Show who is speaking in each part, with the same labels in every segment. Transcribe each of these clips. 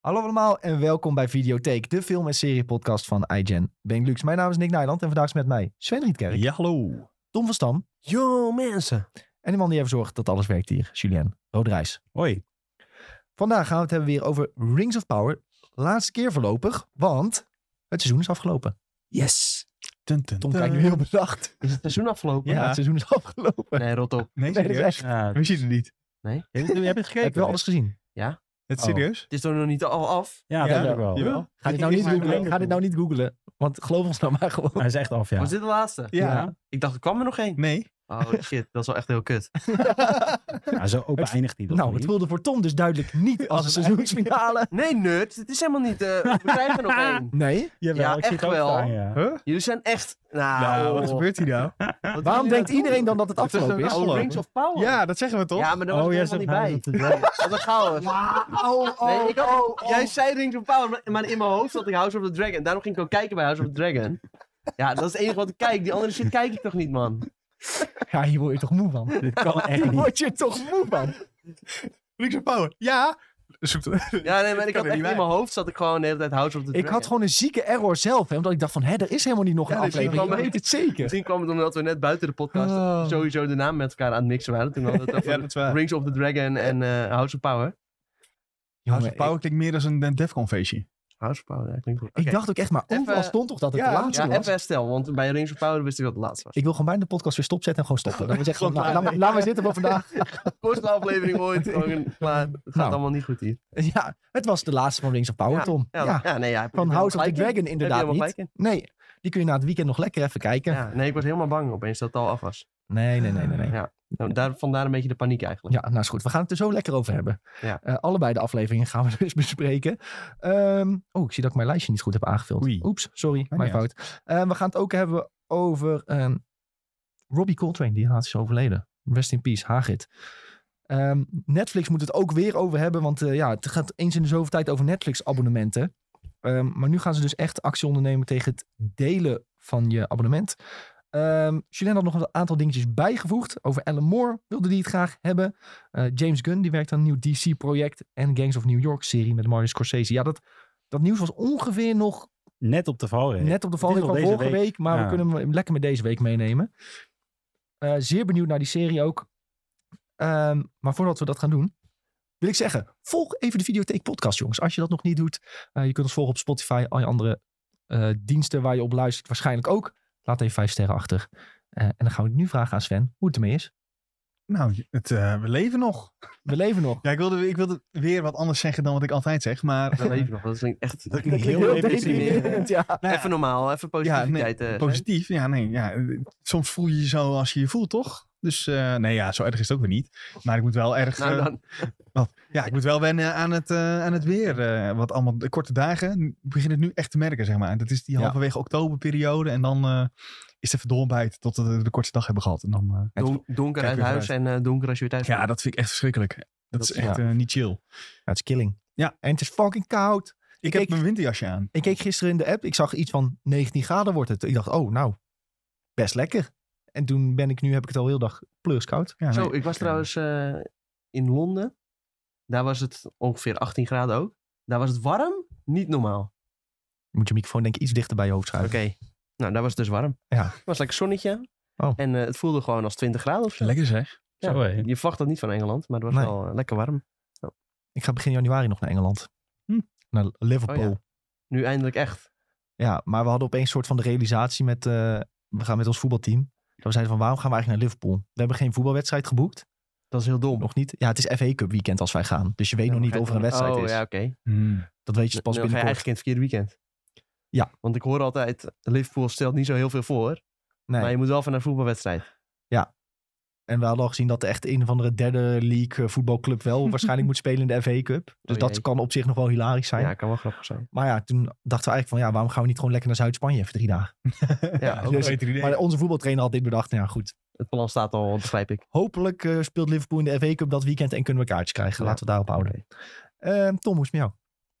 Speaker 1: Hallo allemaal en welkom bij Videotheek, de film- en serie-podcast van iGen. Ben Lux, mijn naam is Nick Nijland en vandaag is met mij Sven Rietkerk,
Speaker 2: Ja, hallo.
Speaker 1: Tom van Stam
Speaker 2: Yo, mensen.
Speaker 1: en de man die even zorgt dat alles werkt hier, Julien Roderijs.
Speaker 2: Hoi.
Speaker 1: Vandaag gaan we het hebben weer over Rings of Power. Laatste keer voorlopig, want het seizoen is afgelopen.
Speaker 2: Yes.
Speaker 1: Tom kijkt nu heel bedacht.
Speaker 3: Is het seizoen afgelopen?
Speaker 1: Ja, het seizoen is afgelopen.
Speaker 3: Nee, rot op.
Speaker 2: Nee,
Speaker 1: Nee, dat is
Speaker 2: serieus?
Speaker 1: echt.
Speaker 2: Ja.
Speaker 1: We zien het niet.
Speaker 3: Nee.
Speaker 2: Heb je heb je het
Speaker 1: Ik
Speaker 2: gekeken?
Speaker 1: heb wel alles gezien.
Speaker 2: Het
Speaker 1: Oh.
Speaker 2: serieus?
Speaker 3: Het is toch nog niet al af?
Speaker 2: Ja,
Speaker 1: Ja,
Speaker 2: dat heb ik wel.
Speaker 1: jawel. Ga dit nou niet googlen. Ga dit nou niet googlen. Want geloof ons nou maar gewoon.
Speaker 2: Hij is echt af, ja.
Speaker 3: Was dit de laatste?
Speaker 2: Ja.
Speaker 1: Ja.
Speaker 3: Ik dacht, er kwam er nog één.
Speaker 2: Nee.
Speaker 3: Oh shit, dat is wel echt heel kut.
Speaker 2: Ja, zo open
Speaker 1: Het-
Speaker 2: eindigt hij toch
Speaker 1: Nou,
Speaker 2: niet?
Speaker 1: het voelde voor Tom dus duidelijk niet als een
Speaker 2: Als een
Speaker 1: seizoensfinale.
Speaker 3: Nee, nerd. Het is helemaal niet... eh, we krijgen er nog één.
Speaker 1: Nee.
Speaker 2: Jawel,
Speaker 3: Ja,
Speaker 2: ik zie het
Speaker 3: echt
Speaker 2: ook
Speaker 3: wel.
Speaker 2: staan, ja.
Speaker 1: Huh?
Speaker 3: Jullie zijn echt... Nou,
Speaker 2: Nou, wat gebeurt hier nou?
Speaker 3: wat
Speaker 1: Waarom
Speaker 3: doen
Speaker 1: denkt
Speaker 3: jullie
Speaker 1: iedereen
Speaker 3: nou?
Speaker 1: dan dat het
Speaker 3: Het is
Speaker 1: afgelopen is?
Speaker 3: een Rings of Power.
Speaker 2: Ja, dat zeggen we toch?
Speaker 3: Oh.
Speaker 2: Oh,
Speaker 3: Ja, maar daar was ik helemaal
Speaker 2: zegt
Speaker 3: niet
Speaker 2: hij
Speaker 3: bij.
Speaker 2: dat het wel- Oh,
Speaker 3: Dat is een gouden. Nee, ik had- Jij zei Rings of Power, maar- maar in mijn hoofd zat ik House of the Dragon. Daarom ging ik ook kijken bij House of the Dragon. Ja, dat is het enige wat ik kijk. Die andere shit kijk ik toch niet, man.
Speaker 1: Ja, hier word je toch moe van.
Speaker 2: Dit kan echt
Speaker 1: Hier
Speaker 2: niet.
Speaker 1: word je toch moe van.
Speaker 2: Rings of Power. Ja. Zoek het.
Speaker 3: Ja, nee, maar ik
Speaker 2: kan er
Speaker 3: had echt in
Speaker 2: niet bij.
Speaker 3: mijn hoofd zat ik gewoon de hele tijd House of the
Speaker 1: Ik
Speaker 3: Dragon.
Speaker 1: had gewoon een zieke error zelf. Hè, omdat ik dacht van, hè, er is helemaal niet nog een
Speaker 2: Ja, dit is
Speaker 1: aflevering. Ik
Speaker 3: wel-
Speaker 1: weet het zeker.
Speaker 3: Misschien kwam het omdat we net buiten de podcast
Speaker 1: Oh.
Speaker 3: sowieso de naam met elkaar aan het mixen waren. Toen hadden we het over
Speaker 2: Ja, dat is waar.
Speaker 3: Rings of the Dragon en eh, House of Power.
Speaker 1: Jongen,
Speaker 4: House of Power klinkt meer als een een Defcon feestje.
Speaker 3: House of Power, ja, klinkt goed.
Speaker 1: ik, ik
Speaker 3: Oké.
Speaker 1: dacht ook echt, maar overal
Speaker 3: Even-
Speaker 1: stond toch dat het
Speaker 2: Ja,
Speaker 1: de laatste
Speaker 3: ja,
Speaker 1: was.
Speaker 3: even herstel, want bij Rings of Power wist ik dat het laatste was.
Speaker 1: Ik wil gewoon bijna de podcast weer stopzetten en gewoon stoppen. Dan moet je zeggen,
Speaker 2: Gewoon
Speaker 1: nou, laat, maar- laat maar zitten voor vandaag.
Speaker 3: Kortste aflevering ooit, gewoon klaar. Het gaat
Speaker 1: Nou.
Speaker 3: allemaal niet goed hier.
Speaker 1: Ja, het was de laatste van Rings of Power, Tom.
Speaker 3: Ja,
Speaker 1: Ja,
Speaker 3: ja, nee, ja, heb je
Speaker 1: van
Speaker 3: helemaal
Speaker 1: House of the
Speaker 3: gelijk in.
Speaker 1: Dragon
Speaker 3: Heb je
Speaker 1: inderdaad
Speaker 3: helemaal
Speaker 1: niet.
Speaker 3: gelijk in.
Speaker 1: Nee, die kun je na het weekend nog lekker even kijken.
Speaker 3: Ja, nee, ik was helemaal bang opeens dat het al af was.
Speaker 1: Nee, nee, nee, nee. nee.
Speaker 3: Ja. Nou, daar, vandaar een beetje de paniek eigenlijk.
Speaker 1: Ja, nou is goed. We gaan het er zo lekker over hebben.
Speaker 3: Ja.
Speaker 1: Eh, allebei de afleveringen gaan we dus bespreken. Ehm, oh, ik zie dat ik mijn lijstje niet goed heb aangevuld.
Speaker 2: Oei.
Speaker 1: Oeps, sorry. Mijn
Speaker 2: niet
Speaker 1: fout. Eh, we gaan het ook hebben over ehm, Robbie Coltrane. Die helaas is overleden. Rest in peace, Hagrid. Ehm, Netflix moet het ook weer over hebben. Want eh, ja, het gaat eens in de zoveel tijd over Netflix abonnementen. Ehm, maar nu gaan ze dus echt actie ondernemen tegen het delen van je abonnement. Ehm Julien had nog een aantal dingetjes bijgevoegd. Over Alan Moore wilde die het graag hebben. Eh, James Gunn die werkt aan een nieuw DC-project. En Gangs of New York serie met Martin Scorsese. Ja, dat, dat nieuws was ongeveer nog
Speaker 2: Net op de valreep.
Speaker 1: net op de valreep
Speaker 2: nog
Speaker 1: van
Speaker 2: deze
Speaker 1: vorige week.
Speaker 2: week.
Speaker 1: maar we
Speaker 2: Ja.
Speaker 1: kunnen hem lekker met deze week meenemen. Eh, zeer benieuwd naar die serie ook. Ehm, maar voordat we dat gaan doen, wil ik zeggen: volg even de Videotheek Podcast, jongens. Als je dat nog niet doet, eh, je kunt ons volgen op Spotify, al je andere eh, diensten waar je op luistert, waarschijnlijk ook. Laat even vijf sterren achter. Eh, en dan gaan we nu vragen aan Sven hoe het ermee is.
Speaker 4: Nou, het, eh, we leven nog.
Speaker 1: We leven nog.
Speaker 4: Ja, ik wilde, ik wilde weer wat anders zeggen dan wat ik altijd zeg, maar...
Speaker 3: Dat weet ik nog, dat klinkt echt...
Speaker 2: Dat klinkt heel
Speaker 1: Heel
Speaker 2: deprimerend.
Speaker 1: deprimerend, ja.
Speaker 4: Nou ja,
Speaker 3: Even normaal, even
Speaker 4: ja, nee,
Speaker 3: positiviteit. eh.
Speaker 4: positief. Ja, nee, ja, eh, soms voel je je zo als je je voelt, toch? Dus eh, nee, ja, zo erg is het ook weer niet. Maar ik moet wel erg...
Speaker 3: nou
Speaker 4: eh,
Speaker 3: dan,
Speaker 4: ja, ik moet wel wennen aan het, eh, aan het weer. eh, wat allemaal de korte dagen. Ik begin het nu echt te merken, zeg maar. Dat is die
Speaker 1: Ja.
Speaker 4: halverwege oktoberperiode. En dan eh, is het even doorbijten tot we de, de kortste dag hebben gehad. En dan, eh,
Speaker 3: don- donker
Speaker 4: Kijk
Speaker 3: uit
Speaker 4: weer
Speaker 3: huis en eh, donker als je weer thuis
Speaker 4: ja,
Speaker 3: bent.
Speaker 4: dat vind ik echt verschrikkelijk. Dat,
Speaker 1: Dat
Speaker 4: is
Speaker 1: is-
Speaker 4: echt
Speaker 1: ja.
Speaker 4: eh, niet chill.
Speaker 1: Ja, Nou, het is killing.
Speaker 4: Ja.
Speaker 1: En het is fucking koud.
Speaker 4: Ik,
Speaker 1: keek-
Speaker 4: heb mijn winterjasje aan.
Speaker 1: Ik keek gisteren in de app. Ik zag iets van 19 graden wordt het. Ik dacht, oh, nou, best lekker. En toen ben ik nu, heb ik het al heel dag pleurskoud.
Speaker 4: Ja,
Speaker 3: Zo,
Speaker 4: nee,
Speaker 3: ik was
Speaker 4: eh,
Speaker 3: trouwens eh, in Londen. Daar was het ongeveer 18 graden ook. Daar was het warm, niet normaal.
Speaker 1: Je moet je microfoon denk ik iets dichter bij je hoofd
Speaker 3: Oké.
Speaker 1: schuiven.
Speaker 3: Nou, daar was het dus warm.
Speaker 1: Ja.
Speaker 3: Het was lekker zonnetje.
Speaker 1: Oh.
Speaker 3: En eh, het voelde gewoon als 20 graden of zo.
Speaker 4: Lekker zeg.
Speaker 3: Ja.
Speaker 2: Zo, hé.
Speaker 3: Je verwacht dat niet van Engeland, maar het was
Speaker 1: Nee.
Speaker 3: wel eh, lekker warm.
Speaker 1: Ik ga begin januari nog naar Engeland.
Speaker 4: Hm.
Speaker 1: Naar Liverpool.
Speaker 3: Oh,
Speaker 1: ja.
Speaker 3: Nu eindelijk echt.
Speaker 1: maar we hadden opeens een soort van de realisatie met, eh, we gaan met ons voetbalteam. Dat we zeiden van, waarom gaan we eigenlijk naar Liverpool? We hebben geen voetbalwedstrijd geboekt.
Speaker 3: Dat is heel dom.
Speaker 1: Nog niet. Ja, het is FA Cup weekend als wij gaan. Dus je weet
Speaker 3: Ja,
Speaker 1: nog
Speaker 3: dan
Speaker 1: niet
Speaker 3: ga je
Speaker 1: of er een
Speaker 3: toch-
Speaker 1: wedstrijd
Speaker 3: oh,
Speaker 1: is.
Speaker 3: ja, oké.
Speaker 4: Hmm.
Speaker 1: Dat weet je
Speaker 3: Dan-
Speaker 1: pas
Speaker 3: dan ga je
Speaker 1: binnenkort.
Speaker 3: eigenlijk in het verkeerde weekend.
Speaker 1: Ja.
Speaker 3: Want ik hoor altijd, Liverpool stelt niet zo heel veel voor.
Speaker 1: Nee.
Speaker 3: Maar je moet wel van een voetbalwedstrijd.
Speaker 1: En we hadden al gezien dat de echt een of andere derde league eh, voetbalclub wel waarschijnlijk moet spelen in de FA Cup. Dus
Speaker 3: Oh
Speaker 1: dat
Speaker 3: jee.
Speaker 1: kan op zich nog wel hilarisch zijn.
Speaker 3: Ja, kan wel grappig zijn.
Speaker 1: Maar ja, toen dachten we eigenlijk van ja, waarom gaan we niet gewoon lekker naar Zuid-Spanje even drie dagen?
Speaker 3: Ja, ook
Speaker 4: een
Speaker 1: dus-
Speaker 4: beter idee.
Speaker 1: Maar onze voetbaltrainer had dit bedacht. Nou ja, goed.
Speaker 3: Het plan staat al, begrijp ik.
Speaker 1: Hopelijk eh, speelt Liverpool in de FA Cup dat weekend en kunnen we kaartjes krijgen.
Speaker 3: Ja.
Speaker 1: Laten we daarop houden. Ehm, Tom, hoe is het met jou?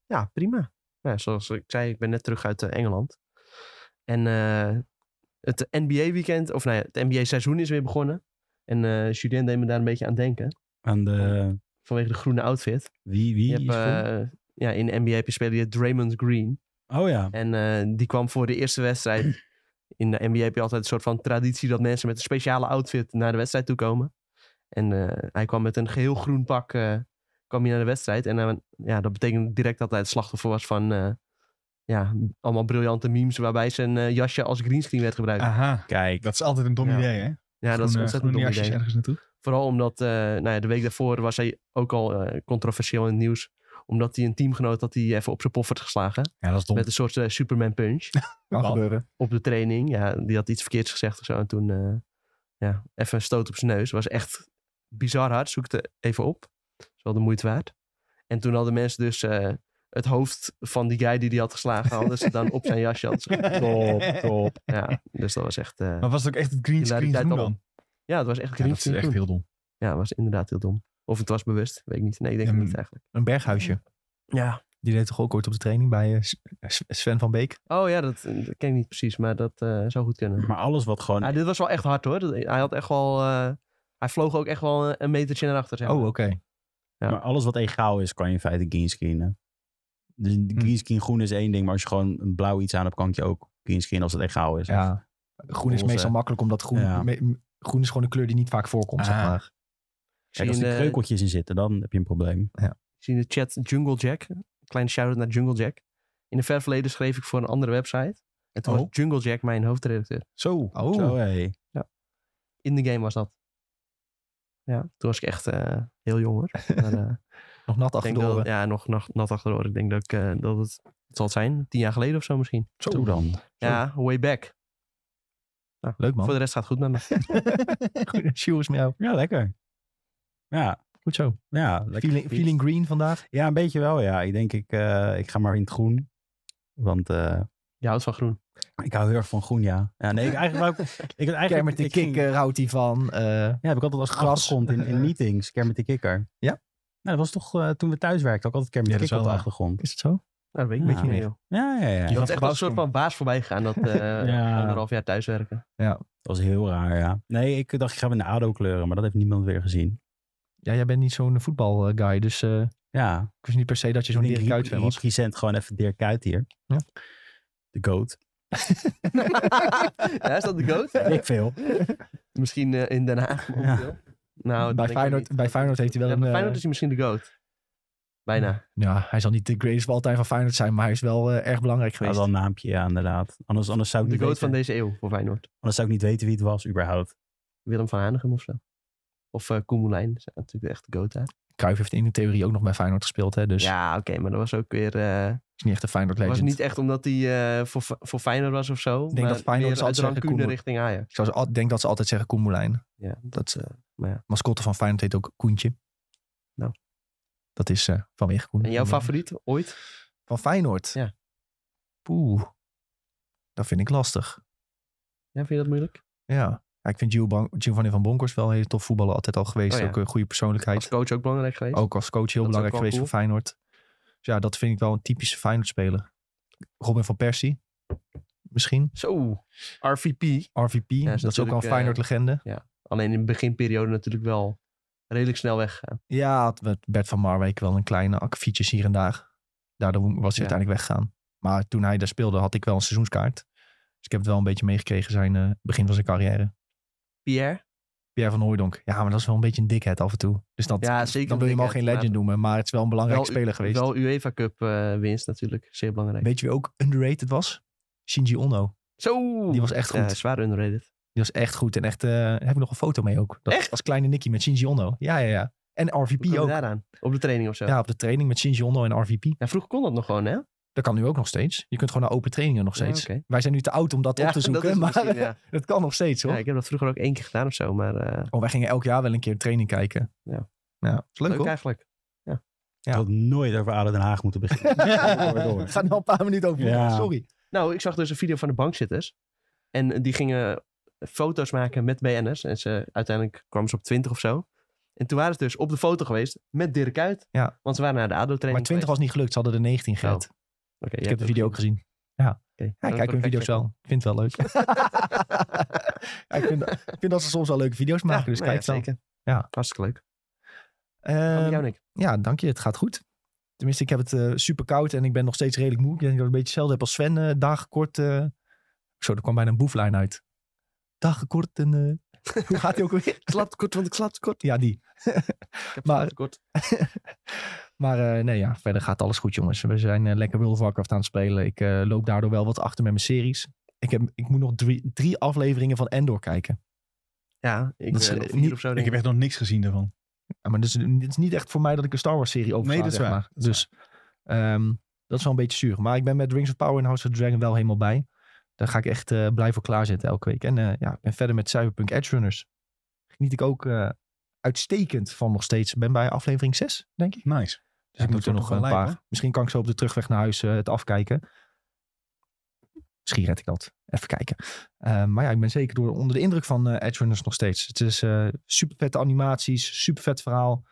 Speaker 3: Ja, prima. Ja, zoals ik zei, ik ben net terug uit eh, Engeland. En eh, het NBA-weekend, of nou ja, het NBA-seizoen is weer begonnen. En eh Julien deed me daar een beetje aan denken.
Speaker 2: Aan de...
Speaker 3: Vanwege de groene outfit.
Speaker 2: eh, Wie, wie?
Speaker 3: Je hebt
Speaker 2: is het?
Speaker 3: eh, ja, in de NBA heb je spelen die heet Draymond Green.
Speaker 2: Oh ja.
Speaker 3: En eh, die kwam voor de eerste wedstrijd. In de NBA heb je altijd een soort van traditie dat mensen met een speciale outfit naar de wedstrijd toe komen. En eh, hij kwam met een geheel groen pak eh, kwam hij naar de wedstrijd. En eh, ja, dat betekent direct dat hij het slachtoffer was van eh, ja, allemaal briljante memes waarbij zijn eh, jasje als greenscreen werd gebruikt.
Speaker 4: Aha.
Speaker 2: Kijk.
Speaker 4: Dat is altijd een dom
Speaker 3: Ja.
Speaker 4: idee, hè?
Speaker 3: ja, dat is
Speaker 4: Groene-
Speaker 3: ontzettend
Speaker 4: groene
Speaker 3: dom
Speaker 4: jasjes
Speaker 3: idee.
Speaker 4: ergens naartoe.
Speaker 3: Vooral omdat eh, nou ja, de week daarvoor was hij ook al eh, controversieel in het nieuws. Omdat hij een teamgenoot had die even op zijn pof werd geslagen.
Speaker 2: Ja, dat is dom.
Speaker 3: Met een soort eh, Superman punch.
Speaker 1: Kan
Speaker 2: Kan.
Speaker 1: gebeuren.
Speaker 3: op de training. Ja, die had iets verkeerds gezegd of zo. En toen, eh, ja, even een stoot op zijn neus. Was echt bizar hard. Zoek het even op. Is wel de moeite waard. En toen hadden mensen dus eh, het hoofd van die guy die die had geslagen. Hadden ze dan op zijn jasje. hadden ze-
Speaker 2: Top, top.
Speaker 3: Ja, dus dat was echt... eh,
Speaker 4: Maar was het ook echt het green screen
Speaker 3: Hilariteit
Speaker 4: groen
Speaker 3: allemaal.
Speaker 4: dan?
Speaker 3: ja, het was echt
Speaker 4: Ja, dat is
Speaker 3: grinscreen
Speaker 4: echt
Speaker 3: toen.
Speaker 4: heel dom.
Speaker 3: Ja, het was inderdaad heel dom. Of het was bewust. Weet ik niet. Nee, ik denk
Speaker 4: Ja,
Speaker 3: het
Speaker 4: maar-
Speaker 3: niet eigenlijk.
Speaker 1: Een berghuisje.
Speaker 3: Ja.
Speaker 1: Die deed toch ook ooit op de training bij eh, S- S- Sven van Beek.
Speaker 3: Oh ja, dat, dat ken ik niet precies. Maar dat eh, zou goed kunnen.
Speaker 2: Maar alles wat gewoon...
Speaker 3: Ja, dit was wel echt hard hoor. Dat- Hij had echt wel... eh, hij vloog ook echt wel een- een metertje naar achter. Zeg
Speaker 1: Oh,
Speaker 3: maar.
Speaker 1: oké.
Speaker 3: Ja.
Speaker 2: Maar alles wat egaal is, kan je in feite greenscreenen. Dus
Speaker 3: Hm.
Speaker 2: een greenscreen groen is één ding, maar als je gewoon een blauw iets aan hebt, kan ik je ook greenscreenen als het egaal is.
Speaker 1: Ja. Groen is
Speaker 2: Roze.
Speaker 1: meestal makkelijk, omdat groen,
Speaker 2: Ja.
Speaker 1: me- m- groen is gewoon een kleur die niet vaak voorkomt, zeg
Speaker 4: Ah.
Speaker 1: maar.
Speaker 3: Ik
Speaker 2: Kijk,
Speaker 3: zie
Speaker 2: als er
Speaker 3: in de-
Speaker 2: kreukeltjes in zitten, dan heb je een probleem.
Speaker 3: Ik zie in de chat Jungle Jack. Kleine shout-out naar Jungle Jack. In het ver verleden schreef ik voor een andere website. En toen was
Speaker 1: Oh.
Speaker 3: Jungle Jack mijn hoofdredacteur.
Speaker 4: Zo.
Speaker 1: Oh,
Speaker 2: Zo, hé.
Speaker 3: In de game was dat. Ja, toen was ik echt eh, heel jong hoor. Maar, eh,
Speaker 1: nog nat
Speaker 3: ik denk
Speaker 1: achter de
Speaker 3: dat-
Speaker 1: oren.
Speaker 3: ja, nog, nog nat achter de oren. Ik denk dat, ik, eh, dat het, het zal het zijn. Tien jaar geleden of zo misschien.
Speaker 2: Zo dan.
Speaker 3: Ja, way back.
Speaker 1: Leuk man.
Speaker 3: Voor de rest gaat het goed met me.
Speaker 1: Goeie show is met jou.
Speaker 2: Ja, lekker. Ja,
Speaker 1: Goed zo.
Speaker 2: ja. lekker
Speaker 1: Feeling,
Speaker 2: gefietst.
Speaker 1: feeling green vandaag.
Speaker 2: Ja, een beetje wel, ja. Ik denk, ik, eh, ik ga maar in het groen. Want eh,
Speaker 3: Je houdt van groen.
Speaker 2: ik hou heel erg van groen, ja. ja nee, ik eigenlijk wou ik... ik had eigenlijk,
Speaker 1: Kermit de
Speaker 2: ik ging-
Speaker 1: Kikker houdt hij van. eh,
Speaker 2: Ja, heb ik altijd als
Speaker 1: Gras.
Speaker 2: achtergrond in, in meetings. Kermit de Kikker.
Speaker 1: Ja?
Speaker 2: Nou, dat was toch eh, toen we thuis werkten ook altijd Kermit
Speaker 4: Ja,
Speaker 2: de
Speaker 4: dat
Speaker 2: Kikker
Speaker 4: is
Speaker 2: op de
Speaker 4: wel waar.
Speaker 2: achtergrond.
Speaker 1: is het zo?
Speaker 3: Nou, dat weet ik
Speaker 2: Ja.
Speaker 3: niet meer joh.
Speaker 2: Ja, ja, ja.
Speaker 4: Die
Speaker 3: Dat
Speaker 4: had
Speaker 3: is echt wel een soort
Speaker 4: gebouwd
Speaker 3: van baas voorbij gegaan. Dat eh,
Speaker 2: Ja.
Speaker 3: anderhalf jaar thuiswerken.
Speaker 2: Dat was heel raar, ja. Nee, ik dacht, ik ga weer naar ADO kleuren, maar dat heeft niemand weer gezien.
Speaker 1: Ja, jij bent niet zo'n voetbalguy, dus eh,
Speaker 2: Ja.
Speaker 1: ik wist niet per se dat je zo'n
Speaker 2: Ik denk,
Speaker 1: Dirk Kuyt
Speaker 2: Riep-
Speaker 1: fan was.
Speaker 2: Riep Giesent gewoon even Dirk Kuyt hier.
Speaker 1: Ja.
Speaker 2: De goat.
Speaker 3: ja, is dat de goat?
Speaker 2: Ik veel.
Speaker 3: Misschien eh, in Den Haag momenteel. Nou, dat denk
Speaker 1: Bij
Speaker 3: ik
Speaker 1: Feyenoord,
Speaker 3: niet.
Speaker 1: bij Feyenoord heeft hij wel
Speaker 3: Ja,
Speaker 1: een...
Speaker 3: bij
Speaker 1: eh,
Speaker 3: Feyenoord is hij misschien de GOAT. Bijna.
Speaker 1: ja, hij zal niet de greatest of all time van Feyenoord zijn, maar hij is wel eh, erg belangrijk
Speaker 2: Dat
Speaker 1: geweest.
Speaker 2: is wel een naampje, ja, inderdaad. Anders, anders, zou ik
Speaker 3: De
Speaker 2: niet
Speaker 3: GOAT
Speaker 2: weten,
Speaker 3: van deze eeuw voor Feyenoord.
Speaker 2: anders zou ik niet weten wie het was, überhaupt.
Speaker 3: Willem van Hanegem of zo. Of eh Koen Moulijn. Dat zijn natuurlijk echt de GOAT daar.
Speaker 1: Cruijff heeft in de theorie ook nog bij Feyenoord gespeeld, hè, dus
Speaker 3: Ja, oké. maar dat was ook weer... eh
Speaker 1: is niet echt een Feyenoord legend.
Speaker 3: was niet echt omdat hij eh, voor, voor Feyenoord was of zo.
Speaker 1: denk dat Feyenoord
Speaker 3: meer
Speaker 1: zal
Speaker 3: uit
Speaker 1: zeggen,
Speaker 3: rancune
Speaker 1: Koen-
Speaker 3: richting Ajax.
Speaker 1: Ik zou ze al- denk dat ze altijd zeggen Koen Moulijn.
Speaker 3: Ja,
Speaker 1: Dat eh,
Speaker 3: maar ja.
Speaker 1: mascotte van Feyenoord heet ook Koentje.
Speaker 3: Nou.
Speaker 1: Dat is eh, vanwege Koen.
Speaker 3: En jouw
Speaker 1: Moulijn.
Speaker 3: favoriet ooit?
Speaker 1: Van Feyenoord?
Speaker 3: Ja.
Speaker 1: Poeh. Dat vind ik lastig.
Speaker 3: Ja, vind je dat moeilijk?
Speaker 1: Ja. Ja, ik vind Giovanni Giovanni van Bronckhorst wel een hele tof voetballer altijd al geweest.
Speaker 3: Oh ja.
Speaker 1: Ook een goede persoonlijkheid.
Speaker 3: Als coach ook belangrijk geweest?
Speaker 1: ook als coach heel
Speaker 3: Dat is ook
Speaker 1: belangrijk
Speaker 3: wel
Speaker 1: geweest
Speaker 3: cool.
Speaker 1: voor Feyenoord. Dus ja, dat vind ik wel een typische Feyenoord-speler. Robin van Persie. Misschien.
Speaker 3: Zo, RVP.
Speaker 1: RVP.
Speaker 3: is
Speaker 1: dat is ook al een
Speaker 3: natuurlijk, eh,
Speaker 1: Feyenoord-legende.
Speaker 3: Alleen in de beginperiode natuurlijk wel redelijk snel eh, weggegaan.
Speaker 1: Ja, had met Bert van Marwijk wel een kleine akkefietjes hier en daar. Daardoor was hij
Speaker 3: Ja.
Speaker 1: uiteindelijk weggegaan. Maar toen hij daar speelde, had ik wel een seizoenskaart. Dus ik heb het wel een beetje meegekregen zijn eh, begin van zijn carrière.
Speaker 3: Pierre?
Speaker 1: Pierre van Hooijdonk. Ja, maar dat is wel een beetje een dikheid af en toe. Dus dat,
Speaker 3: Ja, zeker
Speaker 1: dan wil je
Speaker 3: een
Speaker 1: hem al geen
Speaker 3: dickhead,
Speaker 1: legend noemen. Maar het is wel een belangrijke
Speaker 3: Wel-
Speaker 1: speler geweest.
Speaker 3: Wel UEFA Cup eh, winst natuurlijk. Zeer belangrijk.
Speaker 1: Weet je wie ook underrated was? Shinji Ono.
Speaker 3: Zo!
Speaker 1: Die was echt goed.
Speaker 3: Ja, zwaar underrated.
Speaker 1: Die was echt goed. En echt, eh, daar heb ik nog een foto mee ook. Dat
Speaker 3: Echt?
Speaker 1: was kleine Nicky met Shinji Ono. Ja, ja, ja. En
Speaker 3: Hoe kom
Speaker 1: RVP
Speaker 3: je
Speaker 1: ook.
Speaker 3: daaraan? Op de training of zo? Ja.
Speaker 1: Ja, op de training met Shinji Ono en RVP.
Speaker 3: vroeger kon dat nog gewoon, hè?
Speaker 1: Dat kan nu ook nog steeds. Je kunt gewoon naar open trainingen nog
Speaker 3: Ja,
Speaker 1: steeds.
Speaker 3: oké.
Speaker 1: Wij zijn nu te oud om dat
Speaker 3: Ja,
Speaker 1: op te zoeken,
Speaker 3: is
Speaker 1: maar
Speaker 3: misschien, ja.
Speaker 1: dat kan nog steeds hoor.
Speaker 3: Ja, ik heb dat vroeger ook één keer gedaan of zo, maar eh,
Speaker 1: Oh, wij gingen elk jaar wel een keer training kijken.
Speaker 3: Ja.
Speaker 1: ja. Is leuk,
Speaker 3: leuk
Speaker 1: hoor.
Speaker 3: eigenlijk.
Speaker 1: Ja.
Speaker 2: Ik had nooit over ADO Den Haag moeten beginnen. Door, door.
Speaker 1: We gaan nu al een paar minuten over.
Speaker 2: Ja.
Speaker 1: Sorry.
Speaker 3: Nou, ik zag dus een video van de bankzitters. En die gingen foto's maken met BN'ers. En ze, uiteindelijk kwamen ze op 20 of zo. En toen waren ze dus op de foto geweest met Dirk Kuyt.
Speaker 1: Ja.
Speaker 3: Want ze waren naar de ADO-training
Speaker 1: Maar 20 was niet gelukt. Ze hadden er 19 gered. ik heb de video ook gezien. Ja, ik kijk hun video's wel. Ik vind het wel leuk. Ja, ik, vind, ik vind dat ze soms wel leuke video's maken. dus kijk dan.
Speaker 3: zeker.
Speaker 1: Ja.
Speaker 3: Hartstikke leuk.
Speaker 1: Ehm,
Speaker 3: Van jou, Nick.
Speaker 1: ja, dank je. Het gaat goed. Tenminste, ik heb het eh, super koud en ik ben nog steeds redelijk moe. Ik denk dat ik een beetje hetzelfde heb als Sven. eh, dagen kort. eh. Zo, er kwam bijna een boeflijn uit. Dagen kort en... eh, Hoe gaat hij ook weer?
Speaker 3: Ik slaap te kort, want ik slaap te kort.
Speaker 1: Ja, die.
Speaker 3: Ik heb
Speaker 1: Maar-
Speaker 3: slaap te kort.
Speaker 1: Maar eh, nee, ja, verder gaat alles goed, jongens. We zijn eh, lekker World of Warcraft aan het spelen. Ik eh, loop daardoor wel wat achter met mijn series. Ik, heb, ik moet nog drie, drie afleveringen van Endor kijken.
Speaker 3: Ja, ik
Speaker 1: Dat
Speaker 3: ben
Speaker 1: is, eh,
Speaker 3: vier
Speaker 1: niet-
Speaker 3: of zo.
Speaker 4: Ik
Speaker 3: Denk
Speaker 4: heb
Speaker 3: ik.
Speaker 4: echt nog niks gezien daarvan.
Speaker 1: Ja, maar dus, het is niet echt voor mij dat ik een Star Wars-serie oversla,
Speaker 4: Nee, dat is
Speaker 1: zeg
Speaker 4: waar.
Speaker 1: maar. Dus ehm, dat is wel een beetje zuur. Maar ik ben met Rings of Power en House of the Dragon wel helemaal bij. Daar ga ik echt eh, blij voor klaarzitten elke week. En eh, ja, ik ben verder met Cyberpunk Edge Runners. Geniet ik ook eh, uitstekend van nog steeds. Ik ben bij aflevering 6, denk ik.
Speaker 4: Nice.
Speaker 1: Dus ik moet er nog een paar. Misschien kan ik zo op de terugweg naar huis eh, het afkijken. Misschien red ik dat. Even kijken. Eh, maar ja, ik ben zeker door, onder de indruk van eh Edge Runners nog steeds. Het is eh super vette animaties, super vet verhaal.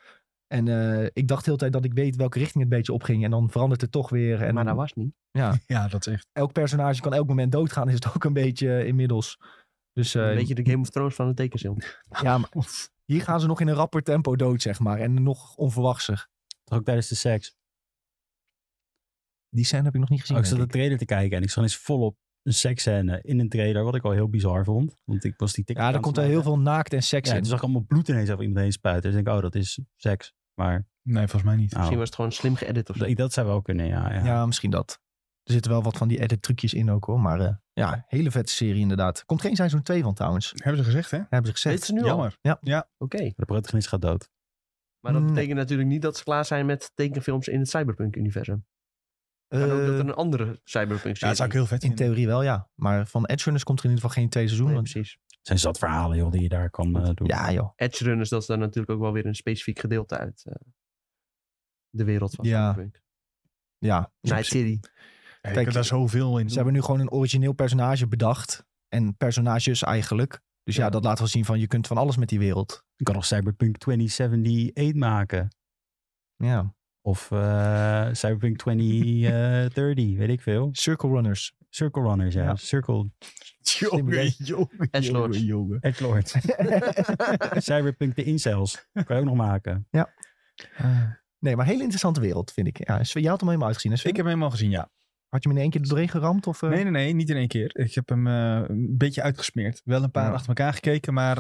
Speaker 1: En eh, ik dacht de hele tijd dat ik weet welke richting het beetje opging. En dan verandert het toch weer. En
Speaker 3: Maar dat was niet.
Speaker 1: ja,
Speaker 4: Ja, dat is echt.
Speaker 1: elk personage kan elk moment doodgaan, is het ook een beetje eh, inmiddels. Dus eh,
Speaker 3: Een beetje de Game of Thrones van de tekenfilm.
Speaker 1: ja, maar hier gaan ze nog in een rapper tempo dood, zeg maar. En nog onverwachtser.
Speaker 2: Toch ook tijdens de seks.
Speaker 1: Die scène heb ik nog niet gezien.
Speaker 2: Oh, ik zat
Speaker 1: denk
Speaker 2: de
Speaker 1: ik.
Speaker 2: trailer te kijken en ik zag eens volop een seksscène in een trailer, wat ik al heel bizar vond. Want ik was die TikTok
Speaker 1: Ja,
Speaker 2: aan
Speaker 1: er
Speaker 2: het
Speaker 1: komt er heel
Speaker 2: maken.
Speaker 1: veel naakt en seks
Speaker 2: Ja,
Speaker 1: in.
Speaker 2: toen zag ik allemaal bloed ineens over iemand heen spuiten. Dus ik denk, oh, dat is seks. Maar
Speaker 4: Nee, volgens mij niet.
Speaker 2: nou,
Speaker 3: Misschien was het gewoon slim geëdit of zo.
Speaker 2: dat, dat zou wel kunnen, ja. ja.
Speaker 1: Ja, misschien dat. Er zitten wel wat van die edit trucjes in ook hoor. Maar eh, ja, hele vette serie inderdaad. Komt geen seizoen 2 van trouwens.
Speaker 4: Hebben ze gezegd, hè?
Speaker 1: Hebben ze
Speaker 3: Weet
Speaker 1: gezegd.
Speaker 3: ze nu al?
Speaker 4: Jammer.
Speaker 3: Oké.
Speaker 1: Ja.
Speaker 2: De protagonist gaat dood.
Speaker 3: Maar dat
Speaker 1: Nee.
Speaker 3: betekent natuurlijk niet dat ze klaar zijn met tekenfilms in het cyberpunk-universum. Maar ook
Speaker 1: Eh,
Speaker 3: dat er een andere cyberpunk
Speaker 4: Ja, dat zou ik heel vet
Speaker 1: in
Speaker 4: vinden.
Speaker 1: theorie wel, ja. Maar van Edge Runners komt er in ieder geval geen twee seizoen.
Speaker 3: Nee,
Speaker 1: want-
Speaker 3: precies.
Speaker 2: Er zijn zat verhalen, joh, die je daar kan eh, doen.
Speaker 1: ja, joh.
Speaker 3: Edge Runners, dat is dan natuurlijk ook wel weer een specifiek gedeelte uit eh, de wereld van
Speaker 1: Ja.
Speaker 3: cyberpunk.
Speaker 1: Ja.
Speaker 3: Night City.
Speaker 4: Ja, je
Speaker 1: Kijk,
Speaker 4: kunt daar zoveel in
Speaker 1: Ze
Speaker 4: doen.
Speaker 1: hebben nu gewoon een origineel personage bedacht. En personages eigenlijk. Dus ja,
Speaker 4: Ja.
Speaker 1: dat laat wel zien van je kunt van alles met die wereld.
Speaker 2: Je kan nog Cyberpunk 2078 maken.
Speaker 1: Ja.
Speaker 2: Of eh, Cyberpunk 2030, weet ik veel.
Speaker 1: Circle Runners.
Speaker 2: Circle Runners, ja.
Speaker 1: Ja.
Speaker 2: Circle
Speaker 1: Slimme
Speaker 4: Jongen,
Speaker 1: idee.
Speaker 4: jongen,
Speaker 3: Edgelords.
Speaker 4: jongen, jongen.
Speaker 2: Edgelord. Cyberpunk de incels. Kan je ook nog maken.
Speaker 1: nee, maar hele interessante wereld vind ik. Ja, Sven, jij had hem helemaal uitgezien. hè, Sven?
Speaker 4: Ik heb hem helemaal gezien, ja.
Speaker 1: Had je hem in één keer er doorheen geramd? Of, eh?
Speaker 4: Nee, nee, nee, niet in één keer. Ik heb hem eh, een beetje uitgesmeerd. Wel een paar
Speaker 1: Ja.
Speaker 4: achter elkaar gekeken, maar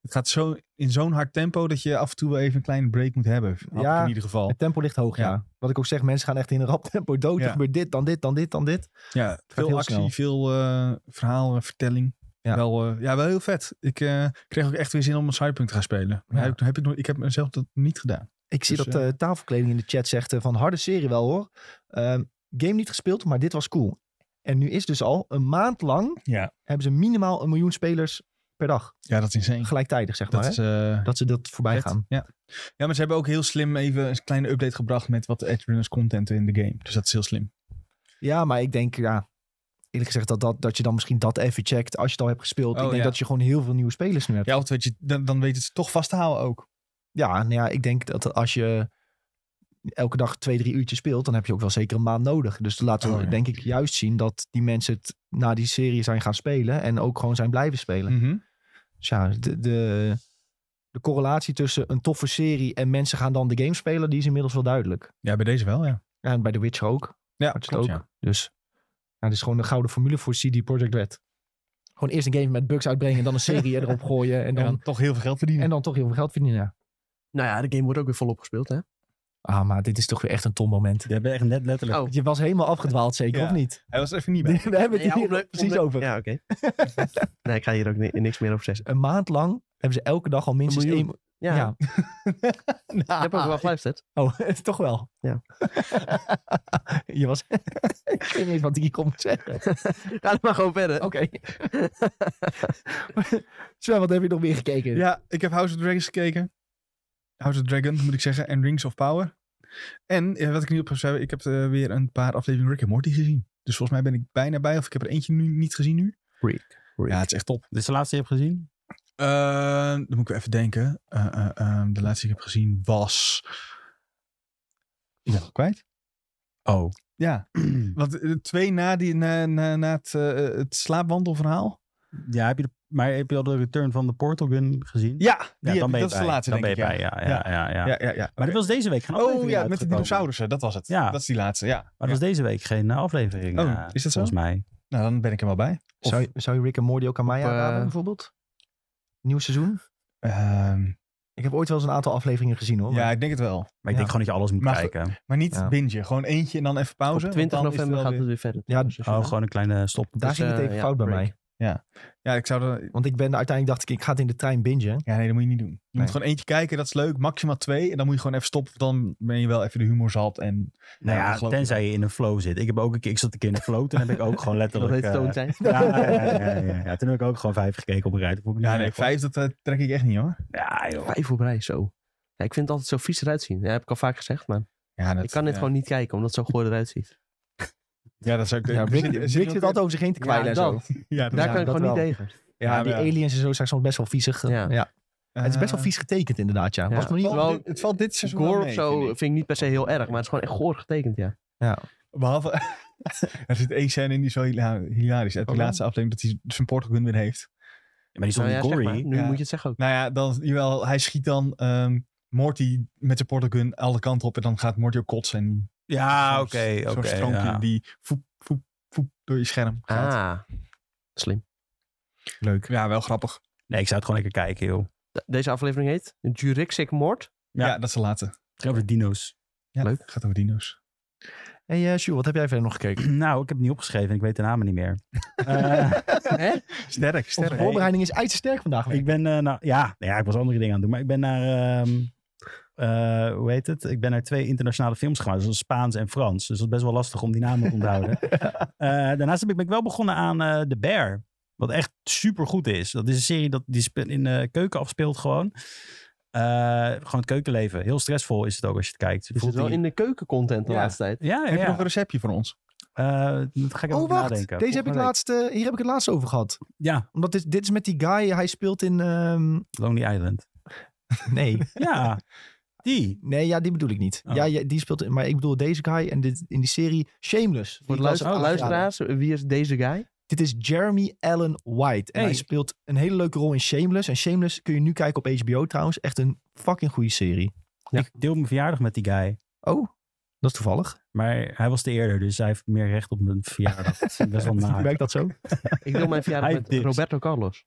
Speaker 4: het gaat zo in zo'n hard tempo dat je af en toe wel even een kleine break moet hebben. Had
Speaker 1: Ja.
Speaker 4: ik in ieder geval.
Speaker 1: Het tempo ligt hoog, ja.
Speaker 4: Ja.
Speaker 1: Wat ik ook zeg, mensen gaan echt in een rap tempo dood. Er
Speaker 4: Ja.
Speaker 1: gebeurt dit, dan dit, dan dit, dan dit.
Speaker 4: Ja, veel
Speaker 1: heel
Speaker 4: actie,
Speaker 1: snel.
Speaker 4: veel eh, verhaal, eh, vertelling.
Speaker 1: Ja.
Speaker 4: Wel, eh, ja, wel heel vet. Ik eh, kreeg ook echt weer zin om een Cyberpunk te gaan spelen. Maar
Speaker 1: Ja.
Speaker 4: heb, ik- heb ik, nog, ik heb mezelf dat niet gedaan.
Speaker 1: Ik zie
Speaker 4: Dus,
Speaker 1: dat eh tafelkleding in de chat zegt eh, van harde serie wel hoor. Ehm, game niet gespeeld, maar dit was cool. En nu is dus al een maand lang
Speaker 4: Ja.
Speaker 1: hebben ze minimaal een miljoen spelers per dag.
Speaker 4: Ja, dat is insane.
Speaker 1: Gelijktijdig, zeg
Speaker 4: Hm. Dat
Speaker 1: maar.
Speaker 4: is,
Speaker 1: hè?
Speaker 4: eh,
Speaker 1: Dat ze dat voorbij
Speaker 4: vet.
Speaker 1: gaan.
Speaker 4: Ja. ja, maar ze hebben ook heel slim even een kleine update gebracht met wat de Edge Runners content in de game. Dus dat is heel slim.
Speaker 1: Ja, maar ik denk, ja, eerlijk gezegd, dat, dat, dat je dan misschien dat even checkt als je het al hebt gespeeld.
Speaker 4: Oh,
Speaker 1: ik denk
Speaker 4: ja.
Speaker 1: dat je gewoon heel veel nieuwe spelers nu hebt.
Speaker 4: Ja, want weet je, dan, dan weet het ze toch vast te houden ook.
Speaker 1: Ja, nou ja, ik denk dat als je elke dag twee, drie uurtjes speelt, dan heb je ook wel zeker een maand nodig. Dus dan laten we
Speaker 4: Oh, ja.
Speaker 1: denk ik juist zien dat die mensen het na die serie zijn gaan spelen en ook gewoon zijn blijven spelen.
Speaker 4: Mhm.
Speaker 1: Dus ja, de, de, de correlatie tussen een toffe serie en mensen gaan dan de game spelen, die is inmiddels wel duidelijk.
Speaker 4: Ja, bij deze wel, ja.
Speaker 1: Ja, en bij The Witcher ook.
Speaker 4: Ja,
Speaker 1: had je het
Speaker 4: klopt,
Speaker 1: ook.
Speaker 4: ja.
Speaker 1: Dus ja, dit is gewoon de gouden formule voor CD Projekt Red. Gewoon eerst een game met bugs uitbrengen en dan een serie erop gooien en
Speaker 4: En dan,
Speaker 1: dan,
Speaker 4: toch heel veel geld verdienen.
Speaker 1: en dan toch heel veel geld verdienen. ja.
Speaker 3: Nou ja, de game wordt ook weer volop gespeeld, hè?
Speaker 1: Ah, maar dit is toch weer echt een tom moment.
Speaker 2: Die hebben echt net letterlijk...
Speaker 3: Oh.
Speaker 1: Je was helemaal afgedwaald, zeker,
Speaker 4: Ja.
Speaker 1: of niet?
Speaker 4: Hij was er even niet bij.
Speaker 1: Daar hebben we het
Speaker 3: Ja,
Speaker 1: hier
Speaker 3: omdat-
Speaker 1: precies
Speaker 3: omdat-
Speaker 1: over.
Speaker 3: Ja, oké. nee, ik ga hier ook ni- niks meer over zeggen.
Speaker 1: Een maand lang hebben ze elke dag al minstens
Speaker 3: miljoen.
Speaker 1: één...
Speaker 3: Ja, ik heb ook wel geluisterd.
Speaker 1: Oh, toch wel.
Speaker 3: Ja.
Speaker 1: je was... ik weet niet eens wat ik hier kon zeggen. Oké.
Speaker 3: Ga dan maar gewoon verder.
Speaker 1: Sven, wat heb je nog meer gekeken?
Speaker 4: Ja, ik heb House of Dragons gekeken. House of Dragons, moet ik zeggen. En Rings of Power. En eh, wat ik niet op heb gezegd, ik heb eh, weer een paar afleveringen Rick en Morty gezien. Dus volgens mij ben ik bijna bij. Of ik heb er eentje nu niet gezien nu.
Speaker 2: Rick, Rick.
Speaker 4: Ja, het is echt top.
Speaker 2: Dit is de laatste die je hebt gezien?
Speaker 4: Eh, dan moet ik weer even denken. Eh, eh, eh, de laatste die ik heb gezien was... Ik ben het kwijt.
Speaker 2: Oh.
Speaker 4: Ja, want eh, twee na, die, na, na, na het, eh, het eh, slaapwandelverhaal.
Speaker 2: ja, heb je de Maar heb je al de return van de Portal Gun gezien?
Speaker 4: Ja, die heb
Speaker 2: dan ben je
Speaker 4: ik. dat is de
Speaker 2: bij.
Speaker 4: laatste,
Speaker 2: dan
Speaker 4: denk
Speaker 2: ben
Speaker 4: ik.
Speaker 2: je
Speaker 4: ja.
Speaker 2: bij, ja. Ja, ja, ja.
Speaker 4: Ja, ja, ja.
Speaker 2: Maar er
Speaker 4: Oké.
Speaker 2: was deze week geen
Speaker 4: Oh
Speaker 2: aflevering
Speaker 4: ja, met de
Speaker 2: uitgekomen.
Speaker 4: dinosaurussen, dat was het.
Speaker 2: Ja.
Speaker 4: Dat is die laatste, ja.
Speaker 2: Maar er was deze week geen eh, aflevering.
Speaker 4: Oh,
Speaker 2: eh,
Speaker 4: is dat zo?
Speaker 2: Volgens mij.
Speaker 4: Nou, dan ben ik er wel bij.
Speaker 1: Of- Zou, je, zou je Rick en Morty ook aan mij
Speaker 3: Op, eh,
Speaker 1: aanraden, bijvoorbeeld? Nieuw seizoen?
Speaker 4: Ehm,
Speaker 1: Ik heb ooit wel eens een aantal afleveringen gezien, hoor.
Speaker 4: ja, ik denk het wel.
Speaker 2: Maar
Speaker 1: Ja.
Speaker 2: ik denk gewoon dat je alles moet
Speaker 4: Maar-
Speaker 2: kijken.
Speaker 4: Maar niet
Speaker 1: Ja.
Speaker 4: bingen. Gewoon eentje en dan even
Speaker 3: Op
Speaker 4: pauze. want
Speaker 3: 20
Speaker 4: dan is
Speaker 3: november
Speaker 4: wel
Speaker 3: gaat het
Speaker 4: weer-
Speaker 3: weer verder.
Speaker 1: Ja,
Speaker 3: Dus,
Speaker 2: Oh, gewoon een kleine stop.
Speaker 1: Daar
Speaker 3: dus,
Speaker 1: ging het
Speaker 3: eh,
Speaker 1: even
Speaker 3: ja,
Speaker 1: fout bij
Speaker 3: break.
Speaker 1: mij.
Speaker 4: Ja, ik zou er...
Speaker 1: Want ik ben uiteindelijk dacht ik, ik ga het in de trein bingen.
Speaker 4: Ja, nee, dat moet je niet doen. Je
Speaker 1: Nee.
Speaker 4: moet gewoon eentje kijken, dat is leuk. Maximaal twee. En dan moet je gewoon even stoppen. Dan ben je wel even de humor zalt. En
Speaker 2: Nou
Speaker 4: Ja,
Speaker 2: ja,
Speaker 4: dat geloof ik
Speaker 2: tenzij je in een flow zit. Ik heb ook een keer, ik zat een keer in een flow. Toen heb ik ook gewoon
Speaker 3: dat
Speaker 2: letterlijk...
Speaker 3: heet
Speaker 2: eh,
Speaker 3: Stone zijn.
Speaker 2: ja, ja, ja, ja, ja, ja. Toen heb ik ook gewoon vijf gekeken op een rij. Toen vond ik
Speaker 4: ja,
Speaker 2: het
Speaker 4: nee,
Speaker 2: niet
Speaker 4: vijf, dat eh, trek ik echt niet hoor.
Speaker 2: erg, hoor. Ja, joh.
Speaker 3: Vijf op rij, zo. Ja, ik vind het altijd zo vies eruit zien. Ja, heb ik al vaak gezegd, maar
Speaker 4: Ja, dat,
Speaker 3: ik kan dit
Speaker 4: ja.
Speaker 3: gewoon niet kijken, omdat het zo goor eruit ziet.
Speaker 4: Ja, dat zou ik...
Speaker 1: Ja,
Speaker 4: er
Speaker 1: Rick,
Speaker 4: zit- er
Speaker 1: Rick
Speaker 4: zit
Speaker 1: zit
Speaker 4: iemand
Speaker 1: altijd over zich heen te
Speaker 3: eh, Ja,
Speaker 1: kwijlen en
Speaker 3: dat.
Speaker 1: zo.
Speaker 4: in- Ja, dat
Speaker 3: Daar
Speaker 4: is-
Speaker 3: kan ik
Speaker 1: dat
Speaker 3: gewoon
Speaker 1: wel.
Speaker 3: niet tegen.
Speaker 1: Ja, die
Speaker 4: maar-
Speaker 1: aliens en zo zijn soms best wel viezig. eh, Ja.
Speaker 3: Ja.
Speaker 1: Het is best wel vies getekend inderdaad, ja.
Speaker 3: Ja.
Speaker 1: Was nog niet...
Speaker 4: Eh, Het
Speaker 3: Wel-
Speaker 4: valt dit- het valt dit seizoen wel
Speaker 3: Gore of
Speaker 4: mee,
Speaker 3: zo
Speaker 4: vind ik.
Speaker 3: vind ik. niet per se heel erg, maar het is gewoon echt goor getekend, ja.
Speaker 4: Behalve, er zit één scène in die is wel hila- hilarisch. Uit de
Speaker 1: Oh, ja?
Speaker 4: laatste aflevering dat hij zijn portal gun weer heeft.
Speaker 2: Maar die stond
Speaker 3: Nou ja,
Speaker 2: in Gory.
Speaker 3: zeg maar. Nu
Speaker 4: Ja.
Speaker 3: moet je het zeggen ook.
Speaker 4: Nou ja, dan, jawel, hij schiet dan ehm Morty met zijn portal gun alle kanten op. En dan gaat Morty ook kotsen. En
Speaker 2: Ja,
Speaker 4: zo'n-
Speaker 2: oké. oké.
Speaker 4: Zo'n stroompje
Speaker 2: ja.
Speaker 4: die voep, voep, voep door je scherm gaat.
Speaker 3: Ah, slim.
Speaker 4: Leuk. Ja, wel grappig.
Speaker 2: Nee, ik zou het gewoon lekker kijken, joh.
Speaker 3: De- deze aflevering heet Jurassic Moord.
Speaker 4: Ja,
Speaker 2: Ja.
Speaker 4: dat is de laatste.
Speaker 2: Het gaat Over de dino's.
Speaker 4: Ja,
Speaker 3: Leuk.
Speaker 4: Gaat over dino's.
Speaker 1: Hey, eh, Sjoerd, wat heb jij verder nog gekeken?
Speaker 2: Nou, ik heb het niet opgeschreven en ik weet de namen niet meer. Eh,
Speaker 3: Hè?
Speaker 4: Sterk,
Speaker 1: Onze
Speaker 4: sterk.
Speaker 1: voorbereiding is sterk vandaag. weer.
Speaker 2: ik ben, eh, nou, ja, nou ja, ik was andere dingen aan het doen. Maar ik ben naar, ehm, eh, hoe heet het? Ik ben naar twee internationale films gegaan. Dus dat is Spaans en Frans. Dus dat is best wel lastig om die namen te onthouden. Eh, daarnaast heb ik, ben ik wel begonnen aan eh The Bear. Wat echt supergoed is. Dat is een serie dat die spe- in de keuken afspeelt gewoon. Eh, gewoon het keukenleven. Heel stressvol is het ook als je het kijkt.
Speaker 3: Is het wel
Speaker 2: die-
Speaker 3: in de keuken content de
Speaker 4: Ja.
Speaker 3: laatste tijd?
Speaker 2: Ja, ja,
Speaker 4: Heb je
Speaker 2: ja.
Speaker 4: nog een receptje voor ons?
Speaker 2: Eh, dat ga ik
Speaker 1: Oh,
Speaker 2: over
Speaker 1: wacht.
Speaker 2: nadenken.
Speaker 1: Deze heb
Speaker 2: Volgende
Speaker 1: ik
Speaker 2: week.
Speaker 1: laatst, eh, hier heb ik het laatst over gehad.
Speaker 2: Ja,
Speaker 1: Omdat dit, dit is met die guy, hij speelt in... ehm,
Speaker 2: Lonely Island.
Speaker 1: nee,
Speaker 2: Ja, die.
Speaker 1: nee, ja, die bedoel ik niet.
Speaker 2: Oh.
Speaker 1: Ja, ja, die speelt in, maar ik bedoel deze guy en dit, in die serie Shameless. Oh,
Speaker 3: Voor de
Speaker 1: Die ik laatst
Speaker 3: luister-
Speaker 1: heb aangeraden.
Speaker 3: luisteraars, wie is deze guy?
Speaker 1: Dit is Jeremy Allen White. En
Speaker 2: Hey.
Speaker 1: hij speelt een hele leuke rol in Shameless. En Shameless kun je nu kijken op HBO trouwens. Echt een fucking goede serie.
Speaker 3: Ja.
Speaker 2: Ik deel mijn verjaardag met die guy.
Speaker 1: Oh, dat is toevallig.
Speaker 2: Maar hij was de eerder, dus hij heeft meer recht op mijn verjaardag. Dat is best wel naar.
Speaker 1: Werkt dat zo?
Speaker 3: Ik deel mijn verjaardag
Speaker 2: Hij
Speaker 3: met
Speaker 2: dipt.
Speaker 3: Roberto Carlos.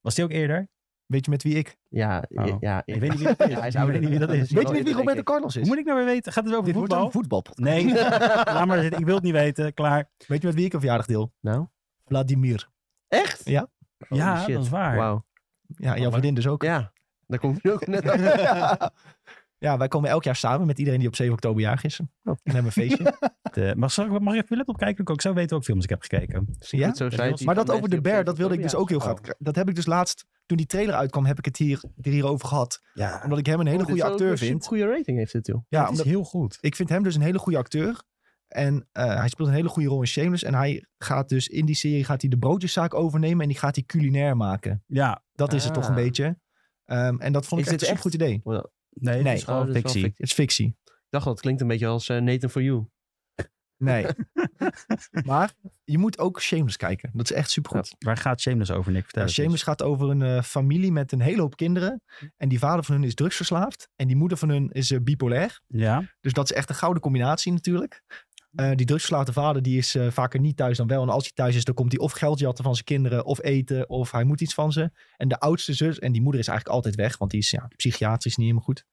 Speaker 2: Was die ook eerder?
Speaker 1: Weet je met wie ik?
Speaker 3: Ja,
Speaker 2: Oh.
Speaker 3: ja, ja.
Speaker 2: Ik weet niet wie dat is.
Speaker 3: Ja, hij is
Speaker 2: Ik weet niet wie dat is.
Speaker 1: Weet je met
Speaker 3: weet
Speaker 1: wie
Speaker 3: het,
Speaker 1: Roberto
Speaker 3: denk
Speaker 1: Carlos
Speaker 2: Hoe
Speaker 1: is?
Speaker 2: moet ik nou weer weten? Gaat het over
Speaker 1: Dit wordt
Speaker 2: voetbal?
Speaker 1: een voetbalpot.
Speaker 2: Nee, laat maar zitten. Ik wil het niet weten. Klaar.
Speaker 1: Weet je met wie ik een verjaardag deel?
Speaker 3: Nou,
Speaker 1: Vladimir.
Speaker 3: echt?
Speaker 1: Ja.
Speaker 3: Holy
Speaker 2: ja,
Speaker 3: shit.
Speaker 2: dat is waar.
Speaker 3: Wauw.
Speaker 1: Ja, jouw vriendin dus ook.
Speaker 3: Ja, daar komt hij ook net uit.
Speaker 1: ja, wij komen elk jaar samen met iedereen die op 7 oktober jarig is. En hebben een feestje.
Speaker 2: De- eh, mag, zal ik, mag ik even mijn laptop kijken? Dan kan Ik zou weten welke films ik heb gekeken.
Speaker 1: Ja?
Speaker 3: Secret Society.
Speaker 1: maar dat over de
Speaker 3: van mensen die
Speaker 1: bear,
Speaker 3: op
Speaker 1: dat wilde ik dus ook heel
Speaker 2: Oh.
Speaker 1: graag. Dat heb ik dus laatst, toen die trailer uitkwam, heb ik het hier, er hier over gehad.
Speaker 2: Ja,
Speaker 1: Omdat ik hem een
Speaker 3: Oh,
Speaker 1: hele goede acteur
Speaker 3: Een
Speaker 1: vind.
Speaker 3: goede rating heeft dit, joh.
Speaker 1: Ja,
Speaker 2: het is
Speaker 1: omdat,
Speaker 2: heel goed.
Speaker 1: ik vind hem dus een hele goede acteur. En eh, hij speelt een hele goede rol in Shameless. En hij gaat dus in die serie gaat hij de broodjeszaak overnemen. En die gaat hij culinair maken.
Speaker 2: Ja,
Speaker 1: Dat is het toch een
Speaker 3: Ah.
Speaker 1: beetje. Ehm, en dat vond ik
Speaker 3: Is
Speaker 1: echt een
Speaker 3: dit
Speaker 1: super goed idee. Nee.
Speaker 2: nee, het is gewoon
Speaker 3: Oh, dat is wel
Speaker 2: fictie.
Speaker 3: fictie.
Speaker 1: Het is fictie.
Speaker 3: Ik dacht, dat klinkt een beetje als eh, Nathan for You.
Speaker 1: Nee. maar je moet ook Shameless kijken. Dat is echt supergoed.
Speaker 2: Waar gaat Shameless over, Nick? Vertel
Speaker 1: Ja,
Speaker 2: het eens.
Speaker 1: Shameless gaat over een eh, familie met een hele hoop kinderen. En die vader van hun is drugsverslaafd. En die moeder van hun is eh, bipolair.
Speaker 2: Ja,
Speaker 1: Dus dat is echt een gouden combinatie natuurlijk. Eh, die drugsverslaafde vader die is eh, vaker niet thuis dan wel. En als hij thuis is, dan komt hij of geld jatten van zijn kinderen... of eten, of hij moet iets van ze. En de oudste zus, en die moeder is eigenlijk altijd weg... want die is ja, psychiatrisch niet helemaal goed.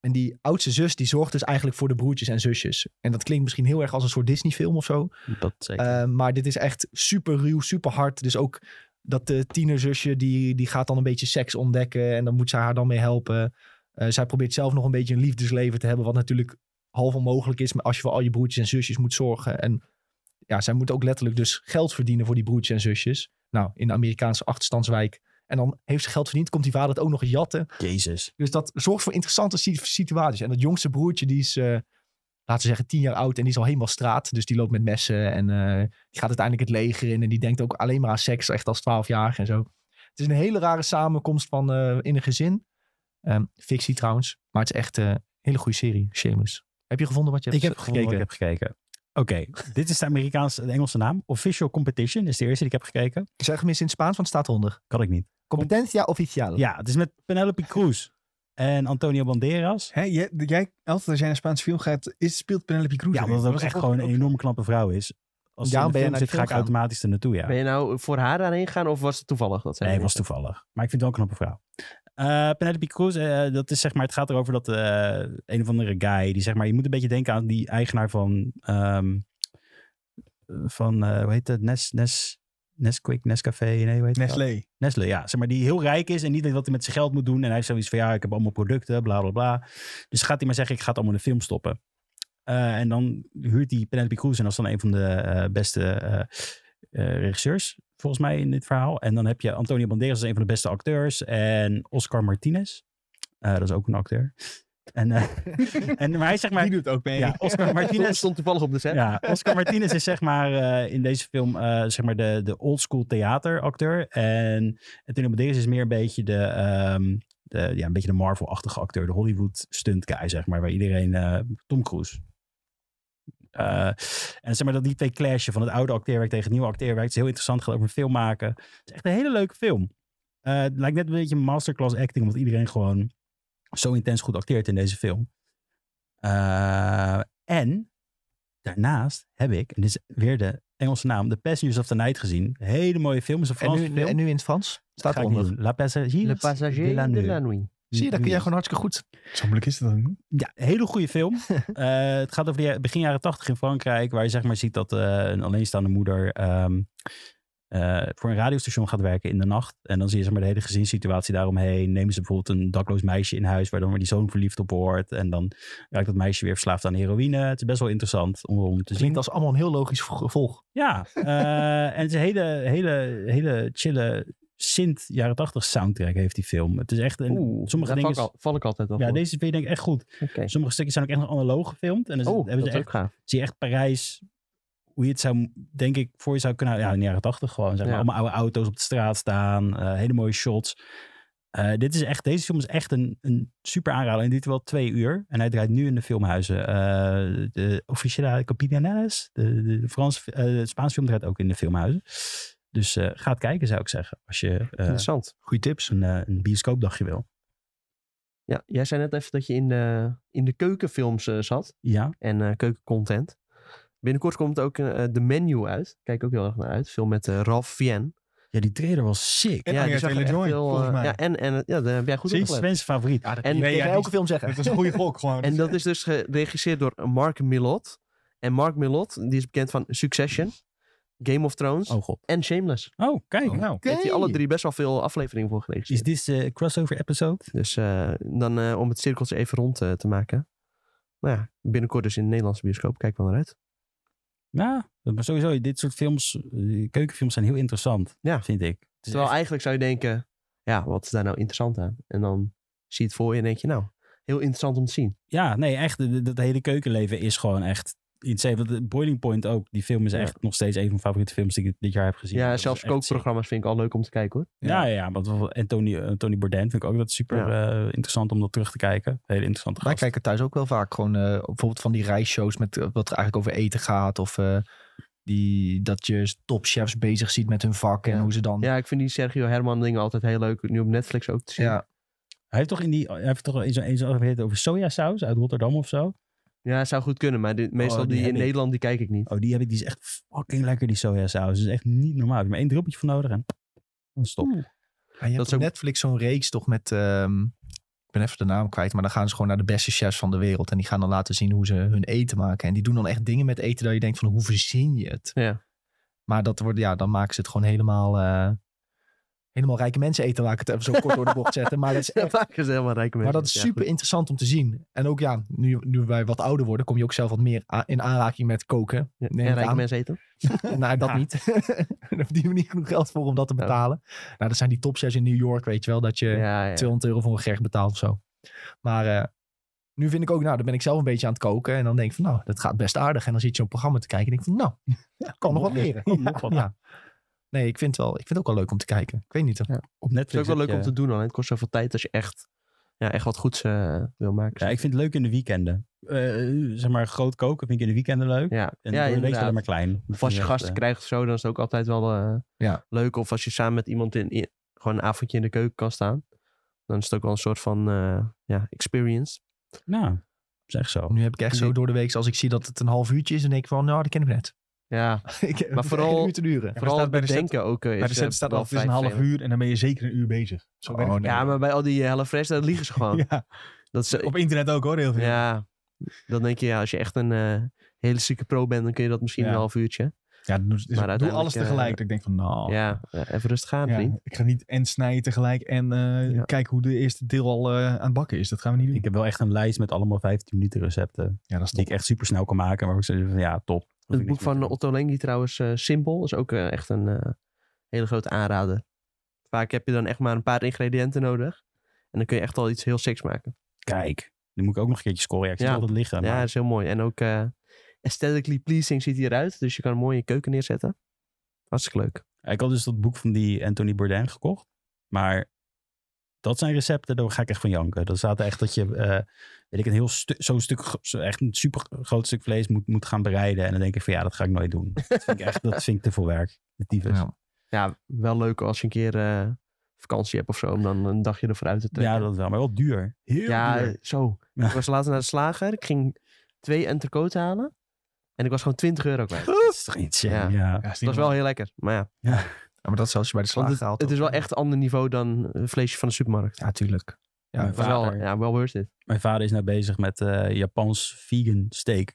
Speaker 1: En die oudste zus die zorgt dus eigenlijk voor de broertjes en zusjes. En dat klinkt misschien heel erg als een soort Disney-film of zo.
Speaker 2: dat zeker.
Speaker 1: Eh, maar dit is echt super ruw, super hard. Dus ook dat de tienerzusje, die, die gaat dan een beetje seks ontdekken. En dan moet zij haar dan mee helpen. Eh, zij probeert zelf nog een beetje een liefdesleven te hebben. Wat natuurlijk half onmogelijk is maar als je voor al je broertjes en zusjes moet zorgen. En ja, zij moet ook letterlijk dus geld verdienen voor die broertjes en zusjes. Nou, in de Amerikaanse achterstandswijk. En dan heeft ze geld verdiend, komt die vader het ook nog eens jatten.
Speaker 2: Jezus.
Speaker 1: Dus dat zorgt voor interessante si- situaties. En dat jongste broertje, die is, eh, laten we zeggen, tien jaar oud en die is al helemaal straat. Dus die loopt met messen en eh, die gaat uiteindelijk het leger in. En die denkt ook alleen maar aan seks, echt als twaalfjarige en zo. Het is een hele rare samenkomst van eh, in een gezin. Ehm, fictie trouwens, maar het is echt eh, een hele goede serie, Shameless. Heb je gevonden wat je hebt
Speaker 2: Ik heb
Speaker 1: gekeken?
Speaker 2: gekeken. Ik heb gekeken. Oké, dit is de Amerikaanse, de Engelse naam. Official Competition is de eerste die ik heb gekeken.
Speaker 1: Ik zeg hem eens in het Spaans, want het staat onder.
Speaker 2: Kan ik niet.
Speaker 1: Competencia oficial.
Speaker 2: Ja, het is met Penelope Cruz en Antonio Banderas.
Speaker 4: Hè, jij, jij, altijd als jij naar Spaanse film gaat, is, speelt Penelope Cruz.
Speaker 2: Ja,
Speaker 4: erin.
Speaker 2: omdat het ook
Speaker 4: Was
Speaker 2: echt
Speaker 4: dat
Speaker 2: gewoon een
Speaker 4: ook zo?
Speaker 2: enorm knappe vrouw is. Als ze
Speaker 1: Daarom
Speaker 2: in de
Speaker 1: ben je
Speaker 2: film
Speaker 1: naar die
Speaker 2: zit, ga
Speaker 1: film
Speaker 2: ik
Speaker 1: gaan.
Speaker 2: automatisch er naartoe, ja.
Speaker 3: Ben je nou voor haar daarheen gegaan of was het toevallig dat zij
Speaker 2: Nee,
Speaker 3: daarheen
Speaker 2: was toevallig. Maar ik vind het wel een knappe vrouw. Eh, Penelope Cruz, eh, dat is zeg maar, het gaat erover dat eh, een of andere guy, die zeg maar, je moet een beetje denken aan die eigenaar van, ehm, van eh, hoe heet het, Nes, Nes, Nesquik, Nescafé, nee, hoe heet het?
Speaker 4: Nestlé.
Speaker 2: Nestle, ja. Zeg maar, die heel rijk is en niet weet wat hij met zijn geld moet doen. En hij heeft zoiets van, ja, ik heb allemaal producten, bla, bla, bla. Dus gaat hij maar zeggen, ik ga het allemaal in een film stoppen. Eh, en dan huurt hij Penelope Cruz en dat is dan een van de eh, beste eh, eh, regisseurs, volgens mij, in dit verhaal. En dan heb je Antonio Banderas, dat is een van de beste acteurs. En Oscar Martinez, Eh, dat is ook een acteur. En, eh, en, maar hij zegt maar...
Speaker 4: Die doet ook mee.
Speaker 2: Ja, Oscar
Speaker 3: Stond,
Speaker 2: Martinez
Speaker 3: stond toevallig op de set.
Speaker 2: ja, Oscar Martinez is zeg maar eh, in deze film eh, zeg maar de, de oldschool theateracteur. En Antonio Banderas is meer een beetje de, ehm, de, ja, een beetje de Marvel-achtige acteur. De Hollywood stunt guy, zeg maar. Waar iedereen... eh, Tom Cruise. Eh, en zeg maar dat die twee clashen van het oude acteerwerk tegen het nieuwe acteerwerk. Het is heel interessant, gaat over film maken. Het is echt een hele leuke film. Eh, het lijkt net een beetje een masterclass acting, omdat iedereen gewoon zo intens goed acteert in deze film. Eh, en daarnaast heb ik, en dit is weer de Engelse naam, The Passengers of the Night gezien. Hele mooie film, is een
Speaker 1: En,
Speaker 2: Franse
Speaker 1: nu,
Speaker 2: film.
Speaker 1: en nu in het Frans. Staat
Speaker 2: Ga ik niet
Speaker 1: onder.
Speaker 2: doen. La Passagier.
Speaker 3: Le Passagier de la, Nuit.
Speaker 1: Zie je, dat kun jij gewoon hartstikke goed.
Speaker 4: Zo moeilijk is dat ook niet.
Speaker 2: Ja, een hele goede film. Eh, het gaat over de, ja- begin jaren tachtig in Frankrijk, waar je zeg maar ziet dat eh, een alleenstaande moeder ehm, eh, voor een radiostation gaat werken in de nacht. En dan zie je zeg maar de hele gezinssituatie daaromheen. Nemen ze bijvoorbeeld een dakloos meisje in huis, waar dan weer die zoon verliefd op wordt. En dan raakt dat meisje weer verslaafd aan heroïne. Het is best wel interessant om, om te zien.
Speaker 1: Klinkt als allemaal een heel logisch gevolg.
Speaker 2: Ja, eh, en het is een hele, hele, hele chille Sint jaren tachtig soundtrack heeft die film. Het is echt een...
Speaker 3: Oeh,
Speaker 2: sommige
Speaker 3: daar
Speaker 2: dingen...
Speaker 3: val, ik al- val ik altijd al
Speaker 2: Ja,
Speaker 3: voor.
Speaker 2: deze vind ik denk ik echt goed.
Speaker 3: Oké.
Speaker 2: Sommige stukjes zijn ook echt nog analoog gefilmd. En dan
Speaker 3: Oh,
Speaker 2: hebben
Speaker 3: dat
Speaker 2: ze
Speaker 3: is ook
Speaker 2: echt,
Speaker 3: gaaf.
Speaker 2: zie je echt Parijs, hoe je het zou, denk ik, voor je zou kunnen houden. Ja, in de jaren tachtig gewoon. Zeg maar,
Speaker 3: Ja.
Speaker 2: Allemaal oude auto's op de straat staan. eh, hele mooie shots. Eh, dit is echt, deze film is echt een, een super aanrader. En die duurt wel twee uur. En hij draait nu in de filmhuizen. Eh, de Officiële Capitanalis, de, de, de Franse, eh, de Spaanse film draait ook in de filmhuizen. Dus eh, ga het kijken, zou ik zeggen. Als je eh,
Speaker 3: Interessant.
Speaker 1: Goeie tips.
Speaker 2: een, eh, een bioscoopdagje wil.
Speaker 3: Ja, jij zei net even dat je in de, in de keukenfilms eh, zat
Speaker 2: Ja.
Speaker 3: en eh, keukencontent. Binnenkort komt ook eh, de menu uit. Kijk ook heel erg naar uit. Film met eh, Ralph Vien.
Speaker 2: Ja, die trailer was sick.
Speaker 4: En
Speaker 3: ja,
Speaker 4: Anya
Speaker 3: die zag er echt
Speaker 4: Taylor-Joy,
Speaker 3: heel, eh,
Speaker 4: volgens mij.
Speaker 3: Ja, en, en eh, ja, daar heb jij goed
Speaker 2: Die
Speaker 3: op
Speaker 2: is
Speaker 3: gelet.
Speaker 2: Sven's favoriet.
Speaker 3: En-
Speaker 1: Nee,
Speaker 4: Nee, ja,
Speaker 1: jij
Speaker 4: die-
Speaker 1: elke film zeggen.
Speaker 4: Dat is een goede gok gewoon.
Speaker 3: En dat is dus geregisseerd door Mark Millot. En Mark Millot, die is bekend van Succession, Game of Thrones
Speaker 2: Oh god.
Speaker 3: en Shameless.
Speaker 2: Oh, kijk.
Speaker 4: Oh, nou.
Speaker 3: Heeft hij alle drie best wel veel afleveringen voor geregisseerd.
Speaker 2: Is dit een crossover episode?
Speaker 3: Dus eh, dan eh, om het cirkeltje even rond eh, te maken. Nou ja, binnenkort dus in de Nederlandse bioscoop. Kijk wel naar uit.
Speaker 2: Ja, maar sowieso, dit soort films, eh, keukenfilms zijn heel interessant,
Speaker 3: Ja.
Speaker 2: vind ik. Eh, Het is
Speaker 3: Terwijl
Speaker 2: echt-
Speaker 3: eigenlijk zou je denken, ja, wat is daar nou interessant aan? En dan zie je het voor je en denk je, nou, heel interessant om te zien.
Speaker 2: ja, nee, echt, d- d- dat hele keukenleven is gewoon echt iets even. dat- Boiling Point ook, die film is
Speaker 3: Ja.
Speaker 2: echt nog steeds een van mijn favoriete films die ik dit jaar heb gezien.
Speaker 3: ja,
Speaker 2: Dat is
Speaker 3: zelfs
Speaker 2: echt sick.
Speaker 3: kookprogramma's vind ik al leuk om te kijken hoor.
Speaker 2: Ja, ja, ja, want en Tony, eh, Tony Bourdain vind ik ook dat super eh, interessant om dat terug te kijken. Hele interessante
Speaker 1: Wij
Speaker 2: gast.
Speaker 1: kijken thuis ook wel vaak gewoon eh, bijvoorbeeld van die reisshows met eh, wat er eigenlijk over eten gaat. Of eh, die, dat je topchefs bezig ziet met hun vak en
Speaker 3: Ja.
Speaker 1: hoe ze dan...
Speaker 3: Ja, ik vind die Sergio Herman dingen altijd heel leuk. Nu op Netflix ook te zien.
Speaker 1: Ja.
Speaker 2: Hij heeft toch in die, hij heeft toch in zo'n, in zo'n aflevering over sojasaus uit Rotterdam of zo?
Speaker 3: Ja, zou goed kunnen, maar die- meestal
Speaker 2: Oh, die
Speaker 3: die,
Speaker 2: heb
Speaker 3: in
Speaker 2: ik.
Speaker 3: Nederland, die kijk ik niet.
Speaker 2: Oh, die heb ik. Die is echt fucking lekker, die sojasaus. Dat is echt niet normaal. Heb je maar één druppeltje van nodig en dan stop.
Speaker 3: Hmm.
Speaker 1: Maar Ah, je
Speaker 3: Dat
Speaker 1: hebt
Speaker 3: is
Speaker 1: op
Speaker 3: ook-
Speaker 1: Netflix zo'n reeks toch met... ehm, ik ben even de naam kwijt, maar dan gaan ze gewoon naar de beste chefs van de wereld. En die gaan dan laten zien hoe ze hun eten maken. En die doen dan echt dingen met eten dat je denkt van hoe verzin je het?
Speaker 3: Ja.
Speaker 1: Maar dat wordt, ja, dan maken ze het gewoon helemaal... eh, helemaal rijke mensen eten, laat ik het even zo kort door de bocht zetten. Maar dat is
Speaker 3: Dat maken ze helemaal rijke mensen.
Speaker 1: Maar dat is
Speaker 3: Ja,
Speaker 1: super
Speaker 3: goed.
Speaker 1: interessant om te zien. En ook ja, nu, nu wij wat ouder worden, kom je ook zelf wat meer a- in aanraking met koken.
Speaker 3: Ja,
Speaker 1: Neem
Speaker 3: en
Speaker 1: ik
Speaker 3: rijke
Speaker 1: aan.
Speaker 3: mensen eten.
Speaker 1: nou, dat niet. Daar verdien je niet genoeg geld voor om dat te
Speaker 3: Ja.
Speaker 1: betalen. Nou, dat zijn die topchefs in New York, weet je wel, dat je
Speaker 3: Ja, ja.
Speaker 1: 200 euro voor een gerecht betaalt of zo. Maar eh, nu vind ik ook, nou, dan ben ik zelf een beetje aan het koken. En dan denk ik van, nou, dat gaat best aardig. En dan zit je een programma te kijken en denk ik van, nou, kan nog wat leren.
Speaker 2: Kan nog wat.
Speaker 1: Ja. Nee, ik vind, wel, ik vind het ook wel leuk om te kijken. Ik weet niet. of-
Speaker 3: Ja.
Speaker 2: Op
Speaker 3: Het is ook
Speaker 2: Netflix.
Speaker 3: wel leuk
Speaker 2: heb
Speaker 3: om
Speaker 2: je-
Speaker 3: te doen, alleen het kost zoveel tijd als je echt, ja, echt wat goeds eh, wil maken.
Speaker 2: Ja, ik vind het leuk in de weekenden. eh, zeg maar, groot koken vind ik in de weekenden leuk.
Speaker 3: Ja,
Speaker 2: En
Speaker 3: ja
Speaker 2: door de week is het
Speaker 3: inderdaad.
Speaker 2: alleen maar klein.
Speaker 3: Of als je
Speaker 2: eh,
Speaker 4: eh,
Speaker 3: gasten krijgt of zo, dan is het ook altijd wel eh,
Speaker 1: Ja.
Speaker 3: leuk. Of als je samen met iemand in, in- gewoon een avondje in de keuken kan staan. Dan is het ook wel een soort van eh, ja, experience.
Speaker 2: Nou, is echt zo.
Speaker 1: Nu heb ik echt zo door de week, als ik zie dat het een half uurtje is, dan denk ik van, nou, dat ken ik net.
Speaker 3: Ja,
Speaker 1: ik,
Speaker 3: Maar vooral-
Speaker 1: Een uur te duren.
Speaker 4: maar
Speaker 3: vooral
Speaker 4: staat
Speaker 3: het
Speaker 4: bij de set-
Speaker 3: bedenken ook. eh,
Speaker 4: Bij de
Speaker 3: is,
Speaker 4: set
Speaker 3: eh,
Speaker 4: staat
Speaker 3: wel
Speaker 4: al, het is een
Speaker 3: vrij
Speaker 4: half
Speaker 3: vervelend.
Speaker 4: uur en dan ben je zeker een uur bezig. Zo werkt
Speaker 1: Oh,
Speaker 4: het.
Speaker 1: nee.
Speaker 3: Ja, maar bij al die hele fresh, daar liegen ze gewoon.
Speaker 4: Ja,
Speaker 3: Dat is, eh,
Speaker 4: op internet ook hoor, heel veel.
Speaker 3: ja, dan denk je, ja, als je echt een eh, hele zieke pro bent, dan kun je dat misschien
Speaker 4: Ja.
Speaker 3: een half uurtje.
Speaker 4: Ja, doe,
Speaker 3: Maar
Speaker 4: dus- doe
Speaker 3: uiteindelijk,
Speaker 4: alles
Speaker 3: eh,
Speaker 4: tegelijk. dat ik denk van, nou...
Speaker 3: Ja, eh, even rustig aan,
Speaker 4: ja,
Speaker 3: vriend.
Speaker 4: ik ga niet en snijden tegelijk en eh
Speaker 3: Ja.
Speaker 4: kijken hoe de eerste deel al eh, aan het bakken is. Dat gaan we niet doen.
Speaker 2: Ik heb wel echt een lijst met allemaal 15 minuten recepten.
Speaker 4: ja, dat is
Speaker 2: Die ik echt super snel kan maken. Maar ik zeg van ja, top. Hoef
Speaker 3: Het
Speaker 2: ik niks
Speaker 3: boek
Speaker 2: meer te
Speaker 3: van eh,
Speaker 2: doen.
Speaker 3: Otto Lengi trouwens, eh Simpel, is ook eh, echt een eh, hele grote aanrader. Vaak heb je dan echt maar een paar ingrediënten nodig. En dan kun je echt al iets heel sick maken.
Speaker 2: Kijk, nu moet ik ook nog een keertje scoren. Ja, ik zie
Speaker 3: Ja.
Speaker 2: altijd liggen.
Speaker 3: ja,
Speaker 2: maar-
Speaker 3: dat is heel mooi. En ook eh, aesthetically pleasing ziet hij eruit. Dus je kan hem mooi in je keuken neerzetten. Hartstikke leuk.
Speaker 2: Ik had dus dat boek van die Anthony Bourdain gekocht. Maar dat zijn recepten, daar ga ik echt van janken. Dat staat echt dat je, eh, weet ik, een heel stu- zo'n stuk, gro- zo echt een super groot stuk vlees moet, moet gaan bereiden. En dan denk ik van ja, dat ga ik nooit doen. Dat vind ik echt, dat vind ik te veel werk. De tyfus. Ja,
Speaker 1: Ja.
Speaker 3: Ja, wel leuk als je een keer eh, vakantie hebt of zo. Om dan een dagje ervoor uit te trekken.
Speaker 2: dat wel, maar wel duur. Heel
Speaker 3: Ja,
Speaker 2: duur.
Speaker 3: zo.
Speaker 2: Ja.
Speaker 3: Ik was laatst naar de slager. Ik ging twee entrecote halen. En ik was gewoon 20 euro kwijt.
Speaker 2: Dat is toch niet ja. ja.
Speaker 3: Ja.
Speaker 4: Ja, is
Speaker 3: Dat
Speaker 4: niet
Speaker 3: was wel heel lekker. Maar ja,
Speaker 1: Ja, maar dat is als je bij de
Speaker 3: want
Speaker 1: slager
Speaker 3: het,
Speaker 1: haalt.
Speaker 3: het is
Speaker 1: ook.
Speaker 3: wel echt een ander niveau dan een vleesje van de supermarkt.
Speaker 1: Ja, tuurlijk. Ja,
Speaker 2: mijn,
Speaker 3: was wel,
Speaker 2: vader,
Speaker 3: ja, wel worth it.
Speaker 2: mijn vader is nou bezig met eh, Japans vegan steak.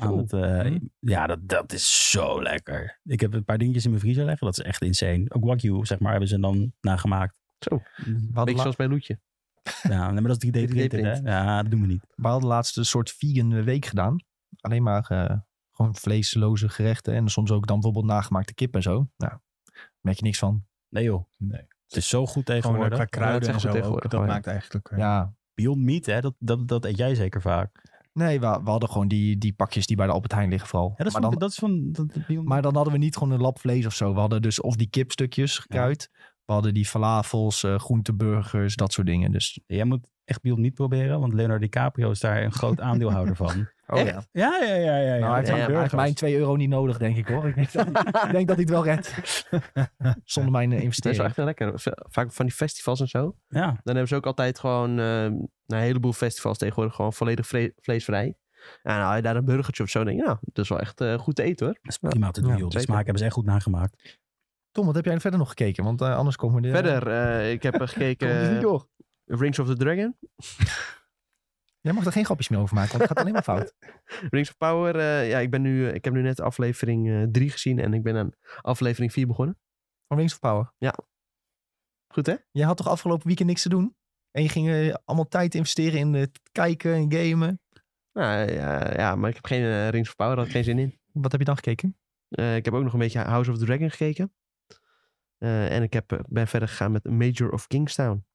Speaker 2: Aan
Speaker 3: Oeh.
Speaker 2: het, eh,
Speaker 3: Hm.
Speaker 2: Ja, dat, dat is zo lekker. Ik heb een paar dingetjes in mijn vriezer leggen. Dat is echt insane. Ook wagyu, zeg maar, hebben ze dan nagemaakt.
Speaker 3: Zo,
Speaker 1: We hadden,
Speaker 3: beetje
Speaker 1: la-
Speaker 3: zoals bij Loetje.
Speaker 2: Ja, nee, maar dat is 3D
Speaker 3: 3D
Speaker 2: printen, hè?
Speaker 3: print.
Speaker 2: Ja, dat doen we niet.
Speaker 1: we hadden laatst een soort vegan week gedaan. Alleen maar eh, gewoon vleesloze gerechten. En soms ook dan bijvoorbeeld nagemaakte kip en zo. Nou, merk je niks van.
Speaker 2: Nee joh.
Speaker 4: Nee.
Speaker 2: Het is zo goed
Speaker 4: Gewoon eh,
Speaker 2: tegenwoordig.
Speaker 4: qua
Speaker 3: Ja, dat
Speaker 4: kruiden
Speaker 3: is
Speaker 4: en
Speaker 3: echt
Speaker 4: zo
Speaker 3: goed
Speaker 4: ook.
Speaker 3: tegenwoordig,
Speaker 4: Dat
Speaker 3: maar ja.
Speaker 4: maakt eigenlijk... eh,
Speaker 1: Ja,
Speaker 2: Beyond Meat, hè? Dat, dat, dat eet jij zeker vaak.
Speaker 1: Nee, we, we hadden gewoon die, die pakjes die bij de Albert Heijn liggen vooral.
Speaker 2: Ja, dat is
Speaker 1: maar,
Speaker 2: van...
Speaker 1: dan,
Speaker 2: dat is van dat, dat Beyond
Speaker 1: maar dan hadden we niet gewoon een lap vlees of zo. We hadden dus of die kipstukjes gekruid. We hadden die falafels, eh, groenteburgers, dat soort dingen. Dus,
Speaker 2: Jij moet echt Beyond Meat proberen, want Leonardo DiCaprio is daar een groot aandeelhouder van.
Speaker 1: oh,
Speaker 3: Echt?
Speaker 1: Ja.
Speaker 2: Ja, ja, ja. ja, ja.
Speaker 1: Nou, hij heeft,
Speaker 3: Ja,
Speaker 1: ook-
Speaker 3: ja,
Speaker 1: hij heeft mijn 2 euro niet nodig, denk ik hoor. Ik denk dat, ik denk dat hij het wel redt. Zonder mijn eh,
Speaker 3: Dat is wel
Speaker 1: investering.
Speaker 3: echt heel lekker. V- Vaak van die festivals en zo.
Speaker 2: Ja,
Speaker 3: Dan hebben ze ook altijd gewoon eh, nou, een heleboel festivals tegenwoordig gewoon volledig vle- vleesvrij. En haal je daar een burgertje of zo, denk je, nou, dat is wel echt eh, goed te eten hoor.
Speaker 2: dat is prima te doen,
Speaker 1: Ja,
Speaker 2: joh. Die
Speaker 3: zeker.
Speaker 2: smaak hebben ze echt goed nagemaakt.
Speaker 1: Tom, wat heb jij verder nog gekeken? Want eh, anders komen we... er-
Speaker 3: Verder, eh, ik heb eh, gekeken
Speaker 1: Komen we er niet
Speaker 3: eh,
Speaker 1: door.
Speaker 3: Rings of the Dragon.
Speaker 1: Jij mag er geen grapjes meer over maken, want het gaat alleen maar fout.
Speaker 3: Rings of Power, eh, ja, ik, ben nu, eh, ik heb nu net aflevering 3 gezien en ik ben aan aflevering 4 begonnen.
Speaker 1: Van Wings of Power.
Speaker 3: Goed hè?
Speaker 1: Jij had toch afgelopen weekend niks te doen? En je ging eh, allemaal tijd investeren in het kijken en gamen.
Speaker 3: Nou ja, ja maar ik heb geen eh, Rings of Power, daar had ik geen zin in.
Speaker 1: Wat heb je dan gekeken?
Speaker 3: Eh, ik heb ook nog een beetje House of the Dragon gekeken. Eh, en ik heb, eh, ben verder gegaan met Major of Kingstown.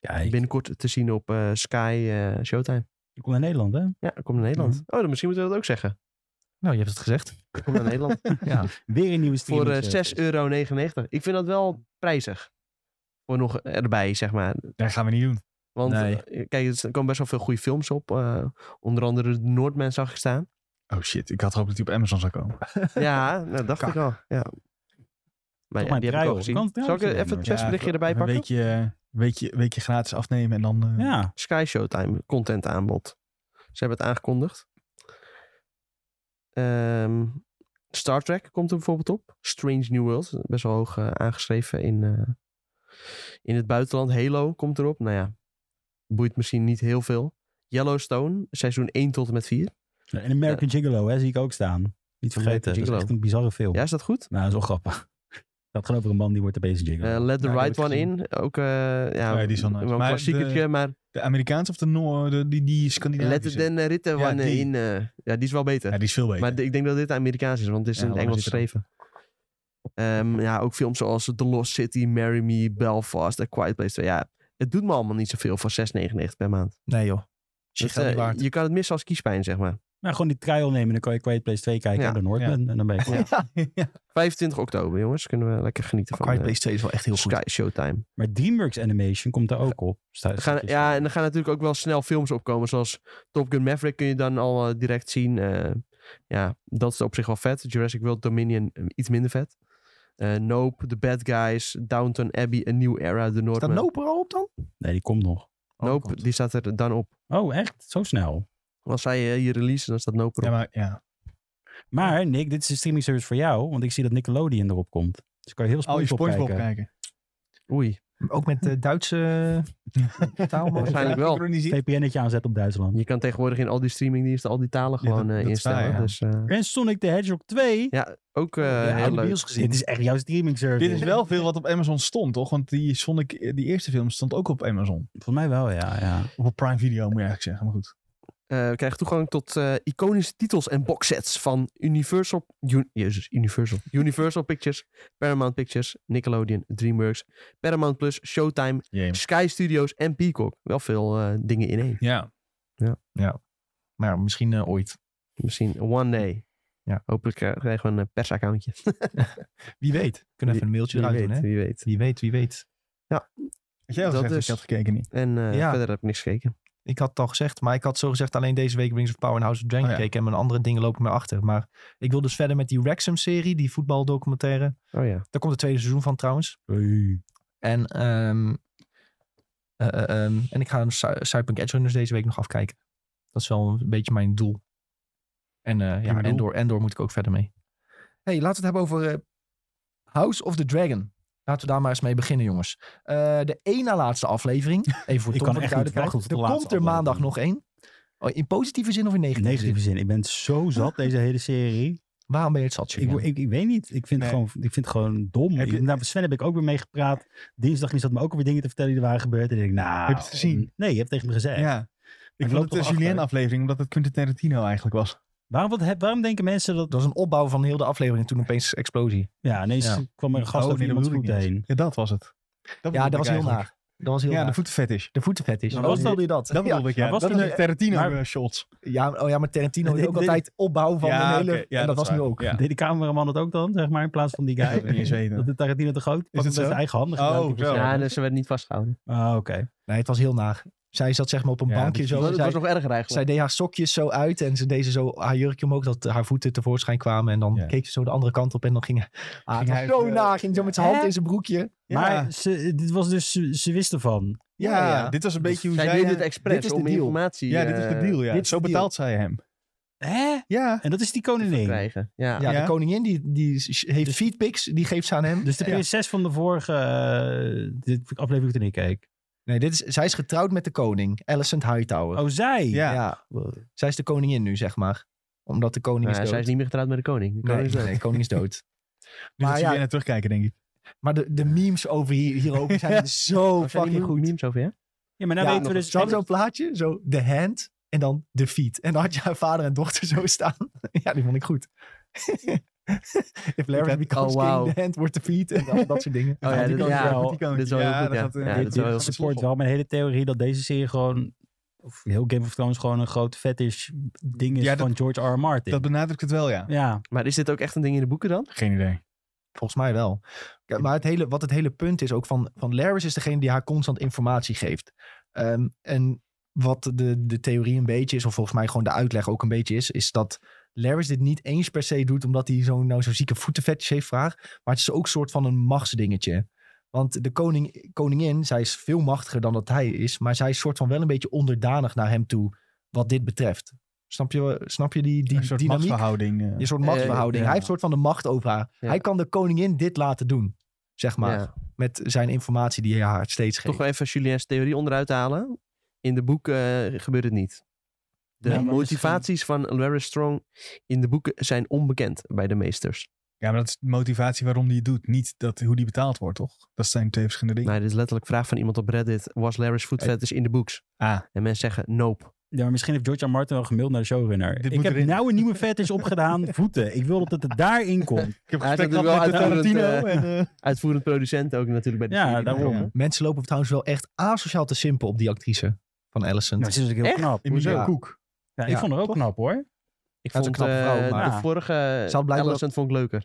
Speaker 2: Kijk,
Speaker 3: Binnenkort te zien op eh, Sky eh, Showtime.
Speaker 2: je komt naar Nederland, hè?
Speaker 3: Ja, dat komt naar Nederland. Oh, dan misschien moeten we dat ook zeggen.
Speaker 1: Nou, je hebt het gezegd.
Speaker 3: Dat Komt naar Nederland.
Speaker 1: Ja.
Speaker 2: Weer een nieuwe stream.
Speaker 3: Voor eh, 6,99 euro. Ik vind dat wel prijzig. Voor nog erbij, zeg maar.
Speaker 4: Dat gaan we niet doen.
Speaker 3: Want
Speaker 1: Nee.
Speaker 3: eh, kijk, er s- er komen best wel veel goede films op. Eh, onder andere Noordman zag ik staan.
Speaker 4: Oh shit, ik had gehoopt dat die op Amazon zou komen.
Speaker 3: ja, dat dacht ik al. Ja.
Speaker 2: Toch
Speaker 3: Maar
Speaker 2: maar
Speaker 3: ja, die heb ik
Speaker 2: draai, hoor.
Speaker 3: al
Speaker 2: Kan
Speaker 3: gezien.
Speaker 2: het draai
Speaker 3: Zal ik
Speaker 2: zijn,
Speaker 3: eh, even het
Speaker 2: hoor.
Speaker 3: persberichtje erbij
Speaker 4: Een
Speaker 3: pakken?
Speaker 4: weekje, eh, weekje, weekje gratis afnemen en dan... eh,
Speaker 2: Ja,
Speaker 3: Sky Showtime content aanbod. Ze hebben het aangekondigd. Ehm, Star Trek komt er bijvoorbeeld op. Strange New World, best wel hoog eh, aangeschreven in, eh, in het buitenland. Halo komt erop. Nou ja, boeit misschien niet heel veel. Yellowstone, seizoen 1 tot en met 4.
Speaker 2: en American Gigolo, hè, zie ik ook staan. Niet vergeten, dat is
Speaker 3: Gigolo.
Speaker 2: echt een bizarre film.
Speaker 3: Ja, is dat goed?
Speaker 2: Nou, dat is wel grappig. Dat gaat over een man die wordt opeens gigolo.
Speaker 3: Eh, Let the
Speaker 4: Ja, die
Speaker 3: Right
Speaker 4: heb
Speaker 3: One
Speaker 4: ik
Speaker 3: in. Ook eh, ja,
Speaker 4: Oh ja, die is wel nice.
Speaker 3: wel een
Speaker 4: Maar
Speaker 3: klassiekertje,
Speaker 4: de-
Speaker 3: maar
Speaker 4: De Amerikaanse of de, Noor, de die, die
Speaker 3: Let
Speaker 4: Scandinavische?
Speaker 3: the Den Ritter
Speaker 4: Ja,
Speaker 3: One
Speaker 4: die.
Speaker 3: in. eh, ja, die is wel beter.
Speaker 4: Ja, die is veel beter.
Speaker 3: Maar d- ik denk dat dit Amerikaans is, want het is
Speaker 4: Ja,
Speaker 3: in het
Speaker 4: waarom
Speaker 3: Engels
Speaker 4: zit er
Speaker 3: geschreven. Ehm, ja, ook films zoals The Lost City, Marry Me, Belfast, The Quiet Place 2. Ja, het doet me allemaal niet zoveel voor 6,99 per maand.
Speaker 1: Nee joh. Shit,
Speaker 3: Dus,
Speaker 1: geld niet
Speaker 3: eh,
Speaker 1: waard.
Speaker 3: je kan het missen als kiespijn, zeg maar.
Speaker 2: Nou, gewoon die trial nemen. Dan kan je Quiet Place 2 kijken.
Speaker 3: Ja.
Speaker 2: En dan hoort
Speaker 4: Ja.
Speaker 2: men. En dan ben je klaar.
Speaker 4: ja.
Speaker 3: 25 oktober, jongens. Kunnen we lekker genieten van
Speaker 1: Quiet
Speaker 3: eh,
Speaker 1: Place 2 is wel echt heel goed.
Speaker 3: Sky Showtime.
Speaker 2: Maar DreamWorks Animation komt daar ook op. Sta-
Speaker 3: Er gaan,
Speaker 2: staat-
Speaker 3: ja, en er gaan natuurlijk ook wel snel films opkomen. Zoals Top Gun Maverick kun je dan al eh, direct zien. Eh, ja, dat is op zich wel vet. Jurassic World Dominion eh, iets minder vet. Eh, nope, The Bad Guys, Downton Abbey, A New Era, The
Speaker 1: Staat
Speaker 3: Northman.
Speaker 1: Noper al op dan?
Speaker 2: Nee, die komt nog.
Speaker 4: Oh,
Speaker 3: Nope, die staat er dan op.
Speaker 2: Oh, echt? Zo snel.
Speaker 3: Als zij eh, hier releasen, dan staat Nope erop.
Speaker 4: Ja, maar ja.
Speaker 2: Maar Nick, dit is een streaming service voor jou. Want ik zie dat Nickelodeon erop komt. Dus kan je heel
Speaker 4: Al Oh, je
Speaker 2: SpongeBob,
Speaker 4: Spongebob
Speaker 2: kijken.
Speaker 4: kijken.
Speaker 3: Oei,
Speaker 1: Ook met eh, Duitse eh, taal. maar-
Speaker 3: waarschijnlijk wel.
Speaker 4: wel.
Speaker 2: VPN-netje aanzet op Duitsland.
Speaker 3: Je kan tegenwoordig in al die streamingdiensten al die talen
Speaker 4: Ja,
Speaker 3: gewoon
Speaker 4: dat-
Speaker 3: eh,
Speaker 4: dat is waar,
Speaker 3: instellen.
Speaker 4: ja.
Speaker 3: Dus eh,
Speaker 2: En Sonic the Hedgehog 2.
Speaker 3: ja, ook eh,
Speaker 1: Ja,
Speaker 3: heel
Speaker 1: oude
Speaker 3: leuk.
Speaker 1: bios gezien.
Speaker 2: Dit is echt jouw streaming service.
Speaker 4: Dit is wel veel wat op Amazon stond, toch? Want die Sonic, eh, die eerste film stond ook op Amazon.
Speaker 2: Volgens mij wel, ja. ja.
Speaker 4: Of op Prime Video, moet je eigenlijk zeggen. Maar goed.
Speaker 3: Eh, we krijgen toegang tot eh, iconische titels en boxsets van Universal, Un- Jezus, Universal, Universal Pictures, Paramount Pictures, Nickelodeon, DreamWorks, Paramount Plus, Showtime, Sky Studios en Peacock. Wel veel eh, dingen in één.
Speaker 4: Ja.
Speaker 1: Maar ja, misschien eh, ooit.
Speaker 3: Misschien one day.
Speaker 1: Ja.
Speaker 3: Hopelijk eh, krijgen we een eh, persaccountje.
Speaker 1: Wie weet. Kunnen we even een mailtje
Speaker 3: Wie
Speaker 1: eruit
Speaker 3: weet,
Speaker 1: doen, hè?
Speaker 3: wie weet.
Speaker 1: Wie weet, wie weet.
Speaker 4: Had jij al
Speaker 3: Dat
Speaker 4: gezegd dat
Speaker 3: is-
Speaker 4: je had gekeken niet?
Speaker 3: En eh,
Speaker 1: Ja.
Speaker 3: verder heb ik niks gekeken.
Speaker 1: Ik had het al gezegd, maar ik had zo gezegd alleen deze week Rings of Power en House of Dragon
Speaker 4: Oh ja.
Speaker 1: gekeken. En mijn andere dingen lopen me achter. Maar ik wil dus verder met die Wrexham-serie, die voetbaldocumentaire.
Speaker 3: Oh ja.
Speaker 1: Daar komt het tweede seizoen van trouwens.
Speaker 2: Hey.
Speaker 1: En, ehm, eh, eh, ehm, en ik ga een Cy- Cyberpunk Edgerunners deze week nog afkijken. Dat is wel een beetje mijn doel. En eh ja,
Speaker 4: Prima doel.
Speaker 1: Endor, Endor moet ik ook verder mee. hey, laten we het hebben over eh, House of the Dragon. Laten we daar maar eens mee beginnen, jongens. Eh, de één na laatste aflevering. Even voor
Speaker 2: Ik
Speaker 1: Tom van
Speaker 2: kan
Speaker 1: de
Speaker 2: echt niet
Speaker 1: duidelijkheid.
Speaker 2: wachten tot de
Speaker 1: Er
Speaker 2: laatste
Speaker 1: komt er maandag nog één. Oh, in positieve zin of in negatieve,
Speaker 2: Negatieve
Speaker 1: zin?
Speaker 2: zin. Ik ben zo zat, deze hele serie.
Speaker 1: Waarom ben je het zat,
Speaker 2: Ik,
Speaker 1: Julian?
Speaker 2: ik, ik weet niet. Ik vind, het
Speaker 4: Nee.
Speaker 2: gewoon, ik vind het gewoon dom.
Speaker 4: Heb je-
Speaker 2: Ik- nou, met Sven heb ik ook weer meegepraat. Dinsdag is dat me ook weer dingen te vertellen die er waren gebeurd. En ik denk, nou...
Speaker 4: Heb je het gezien?
Speaker 2: Nee, je hebt tegen me gezegd.
Speaker 4: Ja. Ik
Speaker 2: loop
Speaker 4: vond het
Speaker 2: toch
Speaker 4: een
Speaker 2: achter.
Speaker 4: Julien-aflevering, omdat het Quentin Tarantino eigenlijk was.
Speaker 2: Waarom, wat, heb- waarom denken mensen dat...
Speaker 1: Dat was een opbouw van heel de aflevering en toen opeens explosie.
Speaker 2: Ja, ineens
Speaker 1: Ja.
Speaker 2: kwam er een gast
Speaker 4: Oh,
Speaker 2: over
Speaker 4: nee, dat
Speaker 2: iemands
Speaker 4: bedoel ik
Speaker 2: voet
Speaker 4: niet.
Speaker 2: heen.
Speaker 4: Ja, dat was het. Dat
Speaker 1: Ja, dat was heel
Speaker 4: naar.
Speaker 1: naar. Dat was heel
Speaker 4: Ja,
Speaker 1: naar.
Speaker 4: de voetenfetish.
Speaker 1: De Oh, voetenfetish.
Speaker 2: Maar
Speaker 1: Hoe
Speaker 2: Nou, was
Speaker 1: stelde je dat?
Speaker 4: Dat bedoelde ik, ja.
Speaker 2: maar was
Speaker 4: dat
Speaker 2: dat
Speaker 4: is
Speaker 2: nu- maar-
Speaker 4: eh, Tarantino-shots.
Speaker 1: Ja, oh ja, maar Tarantino
Speaker 2: Dit-
Speaker 1: deed ook
Speaker 2: dit-
Speaker 1: altijd opbouw van
Speaker 4: Ja,
Speaker 1: een hele...
Speaker 4: oké. Ja,
Speaker 1: en dat,
Speaker 4: dat
Speaker 1: was
Speaker 4: is
Speaker 1: nu
Speaker 4: waar.
Speaker 1: ook.
Speaker 4: Ja.
Speaker 2: Deed de cameraman het ook dan, zeg maar, in plaats van die
Speaker 4: Ja, ik
Speaker 2: guy?
Speaker 4: weet niet eens weten.
Speaker 2: Dat de Tarantino te groot? Pak
Speaker 4: het
Speaker 2: met
Speaker 4: zo?
Speaker 2: zijn eigen handen
Speaker 4: Oh,
Speaker 2: gedaan, die
Speaker 4: zo.
Speaker 2: persoon.
Speaker 3: Ja, dus ze werd niet vastgehouden.
Speaker 2: Ah, oké.
Speaker 1: Nee, het was heel naar. Zij zat zeg maar op een
Speaker 4: Ja,
Speaker 1: bankje
Speaker 4: dat-
Speaker 1: zo.
Speaker 3: Dat,
Speaker 1: en
Speaker 3: dat
Speaker 1: zij,
Speaker 3: was nog erger
Speaker 1: zij
Speaker 3: eigenlijk.
Speaker 1: deed haar sokjes zo uit en ze deed ze zo haar jurkje omhoog dat haar voeten tevoorschijn kwamen. En dan
Speaker 4: Ja.
Speaker 1: keek ze zo de andere kant op en dan ging, ah, het was
Speaker 4: hij-
Speaker 1: zo
Speaker 4: eh,
Speaker 1: naar. Ging zo met zijn hand
Speaker 2: Hè?
Speaker 1: in zijn broekje.
Speaker 2: Maar ze, dit was dus, ze, ze wisten van.
Speaker 4: Ja,
Speaker 1: Ja,
Speaker 4: ja,
Speaker 1: ja.
Speaker 4: dit was een beetje hoe
Speaker 3: zij
Speaker 4: zij... eh,
Speaker 3: deed dit expres
Speaker 1: dit is de
Speaker 3: om
Speaker 1: deal.
Speaker 3: informatie
Speaker 4: ja, dit is de
Speaker 3: eh,
Speaker 4: deal, ja.
Speaker 1: dit is
Speaker 4: Zo
Speaker 1: de
Speaker 4: betaalt zij hem.
Speaker 2: Hè?
Speaker 4: Ja.
Speaker 2: En dat is die
Speaker 3: te
Speaker 2: koningin.
Speaker 3: krijgen. Ja.
Speaker 1: Ja,
Speaker 4: Ja. Dus-
Speaker 1: de koningin die, die sh- heeft feedpics, die geeft ze aan hem.
Speaker 2: Dus de prinses van de vorige eh, dit aflevering toen ik keek.
Speaker 1: Nee, dit is, zij is getrouwd met de koning, Alicent Hightower.
Speaker 2: Oh, zij?
Speaker 4: Ja.
Speaker 1: Zij is de koningin nu, zeg maar. Omdat de koning is
Speaker 3: Nou,
Speaker 1: dood.
Speaker 3: zij is niet meer getrouwd met de koning. De koning
Speaker 1: Nee,
Speaker 3: is dood.
Speaker 1: nee, de koning is dood.
Speaker 4: Nu
Speaker 1: Maar
Speaker 4: gaat
Speaker 1: ja.
Speaker 4: ze weer naar terugkijken, denk ik.
Speaker 1: Maar de, de memes over hier, hierover zijn zo
Speaker 3: Oh, zijn die
Speaker 1: fucking goed.
Speaker 3: memes over, ja?
Speaker 2: Ja, maar nou
Speaker 1: Ja,
Speaker 2: weten we
Speaker 1: nog
Speaker 2: dus...
Speaker 1: Ze had zo'n plaatje, zo de hand en dan de feet. En dan had je haar vader en dochter zo staan. ja, die vond ik goed. If Larry
Speaker 4: heb-
Speaker 1: becomes
Speaker 3: oh, wauw.
Speaker 1: king, the hand wordt de feet. En dan, dat soort dingen.
Speaker 3: Oh, ja,
Speaker 4: die
Speaker 3: dit-
Speaker 4: kant
Speaker 3: ja,
Speaker 4: weer,
Speaker 2: wel.
Speaker 4: met die kant.
Speaker 3: dit is wel heel goed,
Speaker 4: dat
Speaker 3: ja.
Speaker 4: gaat, eh,
Speaker 3: Ja,
Speaker 4: dit-
Speaker 3: dat
Speaker 2: dit,
Speaker 3: is wel
Speaker 4: dit
Speaker 3: heel
Speaker 2: dit
Speaker 4: gaat
Speaker 2: support
Speaker 4: los op.
Speaker 2: wel mijn hele theorie dat deze serie gewoon... Of heel Game of Thrones gewoon een groot fetish ding is
Speaker 4: Ja, dat-
Speaker 2: van George R. R. Martin.
Speaker 4: Dat benadrukt het wel, ja.
Speaker 2: ja.
Speaker 3: Maar is dit ook echt een ding in de boeken dan?
Speaker 4: Geen idee.
Speaker 1: Volgens mij wel. Kijk, Maar het hele, wat het hele punt is ook van, van Laris is degene die haar constant informatie geeft. Ehm, en wat de, de theorie een beetje is, of volgens mij gewoon de uitleg ook een beetje is, is dat Laris dit niet eens per se doet omdat hij zo'n nou, zo zieke voetenvetjes heeft vraag. Maar het is ook een soort van een machtsdingetje. Want de koning, koningin, zij is veel machtiger dan dat hij is, maar zij is soort van wel een beetje onderdanig naar hem toe wat dit betreft. Snap je, snap je die, die
Speaker 4: Een soort
Speaker 1: dynamiek?
Speaker 4: machtsverhouding. eh.
Speaker 1: Een soort machtsverhouding.
Speaker 2: Eh, ja.
Speaker 1: Hij heeft een soort van de macht over haar.
Speaker 3: Ja.
Speaker 1: Hij kan de koningin dit laten doen, zeg maar.
Speaker 3: Ja.
Speaker 1: Met zijn informatie die hij haar steeds geeft.
Speaker 3: Toch wel even Julien's theorie onderuit halen. In de boeken eh, gebeurt het niet. De
Speaker 2: Nee, maar
Speaker 3: motivaties van Larry Strong in de boeken zijn onbekend bij de meesters.
Speaker 4: Ja, maar dat is de motivatie waarom die het doet. Niet dat, hoe die betaald wordt, toch? Dat zijn twee verschillende dingen.
Speaker 3: Nou, dit is letterlijk vraag van iemand op Reddit. Was Larry's food
Speaker 4: Hey.
Speaker 3: fetish in de books?
Speaker 4: Ah,
Speaker 3: En mensen zeggen nope.
Speaker 2: Ja, maar misschien heeft George R. R. Martin wel gemaild naar de showrunner.
Speaker 4: Dit
Speaker 2: ik
Speaker 4: moet
Speaker 2: heb
Speaker 4: erin.
Speaker 2: nou een nieuwe fetish opgedaan, voeten. Ik wil dat het daarin komt.
Speaker 4: ik heb
Speaker 3: Hij
Speaker 4: gesprek
Speaker 3: is natuurlijk
Speaker 4: gehad met de
Speaker 3: wel
Speaker 4: Tarantino.
Speaker 3: uitvoerend,
Speaker 4: en, eh,
Speaker 3: Uitvoerend producent ook natuurlijk bij de
Speaker 2: Ja,
Speaker 3: serie.
Speaker 2: daarom.
Speaker 3: Ja.
Speaker 1: Mensen lopen trouwens wel echt asociaal te simpel op die actrice van Allison.
Speaker 2: Nou, ze is ook heel
Speaker 3: Echt?
Speaker 2: knap.
Speaker 4: in
Speaker 1: Hoezo?
Speaker 4: Michel Koek.
Speaker 2: Ja,
Speaker 1: Ja,
Speaker 2: ik vond haar ook knap hoor.
Speaker 3: Ik
Speaker 1: Dat is een
Speaker 3: vond
Speaker 1: knappe vrouw,
Speaker 3: eh,
Speaker 1: maar-
Speaker 2: Ja.
Speaker 3: de vorige
Speaker 1: had blijkbaar-
Speaker 3: Allison vond ik leuker.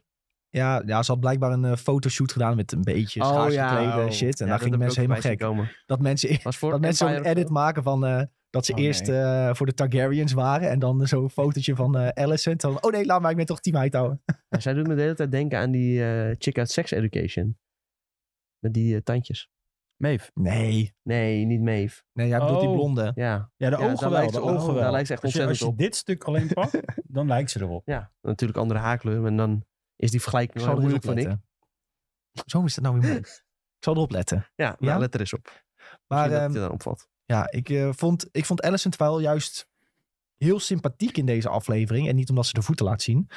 Speaker 1: Ja, ja, ze had blijkbaar een eh, fotoshoot gedaan met een beetje
Speaker 3: Oh,
Speaker 1: schaars
Speaker 3: ja.
Speaker 1: geklede en
Speaker 3: Oh.
Speaker 1: shit. En
Speaker 3: Ja,
Speaker 1: daar
Speaker 3: dat
Speaker 1: gingen
Speaker 3: heb
Speaker 1: mensen
Speaker 3: ik ook
Speaker 1: helemaal
Speaker 3: voorbij
Speaker 1: gek.
Speaker 3: zien komen.
Speaker 1: Dat mensen,
Speaker 3: Was voor
Speaker 1: dat mensen zo'n
Speaker 3: Empire of
Speaker 1: edit
Speaker 3: zo?
Speaker 1: maken van eh, dat ze
Speaker 2: Oh,
Speaker 1: eerst eh, voor de Targaryens waren. En dan zo'n fotootje van eh Alicent. Dan, oh nee, laat maar, ik ben toch Team Hightower.
Speaker 3: Ja, zij doet me de hele tijd denken aan die eh, chick uit Sex Education. Met die eh, tandjes.
Speaker 2: Meef.
Speaker 1: Nee.
Speaker 3: Nee, niet Maeve.
Speaker 1: Nee, jij bedoelt
Speaker 2: Oh.
Speaker 1: die blonde.
Speaker 3: Ja,
Speaker 2: Ja, de
Speaker 3: Ja,
Speaker 2: ogen
Speaker 3: daar
Speaker 2: wel.
Speaker 3: lijkt ze
Speaker 2: De
Speaker 3: op.
Speaker 2: ogen wel.
Speaker 3: Daar lijkt ze echt
Speaker 2: als je, als je
Speaker 3: ontzettend
Speaker 2: dit stuk alleen pakt, dan lijkt ze erop.
Speaker 3: ja. Natuurlijk andere haarkleur. En dan is die vergelijking
Speaker 1: Ik
Speaker 3: wel
Speaker 1: zal
Speaker 3: heel
Speaker 1: er
Speaker 3: moeilijk,
Speaker 1: moeilijk
Speaker 3: vind ik.
Speaker 1: letten. Zo is dat nou weer moeilijk. ik zal erop letten.
Speaker 3: Ja, nou,
Speaker 1: Ja?
Speaker 3: let er eens op. Maar,
Speaker 1: Maar
Speaker 3: dat
Speaker 1: ehm,
Speaker 3: het je dan opvalt.
Speaker 1: ja, ik, eh, vond, ik vond Alicent wel juist heel sympathiek in deze aflevering. En niet omdat ze de voeten laat zien.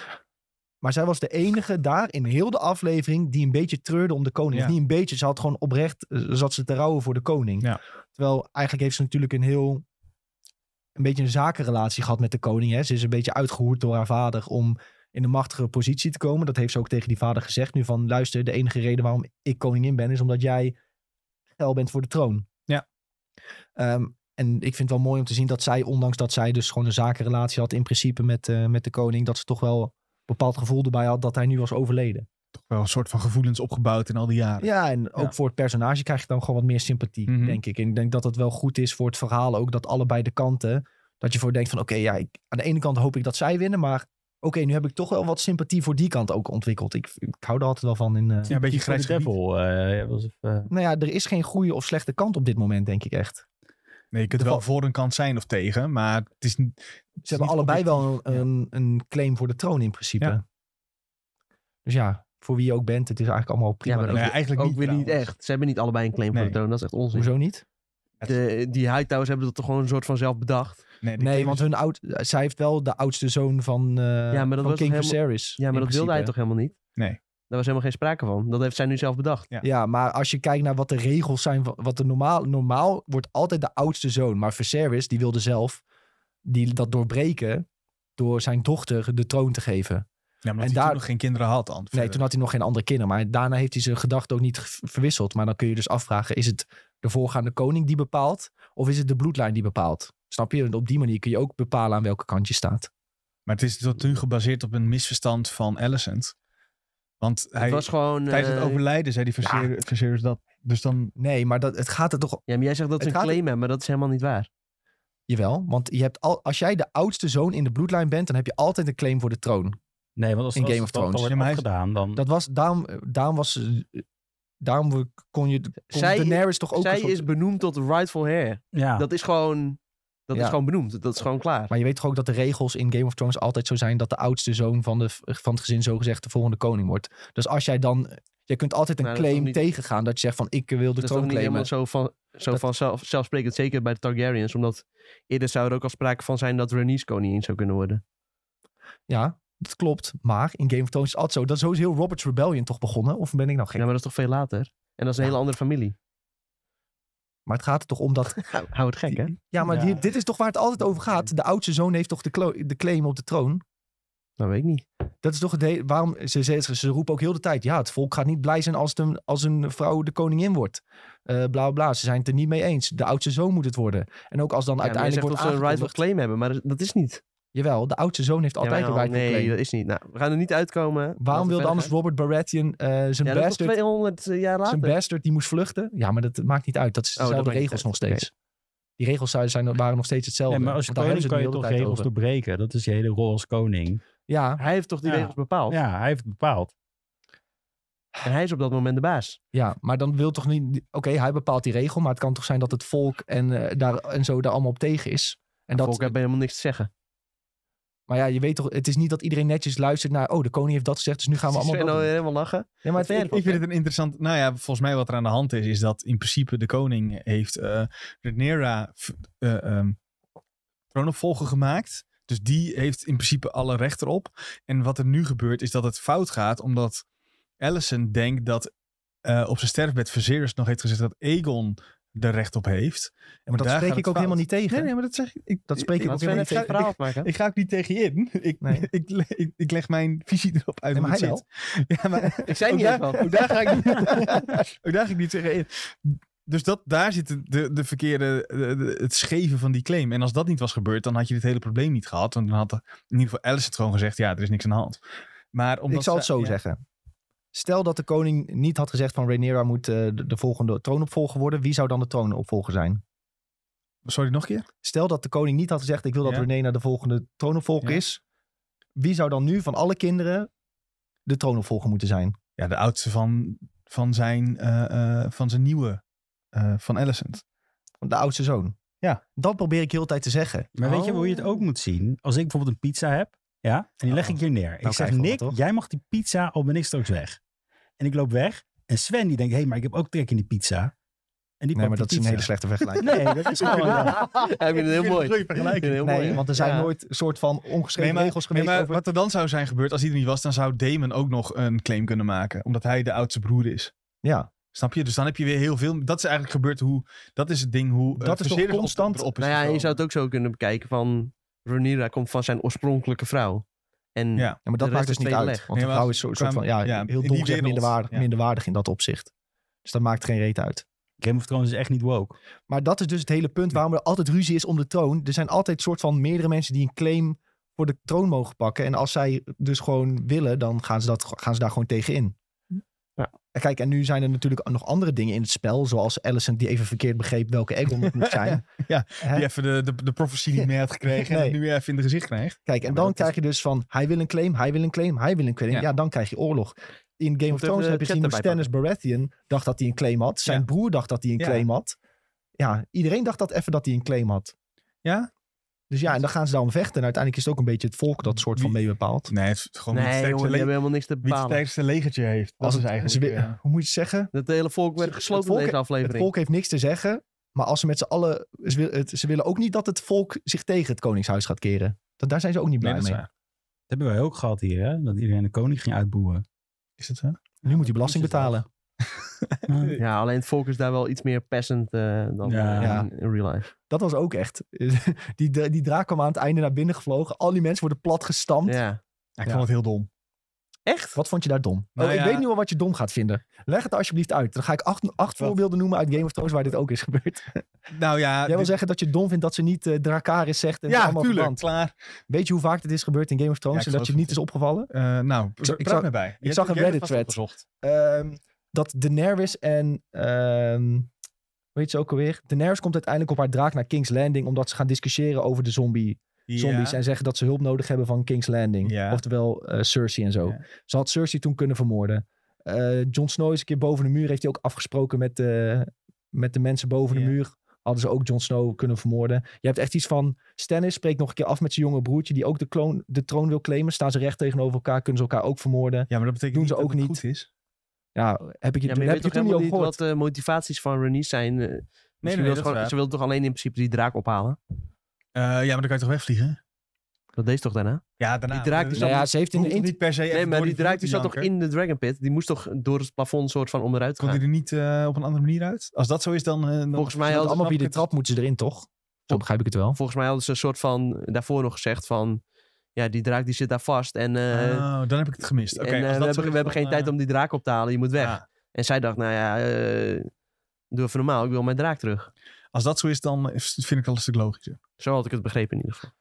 Speaker 1: Maar zij was de enige daar in heel de aflevering die een beetje treurde om de koning.
Speaker 4: Ja.
Speaker 1: Of niet een beetje, ze had gewoon oprecht, eh, zat ze te rouwen voor de koning.
Speaker 4: Ja.
Speaker 1: Terwijl eigenlijk heeft ze natuurlijk een heel, een beetje een zakenrelatie gehad met de koning. Hè. Ze is een beetje uitgehoerd door haar vader om in de machtige positie te komen. Dat heeft ze ook tegen die vader gezegd. Nu van, luister, de enige reden waarom ik koningin ben, is omdat jij geil bent voor de troon.
Speaker 4: Ja.
Speaker 1: Ehm, en ik vind het wel mooi om te zien dat zij, ondanks dat zij dus gewoon een zakenrelatie had in principe met, eh, met de koning, dat ze toch wel een bepaald gevoel erbij had dat hij nu was overleden.
Speaker 4: Toch wel een soort van gevoelens opgebouwd in al die jaren.
Speaker 1: Ja, en ook
Speaker 4: Ja.
Speaker 1: voor het personage krijg je dan gewoon wat meer sympathie,
Speaker 4: Mhm.
Speaker 1: denk ik. En ik denk dat dat wel goed is voor het verhaal ook, dat allebei de kanten, dat je voor denkt van oké, ja, ik, aan de ene kant hoop ik dat zij winnen, maar oké, nu heb ik toch wel wat sympathie voor die kant ook ontwikkeld. Ik, ik hou er altijd wel van in... eh,
Speaker 4: Ja, een
Speaker 2: Die
Speaker 4: beetje
Speaker 2: voor de
Speaker 4: grijs gebied.
Speaker 2: devil. eh, was even, eh,
Speaker 1: Nou ja, er is geen goede of slechte kant op dit moment, denk ik echt.
Speaker 4: Nee, je kunt
Speaker 1: De
Speaker 4: wel
Speaker 1: val-
Speaker 4: voor een kant zijn of tegen, maar het is niet...
Speaker 1: Ze hebben allebei wel een, een, een claim voor de troon in principe.
Speaker 4: Ja.
Speaker 1: Dus ja, voor wie je ook bent, het is eigenlijk allemaal prima.
Speaker 3: Ja, maar
Speaker 1: Dat-
Speaker 3: ook
Speaker 4: Nee,
Speaker 3: weer-
Speaker 4: eigenlijk
Speaker 3: Ook
Speaker 4: niet
Speaker 3: weer niet
Speaker 4: trouwens.
Speaker 3: echt. Ze hebben niet allebei een claim voor
Speaker 4: Nee.
Speaker 3: de troon. Dat is echt onzin.
Speaker 1: Hoezo niet?
Speaker 3: De, die Hightowers hebben dat toch gewoon een soort van zelf bedacht.
Speaker 4: Nee, die
Speaker 1: Nee,
Speaker 4: claim
Speaker 1: want
Speaker 4: is-
Speaker 1: hun oud, zij heeft wel de oudste zoon van, eh
Speaker 3: maar dat
Speaker 1: van
Speaker 3: was
Speaker 1: King
Speaker 3: toch helemaal-
Speaker 1: Viserys.
Speaker 3: Ja, maar
Speaker 1: in
Speaker 3: dat wilde hij
Speaker 1: principe.
Speaker 3: toch helemaal niet?
Speaker 4: Nee.
Speaker 3: Daar was helemaal geen sprake van. Dat heeft zij nu zelf bedacht.
Speaker 4: Ja.
Speaker 1: Ja, maar als je kijkt naar wat de regels zijn, van- wat de normaal, normaal wordt altijd de oudste zoon. Maar Viserys, die wilde zelf die, dat doorbreken door zijn dochter de troon te geven.
Speaker 4: Ja, maar
Speaker 1: en
Speaker 4: dat hij
Speaker 1: daar-
Speaker 4: toen nog geen kinderen had. dan.
Speaker 1: Nee, toen had hij nog geen andere kinderen. Maar daarna heeft hij zijn gedachten ook niet ge- verwisseld. Maar dan kun je dus afvragen, is het de voorgaande koning die bepaalt? Of is het de bloedlijn die bepaalt? Snap je? En op die manier kun je ook bepalen aan welke kant je staat.
Speaker 4: Maar het is tot nu gebaseerd op een misverstand van Alicent. Want hij,
Speaker 3: het was gewoon...
Speaker 4: tijdens
Speaker 3: eh,
Speaker 4: het overlijden zei die Viserys Viserys dat. Dus dan...
Speaker 1: Nee, maar dat, het gaat er toch...
Speaker 3: Ja, maar jij zegt dat ze een
Speaker 1: Het
Speaker 3: claim
Speaker 1: gaat-
Speaker 3: hebben, maar dat is helemaal niet waar.
Speaker 1: Jawel, want je hebt al, als jij de oudste zoon in de bloedlijn bent... dan heb je altijd een claim voor de troon.
Speaker 2: nee, want als
Speaker 1: In
Speaker 2: als
Speaker 1: Game of
Speaker 2: dat al
Speaker 1: Thrones.
Speaker 2: wordt
Speaker 4: Ja, maar hij is-
Speaker 2: afgedaan, dan...
Speaker 1: Dat was... Daarom, eh, daarom was... eh, Daarom we- kon je... Kon
Speaker 3: Zij-
Speaker 1: Daenerys toch ook... een
Speaker 3: Zij
Speaker 1: soort- Ah.
Speaker 3: is benoemd tot rightful heir.
Speaker 2: ja,
Speaker 3: Dat is gewoon... Dat
Speaker 1: Ja.
Speaker 3: is gewoon benoemd. Dat is gewoon klaar.
Speaker 1: Maar je weet toch ook dat de regels in Game of Thrones altijd zo zijn dat de oudste zoon van, de, van het gezin zogezegd de volgende koning wordt. Dus als jij dan. Je kunt altijd een
Speaker 3: Nou, dat is
Speaker 1: claim
Speaker 3: toch niet-
Speaker 1: tegengaan dat je zegt van ik eh, wil de
Speaker 3: dat is toch
Speaker 1: troon
Speaker 3: niet helemaal
Speaker 1: claimen.
Speaker 3: zo, van, zo
Speaker 1: Dat-
Speaker 3: vanzelf, zelfsprekend. Zeker bij de Targaryens. Omdat eerder zou er ook al sprake van zijn dat Rhaenys koningin zou kunnen worden.
Speaker 1: Ja, dat klopt. Maar in Game of Thrones is het altijd zo. Dat zo is heel Robert's Rebellion toch begonnen? Of ben ik nou gek?
Speaker 3: Ja, maar dat is toch veel later? En dat is een
Speaker 1: Ja.
Speaker 3: hele andere familie.
Speaker 1: Maar het gaat er toch om dat.
Speaker 3: Hou, hou het gek, hè?
Speaker 1: Ja, maar
Speaker 2: Ja.
Speaker 1: Nou, die- dit is toch waar het altijd over gaat. De oudste zoon heeft toch de, klo- de claim op de troon?
Speaker 3: Dat Nou, weet ik niet.
Speaker 1: Dat is toch het he- waarom ze, ze, ze roepen ook heel de tijd. Ja, het volk gaat niet blij zijn als, het een, als een vrouw de koningin wordt. Eh, bla bla bla. Ze zijn het er niet mee eens. De oudste zoon moet het worden. En ook als dan
Speaker 3: Ja, maar jij
Speaker 1: uiteindelijk
Speaker 3: zegt eh,
Speaker 1: wordt
Speaker 3: dat ze een rightful
Speaker 1: aangekondigd.
Speaker 3: claim hebben, maar dat is niet.
Speaker 1: Jawel, de oudste zoon heeft altijd
Speaker 3: Ja, maar
Speaker 1: een rightful
Speaker 3: nee,
Speaker 1: claim.
Speaker 3: dat is niet. Nou, we gaan er niet uitkomen.
Speaker 1: Waarom wilde
Speaker 3: wilde
Speaker 1: anders Robert Baratheon eh, zijn
Speaker 3: Ja, dat is toch
Speaker 1: bastard?
Speaker 3: 200 jaar
Speaker 1: Zijn
Speaker 3: later. Oh,
Speaker 1: bastard die moest vluchten. Ja, maar dat maakt niet uit. Dat is
Speaker 3: dat
Speaker 1: dezelfde
Speaker 3: maakt niet
Speaker 1: regels
Speaker 3: uit.
Speaker 1: nog steeds. Die regels zijn, zijn- waren nog steeds hetzelfde.
Speaker 2: Nee, maar als je
Speaker 1: Want daar
Speaker 2: koning kan je
Speaker 1: hebben ze
Speaker 2: toch
Speaker 1: het de hele
Speaker 2: regels
Speaker 1: tijd over.
Speaker 2: doorbreken. Dat is je hele rol als koning.
Speaker 1: Ja,
Speaker 3: Hij heeft toch die
Speaker 2: Ja.
Speaker 3: regels bepaald?
Speaker 2: Ja, hij heeft het bepaald.
Speaker 3: En hij is op dat moment de baas.
Speaker 1: Ja, maar dan wil toch niet. Oké, hij bepaalt die regel, maar het kan toch zijn dat het volk en, eh, daar, en zo daar allemaal op tegen is. En
Speaker 3: En
Speaker 1: dat,
Speaker 3: Volk hebben helemaal niks te zeggen.
Speaker 1: Maar ja, je weet toch, het is niet dat iedereen netjes luistert naar. Oh, de koning heeft dat gezegd, dus nu gaan we
Speaker 3: Zie
Speaker 1: allemaal.
Speaker 3: Sven
Speaker 1: Dat
Speaker 3: nou
Speaker 1: doen.
Speaker 3: helemaal lachen.
Speaker 1: Ja, maar het,
Speaker 3: Ver.
Speaker 1: ik-
Speaker 4: Ik eh, vind het een interessant... Nou ja, volgens mij wat er aan de hand is, is dat in principe de koning heeft eh Rhaenyra v- eh, ehm, troonopvolger gemaakt. Dus die heeft in principe alle recht erop. En wat er nu gebeurt, is dat het fout gaat, omdat Allison denkt dat eh, op zijn sterfbed Viserys nog heeft gezegd dat Aegon er recht op heeft.
Speaker 1: maar dat
Speaker 4: daar
Speaker 1: spreek
Speaker 4: gaat
Speaker 1: ik ook
Speaker 4: het
Speaker 1: helemaal niet tegen.
Speaker 4: Nee, nee, maar dat zeg ik... ik
Speaker 1: Dat spreek ik
Speaker 3: Laat
Speaker 1: ook
Speaker 3: Sven
Speaker 1: helemaal
Speaker 3: even
Speaker 1: niet tegen.
Speaker 3: zijn verhaal afmaken.
Speaker 4: Ik ga ook niet tegen je in. Ik,
Speaker 1: Nee.
Speaker 4: ik, le- ik, ik leg mijn visie erop uit.
Speaker 1: Nee, maar
Speaker 4: hoe
Speaker 1: hij
Speaker 4: het zit. Ja, maar
Speaker 3: Ik zei
Speaker 4: ook
Speaker 3: niet
Speaker 4: daar,
Speaker 3: even.
Speaker 4: ook daar ga ik niet, ook daar ga ik niet tegen in. Dus dat, daar zit de- de, de verkeerde, de- de- het scheven van die claim. En als dat niet was gebeurd, dan had je dit hele probleem niet gehad. Want dan had in ieder geval Alice het gewoon gezegd, ja, er is niks aan de hand. Maar omdat
Speaker 1: ik zal het
Speaker 4: ze-
Speaker 1: zo
Speaker 4: ja,
Speaker 1: zeggen. Stel dat de koning niet had gezegd van Rhaenyra moet eh, de, de volgende troonopvolger worden. Wie zou dan de troonopvolger zijn?
Speaker 4: Sorry, nog een keer?
Speaker 1: Stel dat de koning niet had gezegd ik wil dat
Speaker 4: Ja.
Speaker 1: Rhaenyra de volgende troonopvolger
Speaker 4: Ja.
Speaker 1: is. Wie zou dan nu van alle kinderen de troonopvolger moeten zijn?
Speaker 4: Ja, de oudste van, van, zijn, eh, eh, van zijn nieuwe, eh, van Alicent.
Speaker 1: De oudste zoon.
Speaker 4: Ja.
Speaker 1: Dat probeer ik heel de tijd te zeggen.
Speaker 2: Maar weet je hoe je het ook moet zien? Als ik bijvoorbeeld een pizza heb, ja, en die leg
Speaker 1: Oh.
Speaker 2: ik hier neer. ik
Speaker 1: Nou,
Speaker 2: zeg,
Speaker 1: kijk,
Speaker 2: Nick,
Speaker 1: toch?
Speaker 2: jij mag die pizza, al ben ik straks weg. En ik loop weg. En Sven die denkt, hé, hey, maar ik heb ook trek in die pizza. En die
Speaker 1: Nee, maar
Speaker 2: pakt
Speaker 1: dat is
Speaker 2: die
Speaker 1: een hele
Speaker 2: pizza.
Speaker 1: slechte vergelijking.
Speaker 2: Nee, dat is gewoon... ja.
Speaker 3: Ja, ik vind het heel mooi.
Speaker 2: goeie vergelijking.
Speaker 3: Ik vind het heel mooi,
Speaker 1: Nee,
Speaker 3: hè?
Speaker 1: want er zijn
Speaker 3: Ja. Nou
Speaker 1: nooit soort van ongeschreven
Speaker 4: Nee, maar,
Speaker 1: regels
Speaker 4: nee,
Speaker 1: geweest
Speaker 4: maar
Speaker 1: over...
Speaker 4: wat er dan zou zijn gebeurd als hij er niet was, dan zou Damon ook nog een claim kunnen maken. Omdat hij de oudste broer is.
Speaker 1: Ja,
Speaker 4: Snap je? Dus dan heb je weer heel veel. Dat is eigenlijk gebeurd hoe. Dat is het ding hoe. eh,
Speaker 1: Dat is toch
Speaker 4: Viserys
Speaker 1: constant?
Speaker 4: op is
Speaker 3: Nou ja, en je
Speaker 4: gekomen.
Speaker 3: zou het ook zo kunnen bekijken van... Rhaenyra komt van zijn oorspronkelijke vrouw. En
Speaker 4: Ja.
Speaker 1: Ja, maar dat
Speaker 3: De
Speaker 1: maakt dus
Speaker 3: rest is
Speaker 1: niet uit.
Speaker 3: tweede leg.
Speaker 1: Want
Speaker 4: Nee,
Speaker 1: een
Speaker 4: maar
Speaker 1: vrouw
Speaker 4: als
Speaker 1: is een soort,
Speaker 4: we
Speaker 1: van,
Speaker 4: kwamen-
Speaker 1: ja,
Speaker 4: ja, in
Speaker 1: heel
Speaker 4: die
Speaker 1: dom gezegd
Speaker 4: wereld,
Speaker 1: minderwaardig,
Speaker 4: ja.
Speaker 1: minderwaardig in dat opzicht. Dus dat maakt geen reet uit.
Speaker 2: Game of Thrones is echt niet woke.
Speaker 1: Maar dat is dus het hele punt waarom er altijd ruzie is om de troon. Er zijn altijd soort van meerdere mensen die een claim voor de troon mogen pakken. En als zij dus gewoon willen, dan gaan ze, dat, gaan ze daar gewoon tegen in.
Speaker 3: Ja.
Speaker 1: En Kijk, en nu zijn er natuurlijk nog andere dingen in het spel. Zoals Alicent die even verkeerd begreep welke Egon het moet zijn.
Speaker 4: Ja,
Speaker 1: Hè?
Speaker 4: Die even de, de, de prophecy niet meer had gekregen. En
Speaker 1: Nee.
Speaker 4: het nu even in het gezicht krijgt.
Speaker 1: Kijk, en
Speaker 4: maar
Speaker 1: dan
Speaker 4: dat is-
Speaker 1: krijg je dus van hij wil een claim, hij wil een claim, hij wil een claim.
Speaker 4: Ja.
Speaker 1: Ja, dan krijg je oorlog. In Game of
Speaker 3: even
Speaker 1: Thrones
Speaker 3: de
Speaker 1: heb je
Speaker 3: chat
Speaker 1: gezien hoe
Speaker 3: erbij
Speaker 1: Stannis Baratheon dacht dat hij een claim had. Zijn
Speaker 4: Ja.
Speaker 1: broer dacht dat hij een
Speaker 4: Ja.
Speaker 1: claim had. Ja, iedereen dacht dat even dat hij een claim had.
Speaker 4: Ja?
Speaker 1: Dus ja, en dan gaan ze daarom vechten. En uiteindelijk is het ook een beetje het volk dat soort van
Speaker 4: Wie-
Speaker 1: mee bepaalt.
Speaker 4: Nee, het is gewoon wie het
Speaker 3: Nee, jongen,
Speaker 4: sterkste,
Speaker 3: die
Speaker 4: le-
Speaker 3: hebben helemaal niks te
Speaker 4: wie het
Speaker 3: bepalen.
Speaker 4: sterkste legertje heeft. Dat
Speaker 1: Als
Speaker 4: is
Speaker 1: het-
Speaker 4: eigenlijk.
Speaker 1: ze-
Speaker 4: eh,
Speaker 1: Hoe moet je het zeggen?
Speaker 3: Het hele volk werd
Speaker 1: Het
Speaker 3: gesloten
Speaker 1: volk-
Speaker 3: in deze
Speaker 1: Het
Speaker 3: aflevering.
Speaker 1: volk heeft niks te zeggen. Maar als ze met z'n allen... Ze, wil- het- ze willen ook niet dat het volk zich tegen het koningshuis gaat keren. Dat, daar zijn ze ook niet blij
Speaker 4: nee, dat is
Speaker 1: mee.
Speaker 4: waar.
Speaker 2: Dat hebben wij ook gehad hier, hè? Dat iedereen de koning ging uitboeien.
Speaker 4: Is het zo?
Speaker 1: Nu moet hij belasting
Speaker 2: Precies dat.
Speaker 1: betalen.
Speaker 2: Nou, Ja.
Speaker 3: Ja, alleen het volk is daar wel iets meer peasant eh, dan
Speaker 2: Ja.
Speaker 3: eh,
Speaker 1: Ja.
Speaker 3: in, in real life.
Speaker 1: Dat was ook echt. eh, Die, dra- die draak kwam aan het einde naar binnen gevlogen. Al die mensen worden plat gestampt.
Speaker 3: Ja.
Speaker 4: Ja,
Speaker 1: Ja.
Speaker 4: ik vond het heel dom.
Speaker 3: Echt?
Speaker 1: Wat vond je daar dom?
Speaker 4: Nou
Speaker 1: oh, ik
Speaker 4: ja.
Speaker 1: weet nu al wat je dom gaat vinden. Leg het alsjeblieft uit. Dan ga ik acht, acht voorbeelden noemen uit Game of Thrones waar dit ook is gebeurd.
Speaker 4: Nou ja.
Speaker 1: Jij wil
Speaker 4: dit-
Speaker 1: zeggen dat je dom vindt dat ze niet eh Dracarys zegt en
Speaker 4: ja,
Speaker 1: allemaal
Speaker 4: tuurlijk.
Speaker 1: verbrand.
Speaker 4: Klaar.
Speaker 1: Weet je hoe vaak dit is gebeurd in Game of Thrones
Speaker 4: Ja,
Speaker 1: en
Speaker 4: ik
Speaker 1: dat je
Speaker 4: geloof
Speaker 1: niet is opgevallen?
Speaker 4: Eh, nou,
Speaker 1: Ik zag-
Speaker 4: pra-
Speaker 1: ik
Speaker 4: praat
Speaker 1: zag-
Speaker 4: maar bij. Je
Speaker 1: ik
Speaker 4: hebt
Speaker 1: zag
Speaker 4: het
Speaker 1: een
Speaker 4: jij
Speaker 1: Reddit
Speaker 4: vast
Speaker 1: thread.
Speaker 4: opgezocht.
Speaker 1: Ehm, dat Daenerys en... ehm hoe heet ze ook alweer? Daenerys komt uiteindelijk op haar draak naar King's Landing omdat ze gaan discussiëren over de zombie zombies
Speaker 4: Ja.
Speaker 1: en zeggen dat ze hulp nodig hebben van King's Landing.
Speaker 4: Ja.
Speaker 1: Oftewel eh, Cersei en zo.
Speaker 4: Ja.
Speaker 1: Ze had Cersei toen kunnen vermoorden. Eh Jon Snow is een keer boven de muur. Heeft hij ook afgesproken met, de- met de mensen boven
Speaker 4: Ja.
Speaker 1: de muur. Hadden ze ook Jon Snow kunnen vermoorden. Je hebt echt iets van... Stannis spreekt nog een keer af met zijn jonge broertje... die ook de, kloon, de troon wil claimen. Staan ze recht tegenover elkaar. Kunnen ze elkaar ook vermoorden.
Speaker 4: Ja, maar dat betekent
Speaker 1: Doen ze
Speaker 4: niet dat
Speaker 1: ook
Speaker 4: het
Speaker 1: niet.
Speaker 4: goed is.
Speaker 1: Ja, heb ik je,
Speaker 3: Ja, maar je
Speaker 1: heb
Speaker 3: weet
Speaker 1: je toen
Speaker 3: toch
Speaker 1: niet
Speaker 3: helemaal
Speaker 1: over
Speaker 3: niet
Speaker 1: gehoord.
Speaker 3: wat de motivaties van Renies zijn. eh,
Speaker 4: nee,
Speaker 3: ze,
Speaker 4: nee,
Speaker 3: wilde
Speaker 4: dat is
Speaker 3: gewoon,
Speaker 4: waar.
Speaker 3: ze wilde toch alleen in principe die draak ophalen?
Speaker 4: Eh, ja, maar dan kan je toch wegvliegen?
Speaker 3: Dat deed ze toch daarna?
Speaker 4: Ja, daarna. Eh,
Speaker 3: Die draak die-
Speaker 4: Dat is
Speaker 1: Nou
Speaker 4: dan-
Speaker 1: ja, ze heeft in
Speaker 4: hoeft
Speaker 1: de
Speaker 4: toch
Speaker 1: inter-
Speaker 4: niet per se even
Speaker 3: Nee, maar
Speaker 4: door
Speaker 3: die draak
Speaker 4: vloer te
Speaker 3: die zat toch
Speaker 4: janken?
Speaker 3: in de Dragon Pit? Die moest toch door het plafond soort van onderuit
Speaker 4: Kon
Speaker 3: gaan?
Speaker 4: hij er niet eh, op een andere manier uit? Als dat zo is, dan... eh, dan-
Speaker 3: Volgens mij
Speaker 4: dan
Speaker 3: hadden-
Speaker 1: allemaal
Speaker 4: snap
Speaker 1: via
Speaker 4: ik
Speaker 1: de
Speaker 4: het.
Speaker 1: trap moeten ze erin, toch? Zo begrijp ik het wel.
Speaker 3: Volgens mij hadden ze een soort van daarvoor nog gezegd van... Ja, die draak die zit daar vast en... eh,
Speaker 4: oh, dan heb ik het gemist. Oké,
Speaker 3: en, eh,
Speaker 4: als dat
Speaker 3: we
Speaker 4: zo
Speaker 3: hebben,
Speaker 4: is,
Speaker 3: we hebben
Speaker 4: dan,
Speaker 3: geen tijd
Speaker 4: eh, Ah.
Speaker 3: om die draak op te halen, je moet weg.
Speaker 4: ja.
Speaker 3: En zij dacht, nou ja, eh, doe even normaal, ik wil mijn draak terug.
Speaker 4: Als dat zo is, dan is- vind ik dat een stuk logischer.
Speaker 3: Zo had ik het begrepen in ieder geval.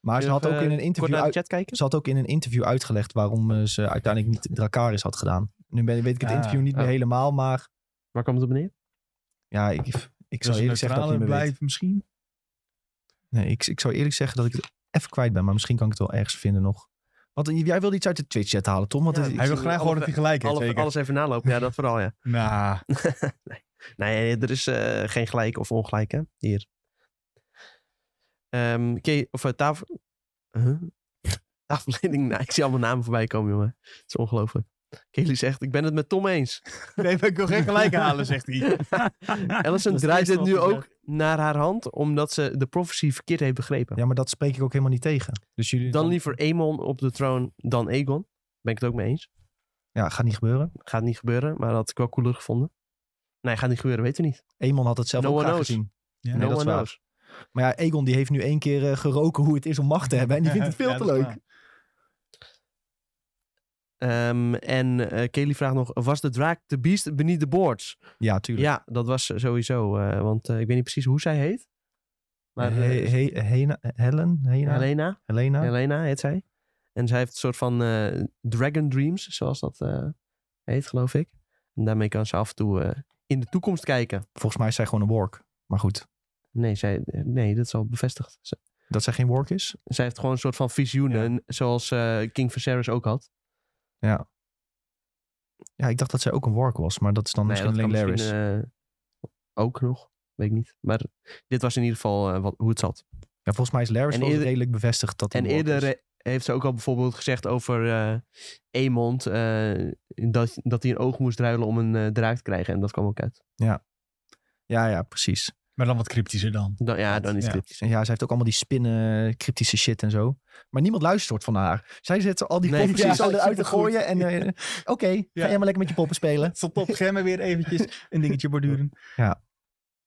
Speaker 1: Maar ze
Speaker 3: Even,
Speaker 1: had ook in
Speaker 3: eh,
Speaker 1: een
Speaker 3: Kort
Speaker 1: interview
Speaker 3: naar de
Speaker 1: uit,
Speaker 3: chat kijken?
Speaker 1: Ze had ook in een interview uitgelegd waarom eh, ze uiteindelijk niet Dracaris had gedaan. Nu ben, weet ik het
Speaker 4: Ah,
Speaker 1: interview niet meer
Speaker 3: oh.
Speaker 1: helemaal, maar
Speaker 3: Waar kwam het op neer?
Speaker 1: ja, ik, ik
Speaker 4: Ik
Speaker 1: zou eerlijk zeggen dat ik het niet meer weet.
Speaker 4: blijven misschien.
Speaker 1: Nee, ik, ik zou eerlijk zeggen dat ik het even kwijt ben, maar misschien kan ik het wel ergens vinden nog. Want eh, jij wilde iets uit de Twitch-chat halen, Tom? Want
Speaker 3: Ja,
Speaker 1: het-
Speaker 3: Ik
Speaker 4: Hij wil
Speaker 3: zie
Speaker 4: graag
Speaker 3: alle-
Speaker 4: horen dat hij gelijk heeft,
Speaker 3: Alle-
Speaker 4: zeker.
Speaker 3: alles even nalopen, ja, dat vooral, ja.
Speaker 4: Nou,
Speaker 3: Nee, er is eh, geen gelijk of ongelijk, hè, hier. Ehm ke- of eh, tafel... Huh? Tafellening, nou, ik zie allemaal namen voorbij komen, jongen. Het is ongelooflijk. Kelly zegt, ik ben het met Tom eens.
Speaker 4: nee, maar ik wil geen gelijk halen, zegt hij.
Speaker 3: Alison
Speaker 2: Dat is het
Speaker 3: draait dit
Speaker 2: eerste
Speaker 3: nu
Speaker 2: wat ik
Speaker 3: ook naar haar hand, omdat ze de prophecy verkeerd heeft begrepen.
Speaker 1: ja, maar dat spreek ik ook helemaal niet tegen. Dus jullie
Speaker 3: Dan liever Aemon op de troon dan Aegon. Ben ik het ook mee eens.
Speaker 1: Ja, gaat niet gebeuren.
Speaker 3: Gaat niet gebeuren, maar dat had ik wel cooler gevonden. Nee, gaat niet gebeuren, weten we niet.
Speaker 1: Eamon had het zelf
Speaker 3: No
Speaker 1: ook
Speaker 3: one
Speaker 1: graag
Speaker 3: knows.
Speaker 1: gezien.
Speaker 4: Ja.
Speaker 1: Nee,
Speaker 3: no
Speaker 1: dat
Speaker 3: one
Speaker 1: is waar.
Speaker 3: knows.
Speaker 1: Maar ja, Egon die heeft nu één keer eh, geroken hoe het is om macht te hebben en die vindt het veel
Speaker 4: Ja,
Speaker 1: te
Speaker 4: dat is
Speaker 1: leuk.
Speaker 4: waar.
Speaker 3: Ehm, en eh Kelly vraagt nog, was de draak de beast beneath the boards?
Speaker 1: Ja, tuurlijk.
Speaker 3: Ja, dat was sowieso, eh, want eh, ik weet niet precies hoe zij heet. Maar eh,
Speaker 1: He- he- Hena- Helen? Hena?
Speaker 3: Helena,
Speaker 1: Helena?
Speaker 3: Helena heet zij. En zij heeft een soort van eh, dragon dreams, zoals dat eh, heet, geloof ik. En daarmee kan ze af en toe eh, in de toekomst kijken.
Speaker 1: Volgens mij is zij gewoon een work. Maar goed,
Speaker 3: Nee, zij, eh, nee, dat is al bevestigd. Ze-
Speaker 1: dat zij geen work is.
Speaker 3: Zij heeft gewoon een soort van visioenen, zoals eh, King Viserys ook had.
Speaker 1: Ja, ik dacht dat zij ook een work was. Maar dat is dan
Speaker 3: Nou ja,
Speaker 1: misschien alleen
Speaker 3: dat kan
Speaker 1: Laris.
Speaker 3: misschien, eh, ook nog, weet ik niet. Maar dit was in ieder geval eh, wat, hoe het zat.
Speaker 1: Ja, volgens mij is Laris
Speaker 3: En
Speaker 1: wel
Speaker 3: eerder-
Speaker 1: redelijk bevestigd dat hij
Speaker 3: En
Speaker 1: een work
Speaker 3: eerder
Speaker 1: is.
Speaker 3: eh, heeft ze ook al bijvoorbeeld gezegd over eh Aemond... eh, dat, dat hij een oog moest ruilen om een eh, draak te krijgen. En dat kwam ook uit.
Speaker 1: Ja, ja, precies.
Speaker 4: Maar dan wat cryptischer dan.
Speaker 3: Dan, ja, dan is
Speaker 4: Ja.
Speaker 3: het cryptisch.
Speaker 1: En ja, zij heeft ook allemaal die spinnen, cryptische shit en zo. Maar niemand luistert van haar. Zij zet al die
Speaker 3: Nee,
Speaker 1: poppen
Speaker 3: precies.
Speaker 1: zo
Speaker 4: Ja,
Speaker 1: eruit te
Speaker 4: supergoed.
Speaker 1: gooien. En eh, oké, ga
Speaker 4: Ja.
Speaker 1: jij maar lekker met je poppen spelen.
Speaker 4: Stop op gemmen weer eventjes een dingetje borduren.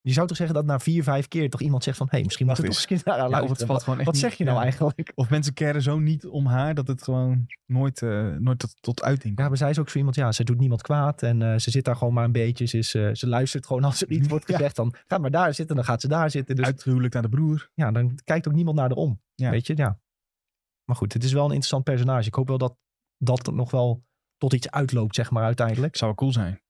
Speaker 1: Je zou toch zeggen dat na vier, vijf keer toch iemand zegt van... Hé, hey, misschien moet
Speaker 4: Wacht
Speaker 1: ik toch eens een keer naar haar
Speaker 4: Ja, of het
Speaker 1: luisteren.
Speaker 4: valt gewoon echt
Speaker 1: Wat
Speaker 4: niet-
Speaker 1: zeg je nou
Speaker 4: ja.
Speaker 1: eigenlijk?
Speaker 4: Of mensen keren zo niet om haar dat het gewoon nooit, eh, nooit tot, tot uiting
Speaker 1: Ja, maar zij is ook zo iemand, ja, ze doet niemand kwaad. En eh, ze zit daar gewoon maar een beetje. Ze, is, eh, ze luistert gewoon als er iets wordt
Speaker 4: Ja.
Speaker 1: gezegd. Dan ga maar daar zitten, dan gaat ze daar zitten. Dus
Speaker 4: komt. Uithuwelijk naar de broer.
Speaker 1: ja, dan kijkt ook niemand naar haar om.
Speaker 4: Ja.
Speaker 1: Weet je, ja. Maar goed, het is wel een interessant personage. Ik hoop wel dat dat nog wel tot iets uitloopt, zeg maar, uiteindelijk.
Speaker 4: Zou wel cool zijn.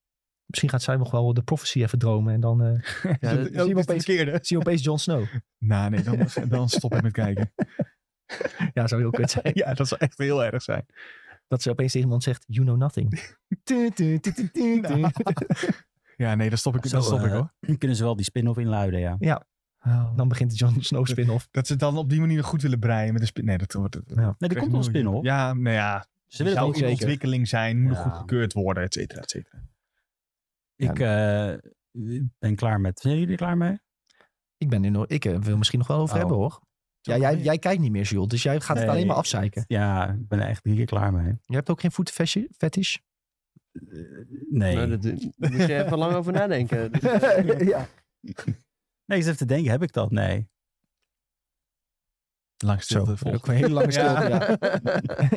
Speaker 1: Misschien gaat zij nog wel de prophecy even dromen. En dan eh,
Speaker 3: Ja,
Speaker 4: Is
Speaker 3: dat-
Speaker 4: het ook
Speaker 1: iemand
Speaker 4: de
Speaker 1: opeens-
Speaker 4: verkeerde?
Speaker 1: zie je opeens Jon Snow.
Speaker 4: Nou nee, dan, dan stop ik met kijken.
Speaker 1: Ja, zou heel kut zijn.
Speaker 4: Ja, dat zou echt heel erg zijn.
Speaker 1: Dat ze opeens tegen iemand zegt, you know nothing. Tu, tu, tu, tu, tu, tu.
Speaker 4: Nou. Ja, nee, dan stop ik,
Speaker 1: Zo,
Speaker 4: dan stop ik
Speaker 1: eh,
Speaker 4: hoor. Oh.
Speaker 2: Dan kunnen ze wel die spin-off inluiden, ja.
Speaker 1: Dan begint de Jon Snow spin-off.
Speaker 4: Dat ze het dan op die manier goed willen breien met een spin. Nee, dat wordt. dat- dat
Speaker 2: Nee, er
Speaker 4: krijg
Speaker 2: komt
Speaker 4: ik
Speaker 2: wel een
Speaker 4: moeilijk.
Speaker 2: spin-off.
Speaker 4: Ja, nou ja.
Speaker 2: Ze willen
Speaker 1: zou
Speaker 2: het
Speaker 4: zou
Speaker 2: ook
Speaker 1: ik
Speaker 4: in
Speaker 1: zeker.
Speaker 4: ontwikkeling zijn, moet nog
Speaker 2: Ja.
Speaker 4: goed gekeurd worden, et cetera, et cetera.
Speaker 2: Ik eh, ben klaar met... Zijn jullie er klaar mee?
Speaker 1: Ik ben in, ik eh, wil misschien nog wel over
Speaker 2: Oh.
Speaker 1: hebben, hoor. Ja, jij, jij kijkt niet meer, Jules. Dus jij gaat het
Speaker 2: Nee.
Speaker 1: alleen maar afzeiken.
Speaker 2: Ja, ik ben er echt hier klaar mee.
Speaker 1: Je hebt ook geen food fetish- fetish?
Speaker 2: Eh, nee.
Speaker 3: Nou, daar daar moet je even lang over nadenken. Dus, eh,
Speaker 1: ja.
Speaker 2: Nee, ik zit even te denken, heb ik dat? Nee.
Speaker 4: Lang
Speaker 1: Zo,
Speaker 4: stilte volgt.
Speaker 1: ook een hele lange stilte. ja.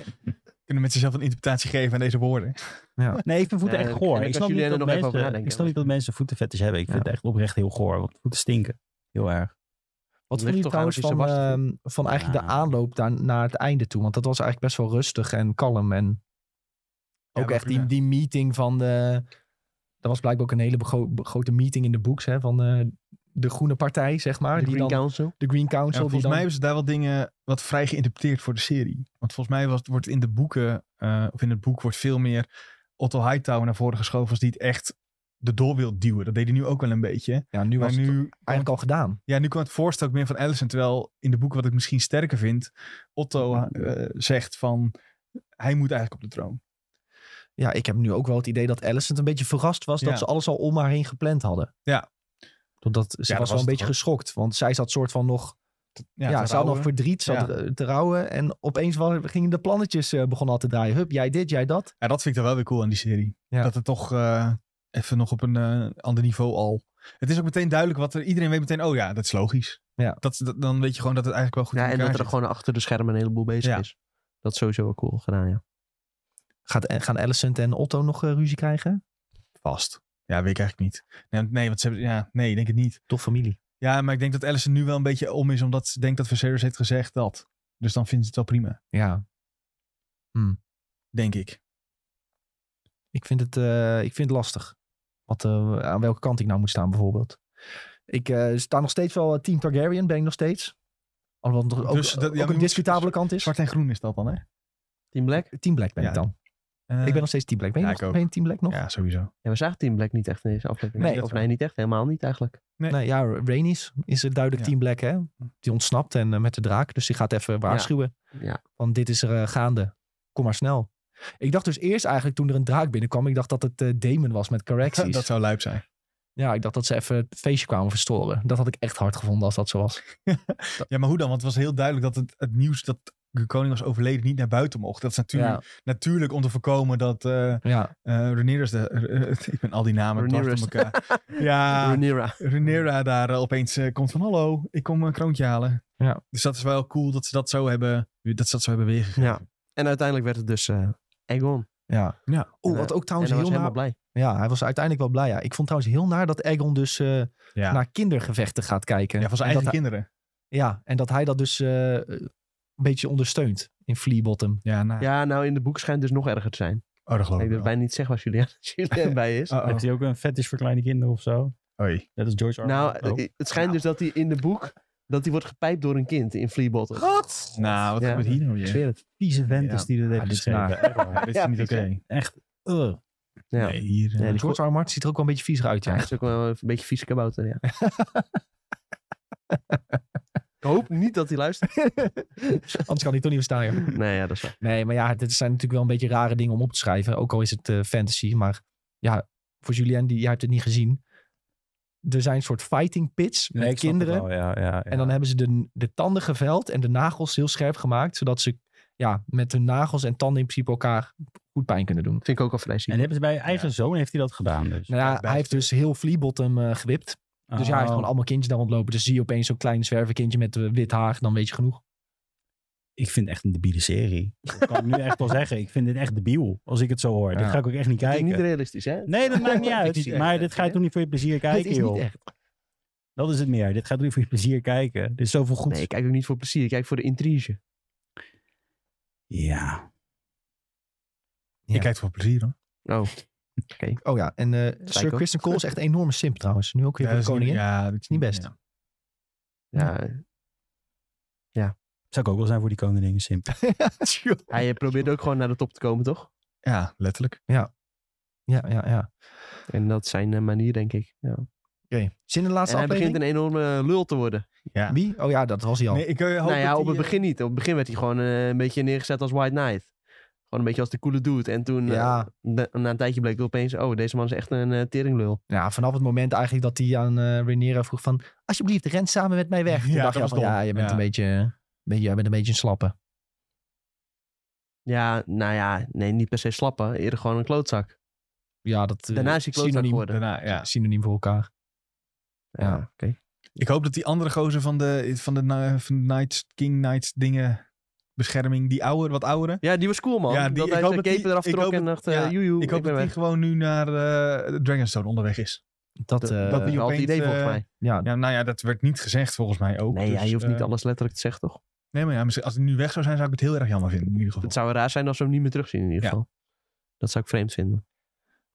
Speaker 4: Kunnen mensen zelf een interpretatie geven aan deze woorden?
Speaker 2: Nee, ik vind voeten
Speaker 3: Ja,
Speaker 2: echt
Speaker 3: ik-
Speaker 2: goor.
Speaker 3: ik
Speaker 2: Ik
Speaker 3: als
Speaker 2: snap,
Speaker 3: jullie
Speaker 2: niet dat,
Speaker 3: er nog even over
Speaker 2: mensen,
Speaker 3: nadenken.
Speaker 2: ik snap niet dat mensen voetenvetters hebben. Ik vind
Speaker 1: Ja.
Speaker 2: het echt oprecht heel goor. Want voeten stinken. Heel erg.
Speaker 1: Wat
Speaker 3: Ligt
Speaker 1: vond je
Speaker 3: toch aan of
Speaker 1: trouwens
Speaker 3: je
Speaker 1: van,
Speaker 3: Sebastian
Speaker 1: ehm, van eigenlijk de
Speaker 2: Ja.
Speaker 1: aanloop daar, naar het einde toe? Want dat was eigenlijk best wel rustig en kalm. En
Speaker 4: Ja,
Speaker 1: ook
Speaker 4: maar
Speaker 1: echt die,
Speaker 4: prima.
Speaker 1: die meeting van de... Dat was blijkbaar ook een hele bego- grote meeting in de boeks hè, van de, de Groene Partij, zeg maar.
Speaker 3: de
Speaker 1: die
Speaker 3: Green
Speaker 1: dan,
Speaker 3: Council.
Speaker 1: de Green Council.
Speaker 4: Ja,
Speaker 1: die
Speaker 4: volgens
Speaker 1: dan-
Speaker 4: mij hebben ze daar wel dingen wat vrij geïnterpreteerd voor de serie. Want volgens mij was, wordt in de boeken, eh, of in het boek wordt veel meer Otto Hightower naar voren geschoven als die het echt de door wil duwen. Dat deed hij nu ook wel een beetje.
Speaker 1: ja, nu was
Speaker 4: Maar
Speaker 1: het
Speaker 4: nu,
Speaker 1: eigenlijk al gedaan.
Speaker 4: ja, nu kwam het voorstel ook meer van Allison. Terwijl in de boeken wat ik misschien sterker vind, Otto eh, zegt van hij moet eigenlijk op de troon.
Speaker 1: Ja, ik heb nu ook wel het idee dat Alice het een beetje verrast was...
Speaker 4: Ja.
Speaker 1: dat ze alles al om haar heen gepland hadden.
Speaker 4: Ja.
Speaker 1: Doordat, ze
Speaker 4: dat
Speaker 1: was wel
Speaker 4: was
Speaker 1: een
Speaker 4: het
Speaker 1: beetje
Speaker 4: toch ook.
Speaker 1: geschokt. Want zij zat soort van nog Ja,
Speaker 4: te
Speaker 1: ze had nog
Speaker 4: rouwen.
Speaker 1: verdriet, ze had
Speaker 4: Ja.
Speaker 1: eh, te rouwen. En opeens wa- gingen de plannetjes eh, begonnen al te draaien. Hup, jij dit, jij dat.
Speaker 4: Ja, dat vind ik dan wel weer cool aan die serie.
Speaker 1: Ja.
Speaker 4: Dat het toch eh, even nog op een eh, ander niveau al. Het is ook meteen duidelijk wat er. Iedereen weet meteen, oh ja, dat is logisch.
Speaker 1: Ja.
Speaker 4: Dat, dat- dan weet je gewoon dat het eigenlijk wel goed
Speaker 3: Ja,
Speaker 4: in
Speaker 3: en dat
Speaker 4: elkaar
Speaker 3: er
Speaker 4: zit.
Speaker 3: gewoon achter de schermen een heleboel bezig
Speaker 4: Ja.
Speaker 3: is. Dat is sowieso wel cool gedaan, ja.
Speaker 1: Gaat, eh, gaan Alicent en Otto nog eh, ruzie krijgen?
Speaker 4: vast. Ja, weet ik eigenlijk niet. Nee, want- nee, want ze hebben, ja, nee, ik denk het niet.
Speaker 1: Toch familie.
Speaker 4: Ja, maar ik denk dat Allison nu wel een beetje om is, omdat ze denkt dat Viserys heeft gezegd dat. Dus dan vindt ze het wel prima,
Speaker 1: Ja.
Speaker 4: denk ik.
Speaker 1: Ik vind het, eh, ik vind het lastig. Wat, eh, aan welke kant ik nou moet staan bijvoorbeeld. Ik eh, sta nog steeds wel eh, Team Targaryen, ben ik nog steeds. Alhoewel het nog ook,
Speaker 4: Dus dat- ja,
Speaker 1: ook
Speaker 4: maar je
Speaker 1: een
Speaker 4: moet-
Speaker 1: discutabele kant is.
Speaker 4: Zwart en groen is dat dan, hè?
Speaker 3: Team Black?
Speaker 1: Team Black ben
Speaker 4: Ja.
Speaker 1: ik dan.
Speaker 4: Eh,
Speaker 1: ik ben nog steeds Team Black. Ben je
Speaker 4: ja,
Speaker 1: nog
Speaker 4: ik ook.
Speaker 1: ben je Team Black nog?
Speaker 4: Ja, sowieso.
Speaker 3: Ja, we zagen Team Black niet echt in deze aflevering.
Speaker 1: Nee, dat
Speaker 3: of
Speaker 4: wel.
Speaker 3: nee, niet echt. Helemaal niet eigenlijk.
Speaker 4: Nee.
Speaker 1: Nee, ja, Rhaenys is het duidelijk
Speaker 4: Ja.
Speaker 1: Team Black, hè? Die ontsnapt en eh, met de draak. Dus die gaat even waarschuwen.
Speaker 3: Ja.
Speaker 1: Van dit is er eh, gaande. Kom maar snel. Ik dacht dus eerst eigenlijk toen er een draak binnenkwam. Ik dacht dat het eh Damon was met correcties.
Speaker 4: Dat zou luip zijn.
Speaker 1: Ja, ik dacht dat ze even het feestje kwamen verstoren. Dat had ik echt hard gevonden als dat zo was.
Speaker 4: Ja, maar hoe dan? Want het was heel duidelijk dat het, het nieuws dat de koning was overleden niet naar buiten mocht. Dat is natuurlijk,
Speaker 1: Ja,
Speaker 4: natuurlijk om te voorkomen dat eh
Speaker 1: ja.
Speaker 4: eh Rhaenyra's de, eh, eh, ik ben al die namen dwars door
Speaker 3: Rhaenyra's.
Speaker 4: elkaar. ja,
Speaker 3: Rhaenyra.
Speaker 4: Renera daar eh, opeens eh, komt van hallo, ik kom een kroontje halen.
Speaker 1: Ja.
Speaker 4: Dus dat is wel cool dat ze dat zo hebben, dat ze dat zo hebben weergegeven.
Speaker 3: Ja. En uiteindelijk werd het dus eh Egon.
Speaker 1: Ja.
Speaker 4: Ja.
Speaker 1: Oeh,
Speaker 3: En,
Speaker 1: wat
Speaker 3: eh,
Speaker 1: ook
Speaker 3: En
Speaker 1: trouwens
Speaker 3: hij was
Speaker 1: heel
Speaker 3: helemaal
Speaker 1: naar...
Speaker 3: blij.
Speaker 1: Ja, hij was uiteindelijk wel blij. Ja. Ik vond trouwens heel naar dat Egon dus eh,
Speaker 2: Ja.
Speaker 1: naar kindergevechten gaat kijken.
Speaker 4: Ja, van zijn
Speaker 1: En
Speaker 4: eigen
Speaker 1: dat hij-
Speaker 4: kinderen.
Speaker 1: Ja, en dat hij dat dus eh, een beetje ondersteunt in Fleabottom.
Speaker 4: Ja, nou.
Speaker 3: Ja, nou in de boek schijnt het dus nog erger te zijn.
Speaker 4: Oh, dat geloof
Speaker 3: ik durf
Speaker 4: ik wel.
Speaker 3: bijna niet zeggen waar Julian, Julian bij is.
Speaker 4: Oh,
Speaker 2: Heeft hij ook een fetish voor kleine kinderen of zo?
Speaker 4: oh. Oei.
Speaker 2: Dat is George R. R.
Speaker 3: Nou,
Speaker 2: Martin.
Speaker 3: eh, het schijnt dus dat hij in de boek... dat hij wordt gepijpt door een kind in Fleabottom.
Speaker 1: Wat?
Speaker 4: Nou, wat
Speaker 3: Ja.
Speaker 4: gebeurt hier nou
Speaker 3: Ik
Speaker 4: weer?
Speaker 3: zweer het.
Speaker 2: vieze vent
Speaker 4: Ja.
Speaker 2: is die dat heeft
Speaker 1: Ah, dit is
Speaker 2: geschreven. Echt waar.
Speaker 4: Dit is
Speaker 3: Ja,
Speaker 4: niet oké.
Speaker 3: precies.
Speaker 2: Echt. Ugh.
Speaker 3: Ja.
Speaker 4: Nee, hier... eh,
Speaker 3: Ja, die
Speaker 1: George R. R. Martin ziet er ook wel een beetje viezig uit,
Speaker 3: Ja, hij
Speaker 1: ja.
Speaker 3: is ook wel een beetje vieze kabouter, ja. Ik hoop niet dat hij luistert.
Speaker 1: Anders kan hij toch niet verstaan, ja.
Speaker 3: Nee, ja, dat is waar.
Speaker 1: Nee, maar ja, dit zijn natuurlijk wel een beetje rare dingen om op te schrijven. Ook al is het eh, fantasy, maar ja, voor Julien, die, jij hebt het niet gezien. Er zijn een soort fighting pits met
Speaker 2: Nee, ik snap het
Speaker 1: kinderen.
Speaker 2: wel, ja, ja, ja.
Speaker 1: En dan hebben ze de, de tanden geveld en de nagels heel scherp gemaakt. Zodat ze ja, met hun nagels en tanden in principe elkaar goed pijn kunnen doen.
Speaker 3: Vind ik ook al vrij ziek.
Speaker 2: En hebben ze bij je eigen zoon heeft hij dat gedaan. Dus.
Speaker 1: Nou ja, hij heeft dus heel Fleabottom eh gewipt. Dus ja, hij heeft
Speaker 2: Oh.
Speaker 1: gewoon allemaal kindjes daar rondlopen. Dus zie je opeens zo'n klein zwervenkindje met eh, wit haar. Dan weet je genoeg.
Speaker 2: Ik vind het echt een debiele serie. Dat kan ik nu echt wel zeggen. Ik vind dit echt debiel. Als ik het zo hoor. Dit
Speaker 1: Ja.
Speaker 2: ga ik ook echt niet
Speaker 3: Klinkt
Speaker 2: kijken.
Speaker 3: niet realistisch, hè?
Speaker 2: Nee, dat maakt niet
Speaker 3: Dit is
Speaker 2: uit.
Speaker 3: niet
Speaker 2: Maar
Speaker 3: echt,
Speaker 2: dit ga je
Speaker 3: hè?
Speaker 2: toch niet voor je plezier
Speaker 1: Het
Speaker 2: kijken,
Speaker 1: is niet
Speaker 2: joh.
Speaker 1: echt.
Speaker 2: Dat is het meer. Dit ga je toch niet voor je plezier kijken. Er is zoveel goed.
Speaker 3: Nee, ik kijk ook niet voor plezier. Ik kijk voor de intrige.
Speaker 2: Ja.
Speaker 4: Je kijkt voor plezier, hoor.
Speaker 3: Oh,
Speaker 1: Oh ja, en eh, Sir
Speaker 3: Psycho.
Speaker 1: Kristen Cole is echt een enorme simp trouwens. Nu ook weer voor
Speaker 4: Ja,
Speaker 1: de
Speaker 4: dat is niet-
Speaker 1: koningin.
Speaker 4: Ja, dat
Speaker 1: Is niet best.
Speaker 4: ja.
Speaker 3: ja.
Speaker 2: Zou ik ook wel zijn voor die koningin simpel.
Speaker 1: Sure.
Speaker 3: Hij eh, probeert ook gewoon naar de top te komen, toch?
Speaker 4: Ja, letterlijk.
Speaker 1: Ja, ja, ja.
Speaker 3: En dat is zijn eh, manier, denk ik. Ja.
Speaker 1: Oké. Zin in de
Speaker 3: En
Speaker 1: laatste
Speaker 3: hij begint
Speaker 1: aflevering?
Speaker 3: een enorme eh, lul te worden.
Speaker 4: Ja.
Speaker 1: Wie? Oh ja, dat was hij al.
Speaker 4: Nee, ik eh, hoop
Speaker 3: nou ja,
Speaker 4: dat
Speaker 3: op
Speaker 4: die,
Speaker 3: het
Speaker 4: eh,
Speaker 3: begin niet. Op het begin werd hij gewoon eh, een beetje neergezet als White Knight. Gewoon een beetje als de coole dude. En toen, eh,
Speaker 1: Ja.
Speaker 3: de- na een tijdje bleek het opeens... Oh, deze man is echt een eh, teringlul.
Speaker 1: Ja, vanaf het moment eigenlijk dat hij aan eh Rhaenyra vroeg van... Alsjeblieft, ren samen met mij weg. Toen
Speaker 4: Ja,
Speaker 1: dacht
Speaker 4: dat
Speaker 1: je al
Speaker 4: was
Speaker 1: van,
Speaker 4: dom.
Speaker 1: ja, je bent
Speaker 4: Ja.
Speaker 1: een beetje... eh, een beetje- Jij bent een beetje een slappe.
Speaker 3: Ja, nou ja, nee, niet per se slappen. Eerder gewoon een klootzak.
Speaker 1: Ja, dat eh,
Speaker 3: Daarna is hij klootzak
Speaker 1: synoniem,
Speaker 3: geworden.
Speaker 4: Daarna, ja.
Speaker 1: synoniem voor elkaar. Ja.
Speaker 3: Ja, oké.
Speaker 4: Ik hoop dat die andere gozer van de, van de, na- van de Knights, King Knights dingen, bescherming, die ouder, wat oudere.
Speaker 3: Ja, die was cool, man.
Speaker 4: Ja, die-
Speaker 3: dat
Speaker 4: ik
Speaker 3: hij
Speaker 4: hoop
Speaker 3: zijn
Speaker 4: dat die-
Speaker 3: cape eraf
Speaker 4: ik
Speaker 3: trok
Speaker 4: hoop
Speaker 3: en dacht, eh,
Speaker 4: ja,
Speaker 3: joejoe, ik,
Speaker 4: ik hoop
Speaker 3: ben
Speaker 4: dat hij
Speaker 3: weg.
Speaker 4: gewoon nu naar eh, Dragonstone onderweg is.
Speaker 1: Dat,
Speaker 3: Dat-
Speaker 1: eh,
Speaker 4: dat die-
Speaker 3: Dat had het
Speaker 4: opeens,
Speaker 3: idee, volgens
Speaker 4: eh,
Speaker 3: mij.
Speaker 1: ja,
Speaker 4: Ja, nou ja, dat werd niet gezegd volgens mij ook.
Speaker 3: Nee,
Speaker 4: dus,
Speaker 3: hij hoeft niet
Speaker 4: eh,
Speaker 3: alles letterlijk te zeggen, toch?
Speaker 4: Nee, maar ja, misschien- als hij nu weg zou zijn, zou ik het heel erg jammer vinden in ieder geval.
Speaker 3: Het zou raar zijn als we hem niet meer terugzien, in ieder
Speaker 4: Ja.
Speaker 3: geval. Dat zou ik vreemd vinden.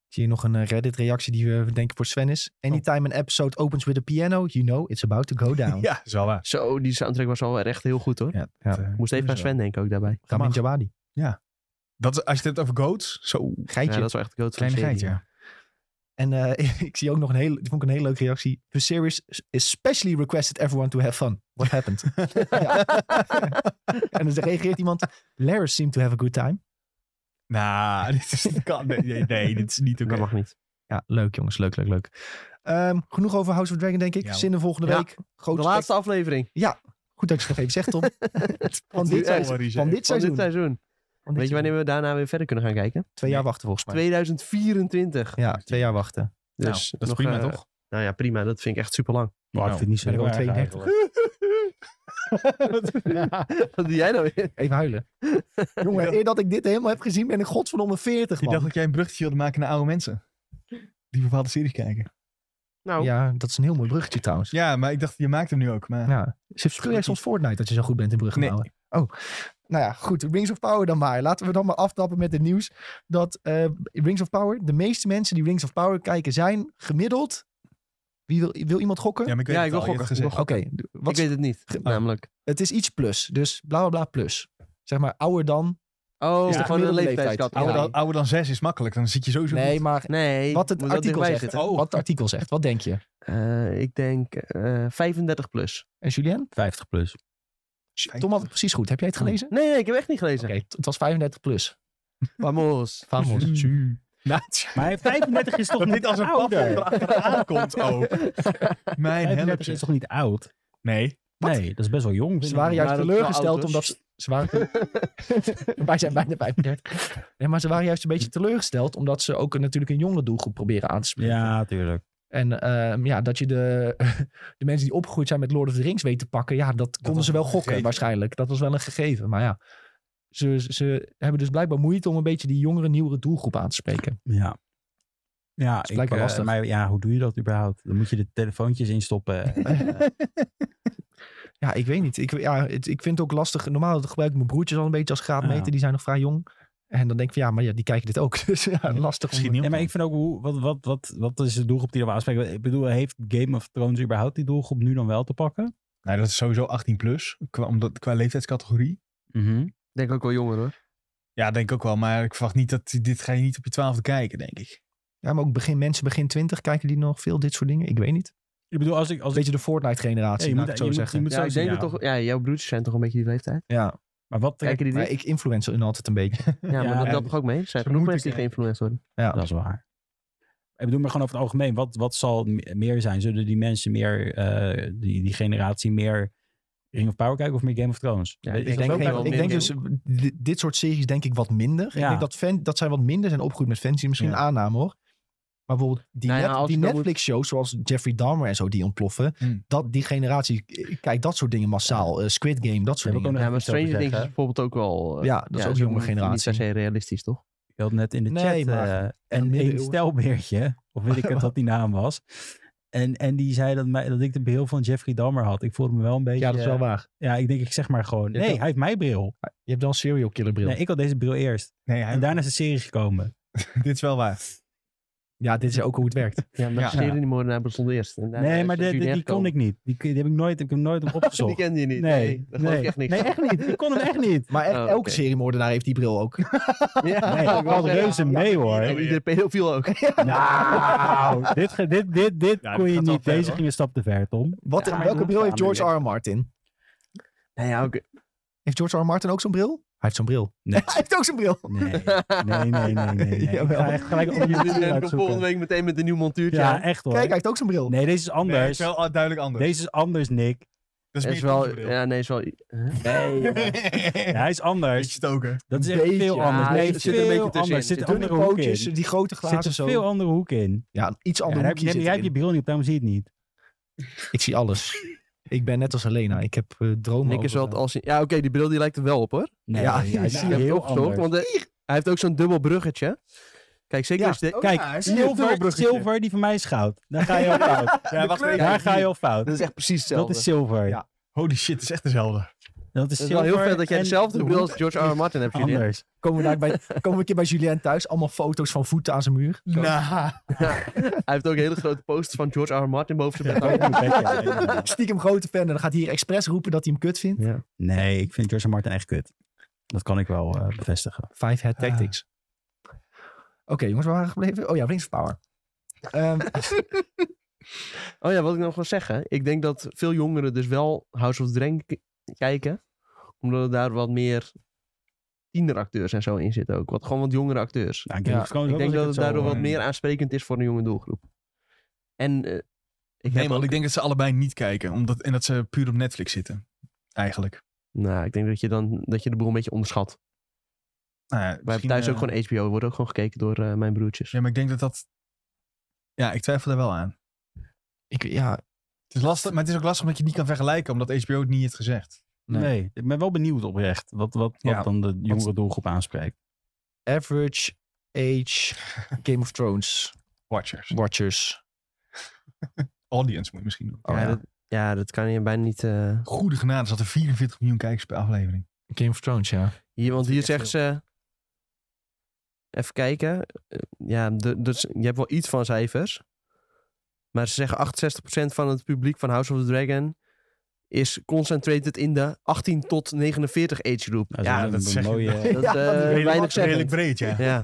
Speaker 1: zie je nog een eh, Reddit-reactie die we denken voor Sven is. Anytime an episode opens with a piano, you know it's about to go down.
Speaker 4: Ja, dat is wel waar.
Speaker 3: Zo, die soundtrack was al echt heel goed, hoor.
Speaker 4: Ja,
Speaker 1: Ja.
Speaker 4: dat, eh,
Speaker 3: Moest even aan
Speaker 4: dat is wel-
Speaker 3: Sven denken ook daarbij.
Speaker 1: Ramin
Speaker 4: mag.
Speaker 1: Djawadi.
Speaker 4: Dat is, als je het hebt over goats, zo
Speaker 1: Geitje.
Speaker 3: Ja, dat is wel echt een goat van de
Speaker 4: kleine
Speaker 3: serie.
Speaker 4: geitje. Ja.
Speaker 1: En eh, ik zie ook nog een hele, die vond ik een hele leuke reactie. The series especially requested everyone to have fun. What happened? Ja. en dan reageert iemand, Larry seemed to have a good time.
Speaker 4: Nou, dit is, dit kan, nee, nee, nee, dit is niet oké.
Speaker 3: Dat mag niet.
Speaker 1: Ja, leuk jongens, leuk, leuk, leuk. Ehm, genoeg over House of Dragon, denk ik.
Speaker 4: Ja.
Speaker 1: Zin in volgende
Speaker 3: Ja.
Speaker 1: week. Groot
Speaker 3: de
Speaker 1: spek-
Speaker 3: laatste aflevering
Speaker 1: Goed dat je het nog even zegt, Tom. van,
Speaker 3: Nu
Speaker 1: dit seizoen,
Speaker 3: echt.
Speaker 1: van dit
Speaker 3: van dit
Speaker 1: seizoen.
Speaker 3: seizoen.
Speaker 1: Van dit
Speaker 3: Weet je wanneer we daarna weer verder kunnen gaan kijken?
Speaker 1: Twee jaar wachten volgens mij.
Speaker 3: 2024.
Speaker 1: Ja, twee jaar wachten.
Speaker 4: Nou,
Speaker 3: Dus
Speaker 4: dat is
Speaker 3: nog,
Speaker 4: prima,
Speaker 3: eh,
Speaker 4: toch?
Speaker 3: Nou ja, prima. Dat vind ik echt super lang.
Speaker 2: Maar ik vind het niet zo
Speaker 1: ben ik al
Speaker 2: erg
Speaker 1: 32.
Speaker 2: eigenlijk.
Speaker 3: Wat doe jij nou weer?
Speaker 1: Even huilen. Jongen, eer dat ik dit helemaal heb gezien, ben ik godsverdomme 40,
Speaker 4: Ik
Speaker 1: man.
Speaker 4: dacht dat jij een bruggetje wilde maken naar oude mensen. Die bepaalde series kijken.
Speaker 3: Nou,
Speaker 1: Ja, dat is een heel mooi bruggetje trouwens.
Speaker 4: Ja, maar ik dacht, je maakt hem nu ook. Maar...
Speaker 1: Ja. Speel jij soms Fortnite dat je zo goed bent in bruggen
Speaker 4: Nee.
Speaker 1: bouwen? Oh. Nou ja, goed. Rings of Power dan maar. Laten we dan maar aftappen met het nieuws. Dat eh, Rings of Power, de meeste mensen die Rings of Power kijken zijn gemiddeld... Wie wil, wil iemand gokken?
Speaker 4: maar
Speaker 3: Ja,
Speaker 4: het
Speaker 3: ik
Speaker 4: al,
Speaker 3: wil
Speaker 4: je hebt
Speaker 3: gokken.
Speaker 4: het
Speaker 1: Oké,
Speaker 4: gezegd.
Speaker 1: d- wat
Speaker 3: ik weet het niet,
Speaker 1: Ge-
Speaker 3: namelijk.
Speaker 1: het is iets plus. Dus bla bla bla plus. Zeg maar ouder dan.
Speaker 3: Oh,
Speaker 1: Is de
Speaker 3: gewoon
Speaker 1: gemiddelde
Speaker 3: een
Speaker 4: Ouder,
Speaker 1: Ja.
Speaker 3: leeftijdscategorie.
Speaker 4: dan, Oh, ouder dan zes is makkelijk, dan zit je sowieso
Speaker 1: Nee,
Speaker 4: goed.
Speaker 1: maar
Speaker 3: Nee,
Speaker 1: wat het
Speaker 3: moet dat
Speaker 1: artikel
Speaker 3: erbij
Speaker 1: zegt. Oh.
Speaker 3: zitten. Oh.
Speaker 1: Wat het artikel zegt. Wat denk je?
Speaker 3: Eh, ik denk eh, 35 plus.
Speaker 1: En Julien?
Speaker 2: 50 plus.
Speaker 1: Tom had het precies goed. Heb jij
Speaker 3: Oh.
Speaker 1: het gelezen?
Speaker 3: Nee, nee, ik heb echt niet gelezen.
Speaker 1: Oké, t- het was 35 plus.
Speaker 3: Vamos.
Speaker 1: Vamos.
Speaker 4: Hmm.
Speaker 3: Nou,
Speaker 2: Maar 35 is toch niet
Speaker 4: Dit als een pap
Speaker 2: ouder?
Speaker 4: erachteraan komt ook. Mijn
Speaker 2: 35 is
Speaker 4: helpje.
Speaker 2: toch niet oud?
Speaker 4: Nee.
Speaker 2: Nee, dat is best wel jong. vind
Speaker 1: Ze
Speaker 2: ik.
Speaker 1: waren
Speaker 3: Ja,
Speaker 1: juist
Speaker 3: dat is wel
Speaker 1: teleurgesteld
Speaker 3: oud,
Speaker 1: omdat ze... ze waren... Wij zijn bijna 35. Nee, maar ze waren juist een beetje teleurgesteld omdat ze ook een- natuurlijk een jongere doelgroep proberen aan te spreken.
Speaker 2: Ja, tuurlijk.
Speaker 1: En ehm, ja, dat je de, de mensen die opgegroeid zijn met Lord of the Rings weet te pakken, ja, dat, konden
Speaker 4: was
Speaker 1: ze wel
Speaker 4: een
Speaker 1: gokken
Speaker 4: gegeven.
Speaker 1: waarschijnlijk. Dat was wel een gegeven. Maar ja, ze, ze hebben dus blijkbaar moeite om een beetje die jongere, nieuwere doelgroep aan te spreken.
Speaker 2: Ja. Ja, ik,
Speaker 1: blijkbaar
Speaker 2: eh,
Speaker 1: lastig.
Speaker 2: maar ja, hoe doe je dat überhaupt? Dan moet je de telefoontjes instoppen.
Speaker 1: Ja, ik weet niet. Ik, ja, het- ik vind het ook lastig. Normaal gebruik ik mijn broertjes al een beetje als graadmeter.
Speaker 2: Ja.
Speaker 1: Die zijn nog vrij jong. En dan denk ik van ja, maar ja, die kijken dit ook. Dus ja, lastig. om-
Speaker 4: Misschien niet.
Speaker 2: Ja, maar ik vind ook, hoe, wat, wat, wat, wat is de doelgroep die we aanspreken? Ik bedoel, heeft Game of Thrones überhaupt die doelgroep nu dan wel te pakken?
Speaker 4: Nou, dat is sowieso 18 plus. Qua, omdat, qua leeftijdscategorie.
Speaker 3: Denk ook wel jonger hoor.
Speaker 4: Ja, denk ik ook wel. Maar ik verwacht niet dat dit ga je niet op je twaalfde kijken, denk ik.
Speaker 1: Ja, maar ook begin, mensen begin 20 kijken die nog veel dit soort dingen. Ik weet niet.
Speaker 2: Ik bedoel, als ik... Als
Speaker 1: Een
Speaker 2: ik
Speaker 1: beetje de Fortnite-generatie,
Speaker 2: Ja,
Speaker 1: laat ik het zo zeggen.
Speaker 2: je moet
Speaker 3: Ja,
Speaker 2: zo
Speaker 3: ik
Speaker 2: zien,
Speaker 3: denk dat
Speaker 2: ja.
Speaker 3: toch. Ja, jouw broertjes zijn toch een beetje die leeftijd.
Speaker 1: ja,
Speaker 2: Maar wat trekt...
Speaker 3: Kijken die
Speaker 1: maar
Speaker 3: dit?
Speaker 1: ik influencer hun altijd een beetje.
Speaker 3: Ja,
Speaker 2: Ja,
Speaker 3: maar dat
Speaker 2: en-
Speaker 3: helpt toch ook mee? Er zijn
Speaker 4: Ze
Speaker 3: genoeg
Speaker 4: moeten
Speaker 3: mensen die
Speaker 4: kijken.
Speaker 3: geïnfluenced worden.
Speaker 1: Ja.
Speaker 2: Dat is waar. Ik bedoel, maar gewoon over het algemeen. Wat, wat zal m- meer zijn? Zullen die mensen meer, eh, die, die generatie meer Ring of Power kijken of meer Game of Thrones?
Speaker 3: Ja,
Speaker 2: Is
Speaker 3: ik
Speaker 2: dat
Speaker 3: denk
Speaker 2: ook
Speaker 3: wel
Speaker 2: bij-
Speaker 3: meer
Speaker 1: ik denk dus, eh, di- dit soort series denk ik wat minder. Ik
Speaker 2: Ja.
Speaker 1: denk dat, fan, dat zij wat minder zijn opgegroeid met fantasy. Misschien
Speaker 2: Ja.
Speaker 1: een aanname hoor. Maar bijvoorbeeld die,
Speaker 3: Nou ja,
Speaker 1: net-
Speaker 3: als
Speaker 1: die
Speaker 3: ik dan moet-
Speaker 1: Netflix-shows zoals Jeffrey Dahmer en zo die ontploffen.
Speaker 2: Mm.
Speaker 4: Hmm.
Speaker 1: Dat, die generatie eh, kijkt dat soort dingen massaal. Eh, Squid Game, dat
Speaker 2: Daar
Speaker 1: soort
Speaker 2: heb ik
Speaker 1: dingen.
Speaker 2: ook nog
Speaker 3: Ja, maar
Speaker 2: iets over
Speaker 3: Stranger
Speaker 2: te
Speaker 3: Things is
Speaker 2: zeggen.
Speaker 3: bijvoorbeeld ook wel.
Speaker 1: Ja, dat is ook een jonge generatie.
Speaker 3: Dat is realistisch toch?
Speaker 2: Ik had net in de
Speaker 1: Nee,
Speaker 2: chat
Speaker 1: maar-
Speaker 2: eh,
Speaker 1: en
Speaker 2: en een
Speaker 1: middeleeuwen.
Speaker 2: stelbeertje, of weet ik het wat die naam was. En, en die zei dat, mij, dat ik de bril van Jeffrey Dahmer had. Ik voelde me wel een beetje... eh,
Speaker 1: Ja, dat is wel waar.
Speaker 2: Ja, ik denk, ik zeg maar gewoon.
Speaker 1: Ja,
Speaker 2: Nee,
Speaker 1: toch?
Speaker 2: hij heeft mijn bril.
Speaker 1: Je hebt wel een serial killer bril.
Speaker 2: Nee, ik had deze bril eerst.
Speaker 4: Nee, hij-
Speaker 2: En daarna is de serie gekomen.
Speaker 4: dit is wel waar.
Speaker 1: Ja, dit is ook hoe het werkt.
Speaker 3: Ja, maar
Speaker 4: Ja.
Speaker 3: ja. die moordenaar bestond eerst. En daarna
Speaker 2: nee,
Speaker 3: is
Speaker 2: maar
Speaker 3: het
Speaker 2: de- de-
Speaker 3: junior
Speaker 2: die kon
Speaker 3: gekomen.
Speaker 2: ik niet. Die, die heb ik nooit, heb ik hem nooit op
Speaker 3: Die
Speaker 2: opgezocht.
Speaker 3: kende je niet. Nee,
Speaker 2: Nee,
Speaker 3: daar geloof
Speaker 2: nee.
Speaker 3: ik echt niks
Speaker 2: Nee,
Speaker 3: van.
Speaker 2: echt niet. Ik kon hem echt niet.
Speaker 1: Maar echt,
Speaker 3: Oh,
Speaker 1: elke
Speaker 3: oké.
Speaker 1: seriemoordenaar heeft die bril ook.
Speaker 3: Ja,
Speaker 2: Nee,
Speaker 3: ik
Speaker 2: ik
Speaker 3: wou
Speaker 2: had
Speaker 3: zeggen,
Speaker 2: reuze mee
Speaker 3: En
Speaker 2: hoor.
Speaker 3: iedere pedofiel ook.
Speaker 2: Nou, dit, ge- dit, dit, dit
Speaker 4: Ja,
Speaker 2: kon
Speaker 4: dit
Speaker 2: je
Speaker 4: gaat wel
Speaker 2: niet.
Speaker 4: ver,
Speaker 2: Deze
Speaker 4: hoor.
Speaker 2: ging een stap te ver, Tom.
Speaker 1: Wat,
Speaker 2: Ja, maar
Speaker 1: welke
Speaker 2: dat
Speaker 1: bril heeft
Speaker 2: gaan we
Speaker 1: George R. R. Martin?
Speaker 3: Nou ja, oké.
Speaker 1: Heeft George R. R. Martin ook zo'n bril? Hij heeft zo'n bril.
Speaker 2: Nee.
Speaker 1: Hij heeft ook zo'n bril.
Speaker 2: Nee, nee, nee, nee. nee, nee. Ik
Speaker 1: Jawel.
Speaker 2: ga echt gelijk op
Speaker 3: Jullie
Speaker 2: YouTube
Speaker 3: zijn er volgende
Speaker 2: uitzoeken.
Speaker 3: week meteen met een nieuw montuurtje.
Speaker 2: Ja,
Speaker 3: Ja,
Speaker 2: echt
Speaker 1: Kijk, hij
Speaker 2: hoor.
Speaker 1: heeft ook zo'n bril.
Speaker 2: Nee, deze is
Speaker 4: Nee, het is
Speaker 2: anders.
Speaker 4: wel al- duidelijk anders.
Speaker 2: Deze is anders, Nick.
Speaker 4: dat
Speaker 3: is
Speaker 4: meer
Speaker 3: wel.
Speaker 4: Tom's bril.
Speaker 3: Ja, nee, is wel.
Speaker 2: Nee,
Speaker 4: Beetje
Speaker 2: Ja, hij is anders.
Speaker 4: stoken.
Speaker 2: Dat is echt
Speaker 1: Beetje.
Speaker 2: veel anders.
Speaker 3: Ja,
Speaker 2: Nee,
Speaker 3: het zit er een
Speaker 2: veel
Speaker 3: beetje tussenin.
Speaker 2: anders. Zit
Speaker 3: Het
Speaker 2: een
Speaker 1: Dunne
Speaker 2: andere hoek in.
Speaker 1: pootjes,
Speaker 2: Zit
Speaker 1: die grote glazen
Speaker 2: een
Speaker 1: zo.
Speaker 2: veel andere hoek in.
Speaker 1: Ja, een iets
Speaker 2: Ja,
Speaker 1: ander
Speaker 2: daar heb
Speaker 1: hoekje
Speaker 2: je, jij
Speaker 1: zit
Speaker 2: hebt je
Speaker 1: erin.
Speaker 2: bril niet op, daarom zie je het niet.
Speaker 1: Ik zie alles. ik ben net als Helena. Ik heb eh, dromen
Speaker 3: Nick is
Speaker 1: over
Speaker 3: wel het
Speaker 1: zo.
Speaker 3: als. Ja, oké, die bril die lijkt er wel op hoor.
Speaker 2: Nee,
Speaker 1: Ja,
Speaker 2: hij- hij
Speaker 1: ik
Speaker 2: is
Speaker 1: zie
Speaker 3: Ik heb hem
Speaker 2: heel
Speaker 3: opgezocht,
Speaker 2: anders.
Speaker 3: Want eh, hij heeft ook zo'n dubbel bruggetje. Kijk, zeker
Speaker 1: Ja.
Speaker 3: als de-
Speaker 2: Kijk,
Speaker 4: Oh ja, hij is een heel
Speaker 2: zilver,
Speaker 4: bruggetje.
Speaker 2: zilver, die van mij is goud. Daar ga je al fout.
Speaker 4: Ja, wacht even.
Speaker 2: Daar ga je al fout.
Speaker 3: Dat is echt precies
Speaker 2: Dat
Speaker 3: hetzelfde.
Speaker 2: is zilver.
Speaker 1: Ja.
Speaker 4: Holy shit, het is echt dezelfde.
Speaker 2: Dat is
Speaker 3: Het is wel heel
Speaker 2: zilver
Speaker 3: vet dat jij
Speaker 2: en
Speaker 3: dezelfde
Speaker 2: de
Speaker 3: bril
Speaker 2: hoek
Speaker 3: als George R. R. Martin hebt, Julien.
Speaker 2: Anders.
Speaker 1: Komen we, daar bij, komen we een keer bij Julien thuis. Allemaal foto's van voeten aan zijn muur.
Speaker 4: Nou,
Speaker 3: Hij heeft ook hele grote posters van George R. R. Martin boven zijn bed.
Speaker 2: Oh,
Speaker 3: hangen.
Speaker 2: die bek, ja, inderdaad.
Speaker 1: Stiekem grote fan. En dan gaat hij hier expres roepen dat hij hem kut vindt.
Speaker 2: Nee, ik vind George en Martin echt kut. Dat kan ik wel eh, bevestigen.
Speaker 1: Vijf head tactics. Ah. Oké, jongens, waar waren we gebleven? Oh ja, Rings of Power. Ehm,
Speaker 3: Oh ja, wat ik nog wil zeggen. Ik denk dat veel jongeren dus wel House of the Dragon k- kijken. Omdat er daar wat meer tieneracteurs en zo in zitten ook. Wat, gewoon wat jongere acteurs.
Speaker 2: Nou,
Speaker 1: Ja,
Speaker 2: of Thrones
Speaker 3: ik
Speaker 2: ook,
Speaker 3: denk
Speaker 2: als
Speaker 3: dat het
Speaker 2: zo eh,
Speaker 3: daardoor wat
Speaker 2: hoor.
Speaker 3: meer aansprekend is voor een jonge doelgroep. En eh, ik
Speaker 4: nee
Speaker 3: heb
Speaker 4: man,
Speaker 3: ook-
Speaker 4: ik denk dat ze allebei niet kijken. Omdat, en dat ze puur op Netflix zitten. Eigenlijk.
Speaker 3: Nou, ik denk dat je, dan, dat je de boel een beetje onderschat.
Speaker 4: Nou ja,
Speaker 3: Wij
Speaker 4: misschien,
Speaker 3: hebben thuis
Speaker 4: eh,
Speaker 3: ook gewoon HBO. Wordt ook gewoon gekeken door eh, mijn broertjes.
Speaker 4: Ja, maar ik denk dat dat... Ja, ik twijfel daar wel aan.
Speaker 1: ik, ja,
Speaker 4: Het is lastig, maar het is ook lastig omdat je het niet kan vergelijken. Omdat HBO het niet heeft gezegd.
Speaker 1: Nee.
Speaker 2: Nee, ik ben wel benieuwd oprecht. Wat, wat, wat
Speaker 4: Ja.
Speaker 2: dan de jongere doelgroep aanspreekt.
Speaker 1: average age Game of Thrones
Speaker 4: Watchers.
Speaker 1: watchers.
Speaker 4: Audience moet je misschien doen.
Speaker 1: Oh,
Speaker 3: ja,
Speaker 1: ja.
Speaker 3: Dat, ja, dat kan je bijna niet... eh,
Speaker 4: Goede genade, zat er 44 miljoen kijkers per aflevering.
Speaker 1: Game of Thrones, ja.
Speaker 3: Hier, want
Speaker 4: vind
Speaker 3: hier
Speaker 4: ik echt
Speaker 3: zeggen ze. Even kijken. Eh, Ja, de- dus je hebt wel iets van cijfers. Maar ze zeggen 68% van het publiek van House of the Dragon is concentrated in de 18 tot 49 age group.
Speaker 2: Nou,
Speaker 3: ja,
Speaker 2: ze hebben
Speaker 4: dat
Speaker 2: een
Speaker 4: zeg je
Speaker 2: mooie.
Speaker 3: dat is eh, weinig
Speaker 4: redelijk
Speaker 3: zeggen.
Speaker 4: breed, ja.
Speaker 3: Ja.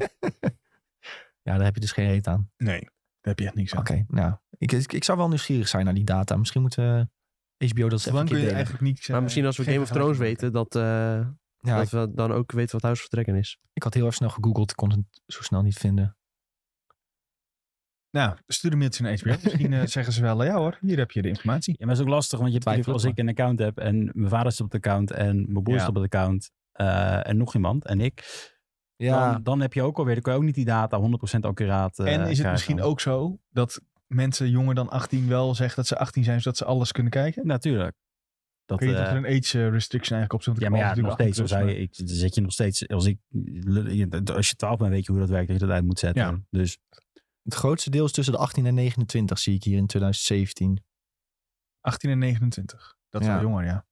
Speaker 1: Ja, daar heb je dus geen reet aan.
Speaker 4: Nee, daar heb je echt niks aan.
Speaker 1: Oké, nou. Ik, ik, ik zou wel nieuwsgierig zijn naar die data. Misschien moet eh, HBO dat even
Speaker 4: Zo
Speaker 1: een
Speaker 4: lang kun
Speaker 1: keer
Speaker 4: je
Speaker 1: delen.
Speaker 4: eigenlijk niet zeggen.
Speaker 3: Maar misschien als we Game of Thrones weten, dat, eh,
Speaker 1: Ja,
Speaker 3: dat
Speaker 1: ik,
Speaker 3: we dan ook weten wat House of the Dragon is.
Speaker 1: ik had heel erg snel gegoogeld. Ik kon het zo snel niet vinden.
Speaker 4: Nou, stuur een mailtje naar HBO. Misschien eh, zeggen ze wel, ja hoor, hier heb je de informatie.
Speaker 2: Ja, maar het is ook lastig, want je hebt
Speaker 1: Twijfel,
Speaker 2: natuurlijk als ik een account heb en mijn vader is op het account en mijn broer
Speaker 4: Ja.
Speaker 2: is op het account eh, en nog iemand en ik, dan, dan heb je ook alweer, dan kan je ook niet die data 100% accuraat eh,
Speaker 4: en is het
Speaker 2: krijgen.
Speaker 4: misschien ook zo dat mensen jonger dan 18 wel zeggen dat ze 18 zijn, zodat ze alles kunnen kijken?
Speaker 2: Natuurlijk. Dat,
Speaker 4: Ik weet niet of
Speaker 2: eh,
Speaker 4: er een age eh, restriction eigenlijk op zit. want
Speaker 2: ja,
Speaker 4: ik
Speaker 2: maar
Speaker 4: heb
Speaker 2: ja, nog
Speaker 4: altijd
Speaker 2: steeds. Dan
Speaker 4: natuurlijk
Speaker 2: zou je, ik, dan zet je nog steeds. Als, ik, eh, als je 12 bent, weet je hoe dat werkt, dat je dat uit moet zetten.
Speaker 4: Ja.
Speaker 2: Dus
Speaker 1: Het grootste deel is tussen de 18 en 29, zie ik hier in 2017.
Speaker 4: 18 en 29. Dat is
Speaker 1: Ja.
Speaker 4: wel jonger, ja.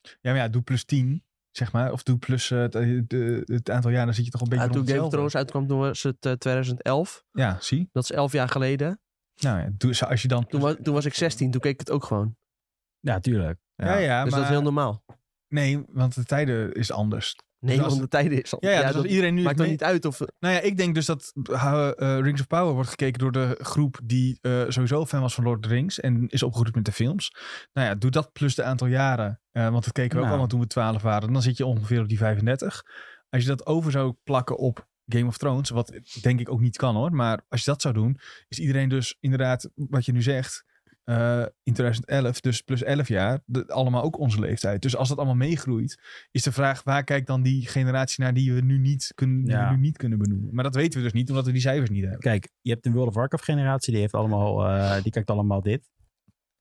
Speaker 4: Ja, maar ja, doe plus 10, zeg maar. Of doe plus eh, het, de- het aantal jaar, dan zit je toch een beetje
Speaker 3: Ja, toen
Speaker 4: rond
Speaker 3: Game of
Speaker 4: hetzelfde.
Speaker 3: Thrones uitkwam, toen was het eh, 2011.
Speaker 4: Ja, zie.
Speaker 3: Dat is 11 jaar geleden.
Speaker 4: Nou ja, doe, als je dan...
Speaker 3: Toen was, toen was ik 16, toen keek ik het ook gewoon.
Speaker 2: ja, tuurlijk.
Speaker 4: ja, ja,
Speaker 3: dus
Speaker 4: maar...
Speaker 3: dat is heel normaal.
Speaker 4: Nee, want de tijden is anders.
Speaker 3: Nee,
Speaker 4: Dus als-
Speaker 3: want de tijd is al.
Speaker 4: Ja, ja, dus
Speaker 3: dat
Speaker 4: als iedereen nu...
Speaker 3: maakt
Speaker 4: mee-
Speaker 3: toch niet uit of...
Speaker 4: Nou ja, ik denk dus dat eh, eh, Rings of Power wordt gekeken door de groep die eh, sowieso fan was van Lord of the Rings en is opgegroeid met de films. Nou ja, doe dat plus de aantal jaren. Eh, want dat keken we ook
Speaker 2: Nou.
Speaker 4: allemaal toen we 12 waren. Dan zit je ongeveer op die 35. Als je dat over zou plakken op Game of Thrones, wat denk ik ook niet kan hoor. Maar als je dat zou doen, is iedereen dus inderdaad, wat je nu zegt, eh, in 2011, dus plus 11 jaar, de- allemaal ook onze leeftijd. Dus als dat allemaal meegroeit, is de vraag waar kijkt dan die generatie naar die we nu niet kunnen, die we
Speaker 2: Ja.
Speaker 4: nu niet kunnen benoemen. Maar dat weten we dus niet, omdat we die cijfers niet hebben.
Speaker 2: Kijk, je hebt een World of Warcraft generatie, die heeft allemaal, eh, die kijkt allemaal dit.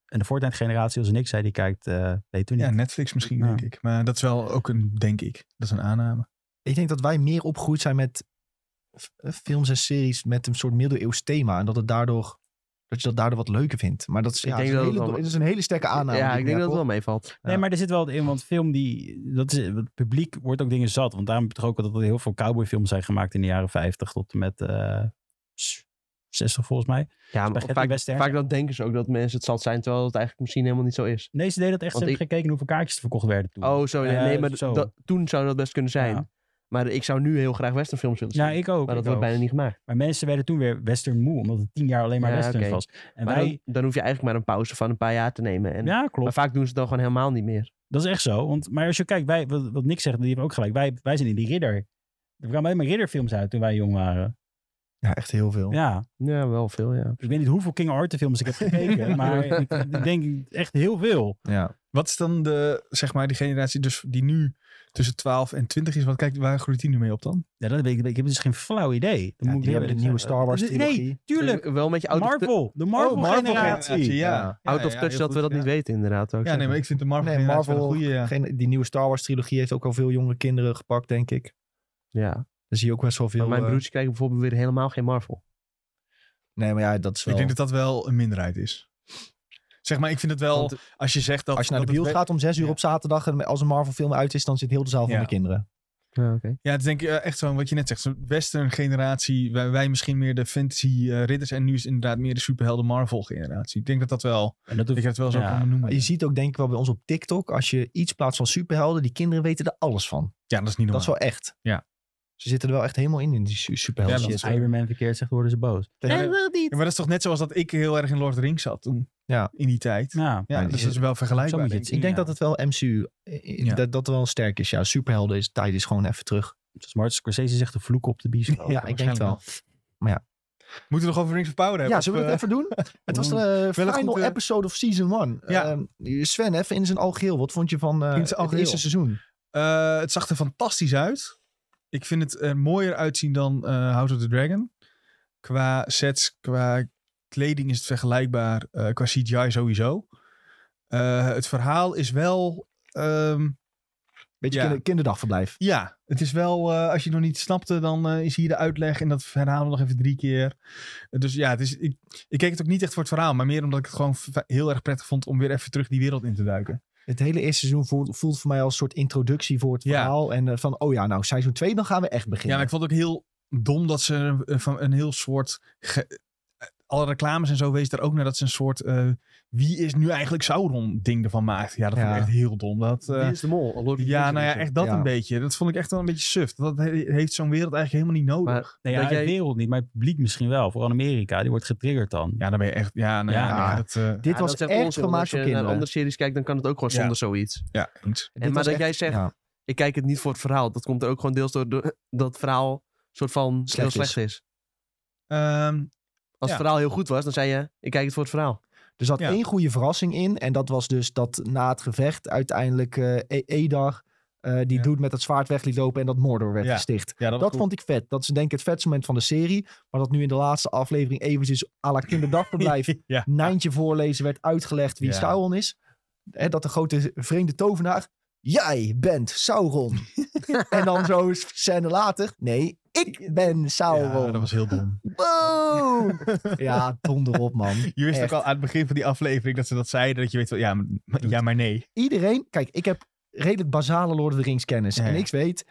Speaker 2: En de Fortnite generatie, als niks zei, die kijkt, eh weet toen niet.
Speaker 4: Ja, Netflix misschien,
Speaker 2: Ja.
Speaker 4: denk ik. Maar dat is wel ook een, denk ik, dat is een aanname.
Speaker 1: Ik denk dat wij meer opgegroeid zijn met f- eh, films en series met een soort middeleeuws thema. En dat het daardoor, dat je dat daardoor wat leuker vindt. Maar dat is,
Speaker 3: Ik
Speaker 1: ja,
Speaker 3: denk
Speaker 1: het is, een,
Speaker 3: dat het
Speaker 1: hele,
Speaker 3: wel-
Speaker 1: het is een hele sterke aanname.
Speaker 3: ja,
Speaker 1: die
Speaker 3: ik
Speaker 1: heb,
Speaker 3: denk dat het wel
Speaker 1: hoor.
Speaker 3: meevalt.
Speaker 2: Nee,
Speaker 1: Ja.
Speaker 2: maar er zit wel in, want film die, dat is, het publiek wordt ook dingen zat. Want daarom heb je toch ook dat er heel veel cowboyfilms zijn gemaakt in de jaren 50 tot en met eh, s- 60 volgens mij.
Speaker 3: Ja, maar
Speaker 2: Spaghetti
Speaker 3: vaak,
Speaker 2: western.
Speaker 3: vaak dan denken ze ook dat mensen het zat zijn, terwijl het eigenlijk misschien helemaal niet zo is.
Speaker 2: Nee, ze deden dat echt. Ze
Speaker 3: Want
Speaker 2: hebben gekeken hoeveel kaartjes er verkocht werden toen.
Speaker 3: Oh, zo. Nee,
Speaker 2: Eh,
Speaker 3: nee, maar
Speaker 2: zo.
Speaker 3: dat- toen zou dat best kunnen zijn.
Speaker 2: Ja.
Speaker 3: Maar ik zou nu heel graag westernfilms willen zien.
Speaker 2: ja, ik ook.
Speaker 3: maar dat
Speaker 2: ik
Speaker 3: wordt
Speaker 2: ook.
Speaker 3: bijna niet gemaakt.
Speaker 2: Maar mensen werden toen weer western moe, omdat het tien jaar alleen maar
Speaker 3: Ja,
Speaker 2: western
Speaker 3: oké.
Speaker 2: was. En
Speaker 3: Maar
Speaker 2: wij,
Speaker 3: dan, dan hoef je eigenlijk maar een pauze van een paar jaar te nemen. En,
Speaker 2: ja, klopt.
Speaker 3: maar vaak doen ze het dan gewoon helemaal niet meer.
Speaker 2: Dat is echt zo. Want, maar als je kijkt, wij, wat, wat Nick zegt, die hebben ook gelijk. Wij, wij zijn in die ridder. Er kwamen alleen maar ridderfilms uit toen wij jong waren.
Speaker 1: Ja, echt heel veel.
Speaker 2: Ja.
Speaker 3: Ja, wel veel, ja.
Speaker 2: Dus ik weet niet hoeveel King Arthur films ik heb gekeken. maar ik, ik denk echt heel veel.
Speaker 1: Ja.
Speaker 4: Wat is dan de, zeg maar, die generatie dus die nu tussen 12 en 20 is? Wat kijkt, waar groeit die nu mee op dan?
Speaker 2: Ja, dat weet ik. Ik heb dus geen flauw idee. Dan
Speaker 1: Ja,
Speaker 2: moet ik
Speaker 1: die
Speaker 2: heel
Speaker 1: hebben de
Speaker 2: eerlijk
Speaker 1: nieuwe
Speaker 2: zeggen.
Speaker 1: Star Wars
Speaker 2: Nee,
Speaker 1: trilogie.
Speaker 2: Nee, tuurlijk.
Speaker 3: Dus wel een beetje out of, tu-
Speaker 2: Marvel. De Marvel, generatie.
Speaker 4: ja.
Speaker 1: Ja.
Speaker 3: out of touch dat we dat niet weten, inderdaad. zou ik
Speaker 4: Ja,
Speaker 3: zeggen.
Speaker 4: nee, maar ik vind de Marvel
Speaker 1: Nee,
Speaker 4: generatie wel
Speaker 1: Marvel-
Speaker 4: een goede, ja.
Speaker 1: Geen, die nieuwe Star Wars trilogie heeft ook al veel jonge kinderen gepakt, denk ik.
Speaker 3: ja.
Speaker 1: Dan zie je ook best wel
Speaker 3: Maar
Speaker 1: veel...
Speaker 3: mijn
Speaker 1: eh,
Speaker 3: broertje kijkt bijvoorbeeld weer helemaal geen Marvel.
Speaker 1: nee, maar ja, dat is wel...
Speaker 4: Ik denk dat dat wel een minderheid is. Zeg maar, ik vind het wel,
Speaker 3: Want-
Speaker 4: als je zegt dat...
Speaker 1: eh, Als je naar de
Speaker 4: dat het
Speaker 1: bios
Speaker 4: we-
Speaker 1: gaat om zes uur
Speaker 4: Ja.
Speaker 1: op zaterdag en als een Marvel film uit is, dan zit heel de zaal van
Speaker 4: Ja.
Speaker 1: de kinderen.
Speaker 3: Ja, oké.
Speaker 4: Ja, het is denk ik eh, echt zo'n, wat je net zegt, zo'n western generatie. Wij, wij misschien meer de fantasy eh, ridders en nu is het inderdaad meer de superhelden Marvel generatie. Ik denk dat dat wel,
Speaker 2: En dat
Speaker 4: ik heb
Speaker 2: hoeft
Speaker 4: het wel zo
Speaker 2: Ja,
Speaker 4: kunnen noemen.
Speaker 1: Maar je ziet ook denk ik wel bij ons op TikTok, als je iets plaatst van superhelden, die kinderen weten er alles van.
Speaker 4: Ja, dat is niet
Speaker 1: Dat
Speaker 4: normaal.
Speaker 1: is wel echt.
Speaker 4: Ja.
Speaker 1: Ze zitten er wel echt helemaal in, in die su- superhelden.
Speaker 4: Ja,
Speaker 2: als
Speaker 4: dat
Speaker 1: shit.
Speaker 4: is-
Speaker 2: je Iron Man verkeerd zegt, worden ze boos.
Speaker 4: Ja,
Speaker 2: En
Speaker 4: maar-
Speaker 2: wil
Speaker 4: Ja,
Speaker 2: niet.
Speaker 4: maar dat is toch net zoals dat ik heel erg in Lord of the Rings zat toen,
Speaker 1: Ja. Nou, eh,
Speaker 4: in die tijd. Ja,
Speaker 2: Ja.
Speaker 1: maar
Speaker 4: dus
Speaker 1: die-
Speaker 4: dat is wel
Speaker 2: zo
Speaker 4: vergelijkbaar.
Speaker 2: moet je het
Speaker 4: denk ik.
Speaker 1: Dus ik denk
Speaker 2: Ja.
Speaker 1: dat het wel MCU, eh,
Speaker 4: Ja.
Speaker 1: dat dat wel sterk is. Ja, superhelden is, tijd is gewoon even terug.
Speaker 2: Zoals Martin Scorsese zegt, de vloek op de bioscoop.
Speaker 1: ja, ik denk het wel.
Speaker 4: Moeten we nog over Rings of Power hebben?
Speaker 1: Ja,
Speaker 4: Of,
Speaker 1: zullen we
Speaker 4: eh,
Speaker 1: dat even doen? Het was de
Speaker 4: Wel een
Speaker 1: final
Speaker 4: goed, eh,
Speaker 1: episode of season one.
Speaker 4: Ja.
Speaker 1: Ehm, Sven, even in zijn algeheel. Wat vond je van eh,
Speaker 4: In zijn
Speaker 1: het
Speaker 4: algeheel.
Speaker 1: eerste seizoen?
Speaker 4: Eh, het zag er fantastisch uit. Ik vind het er mooier uitzien dan eh, House of the Dragon. Qua sets, qua kleding is het vergelijkbaar. eh, qua CGI sowieso. Eh, het verhaal is wel... ehm,
Speaker 1: Beetje
Speaker 4: Ja.
Speaker 1: kinder- kinderdagverblijf.
Speaker 4: ja, het is wel... eh, als je het nog niet snapte, dan eh, is hier de uitleg. En dat herhalen we nog even drie keer. Eh, dus ja, het is, ik, ik keek het ook niet echt voor het verhaal. Maar meer omdat ik het gewoon f- heel erg prettig vond... om weer even terug die wereld in te duiken.
Speaker 1: Het hele eerste seizoen voelt, voelt voor mij als een soort introductie voor het
Speaker 4: Ja.
Speaker 1: verhaal. En eh, van, oh ja, nou, seizoen 2, dan gaan we echt
Speaker 4: Ja,
Speaker 1: beginnen.
Speaker 4: maar ik vond het ook heel dom dat ze een- een- van een heel soort. ge- alle reclames en zo wees er ook naar dat ze een soort. eh, wie is nu eigenlijk Sauron ding ervan maakt. Ja, dat vond
Speaker 1: Ja.
Speaker 4: ik echt heel dom. Dat, eh,
Speaker 3: Wie is de mol? Lord of the
Speaker 4: ja,
Speaker 3: Rings
Speaker 4: nou ja,
Speaker 3: of zo.
Speaker 4: echt dat
Speaker 1: Ja.
Speaker 4: een beetje. Dat vond ik echt wel een beetje suf. Dat he- heeft zo'n wereld eigenlijk helemaal niet nodig.
Speaker 3: Maar
Speaker 2: Nee, ja,
Speaker 3: dat
Speaker 2: de
Speaker 3: jij-
Speaker 2: wereld niet, maar het publiek misschien wel. Vooral Amerika, die wordt getriggerd dan.
Speaker 4: ja, dan ben je echt. Ja, nou ja,
Speaker 2: Ja.
Speaker 4: nee, dat, eh,
Speaker 1: Dit
Speaker 3: Ja,
Speaker 1: was
Speaker 3: dat is
Speaker 1: echt
Speaker 3: onzin,
Speaker 1: gemaakt
Speaker 3: want
Speaker 1: voor
Speaker 3: Als je naar
Speaker 1: kinderen.
Speaker 3: andere series kijkt, dan kan het ook gewoon
Speaker 4: Ja.
Speaker 3: zonder zoiets.
Speaker 4: ja, eens.
Speaker 1: Dit
Speaker 3: En, maar
Speaker 1: was
Speaker 3: dat
Speaker 1: echt-
Speaker 3: jij zegt,
Speaker 1: ja.
Speaker 3: ik kijk het niet voor het verhaal. Dat komt er ook gewoon deels door de- dat het verhaal soort van
Speaker 1: Slecht
Speaker 3: heel
Speaker 1: is.
Speaker 3: slecht is.
Speaker 4: Ehm,
Speaker 3: Als
Speaker 4: Ja.
Speaker 3: het verhaal heel goed was, dan zei je, ik kijk het voor het verhaal.
Speaker 1: Er zat
Speaker 4: Ja.
Speaker 1: één goede verrassing in. En dat was dus dat na het gevecht uiteindelijk eh E- Edar... eh, die
Speaker 4: Ja.
Speaker 1: dude met het zwaard weg liet lopen en dat Mordor werd
Speaker 4: Ja.
Speaker 1: gesticht.
Speaker 4: ja, dat,
Speaker 1: Dat vond ik vet. Dat is denk ik het vetste moment van de serie. Maar dat nu in de laatste aflevering eventjes à la kinderdagverblijf...
Speaker 4: ja.
Speaker 1: Nijntje voorlezen werd uitgelegd wie
Speaker 4: Ja.
Speaker 1: Sauron is. hè, dat de grote vreemde tovenaar... Jij bent Sauron. en dan zo een scène later... Nee, ik ben Sauron.
Speaker 4: Ja, dat was heel dom.
Speaker 1: Boom! ja, donder op, man.
Speaker 4: Je wist
Speaker 1: Echt.
Speaker 4: ook al aan het begin van die aflevering dat ze dat zeiden. Dat je weet, wel, ja, maar, ja, maar nee.
Speaker 1: Iedereen... Kijk, ik heb redelijk basale Lord of the Rings kennis.
Speaker 4: Ja.
Speaker 1: En ik weet...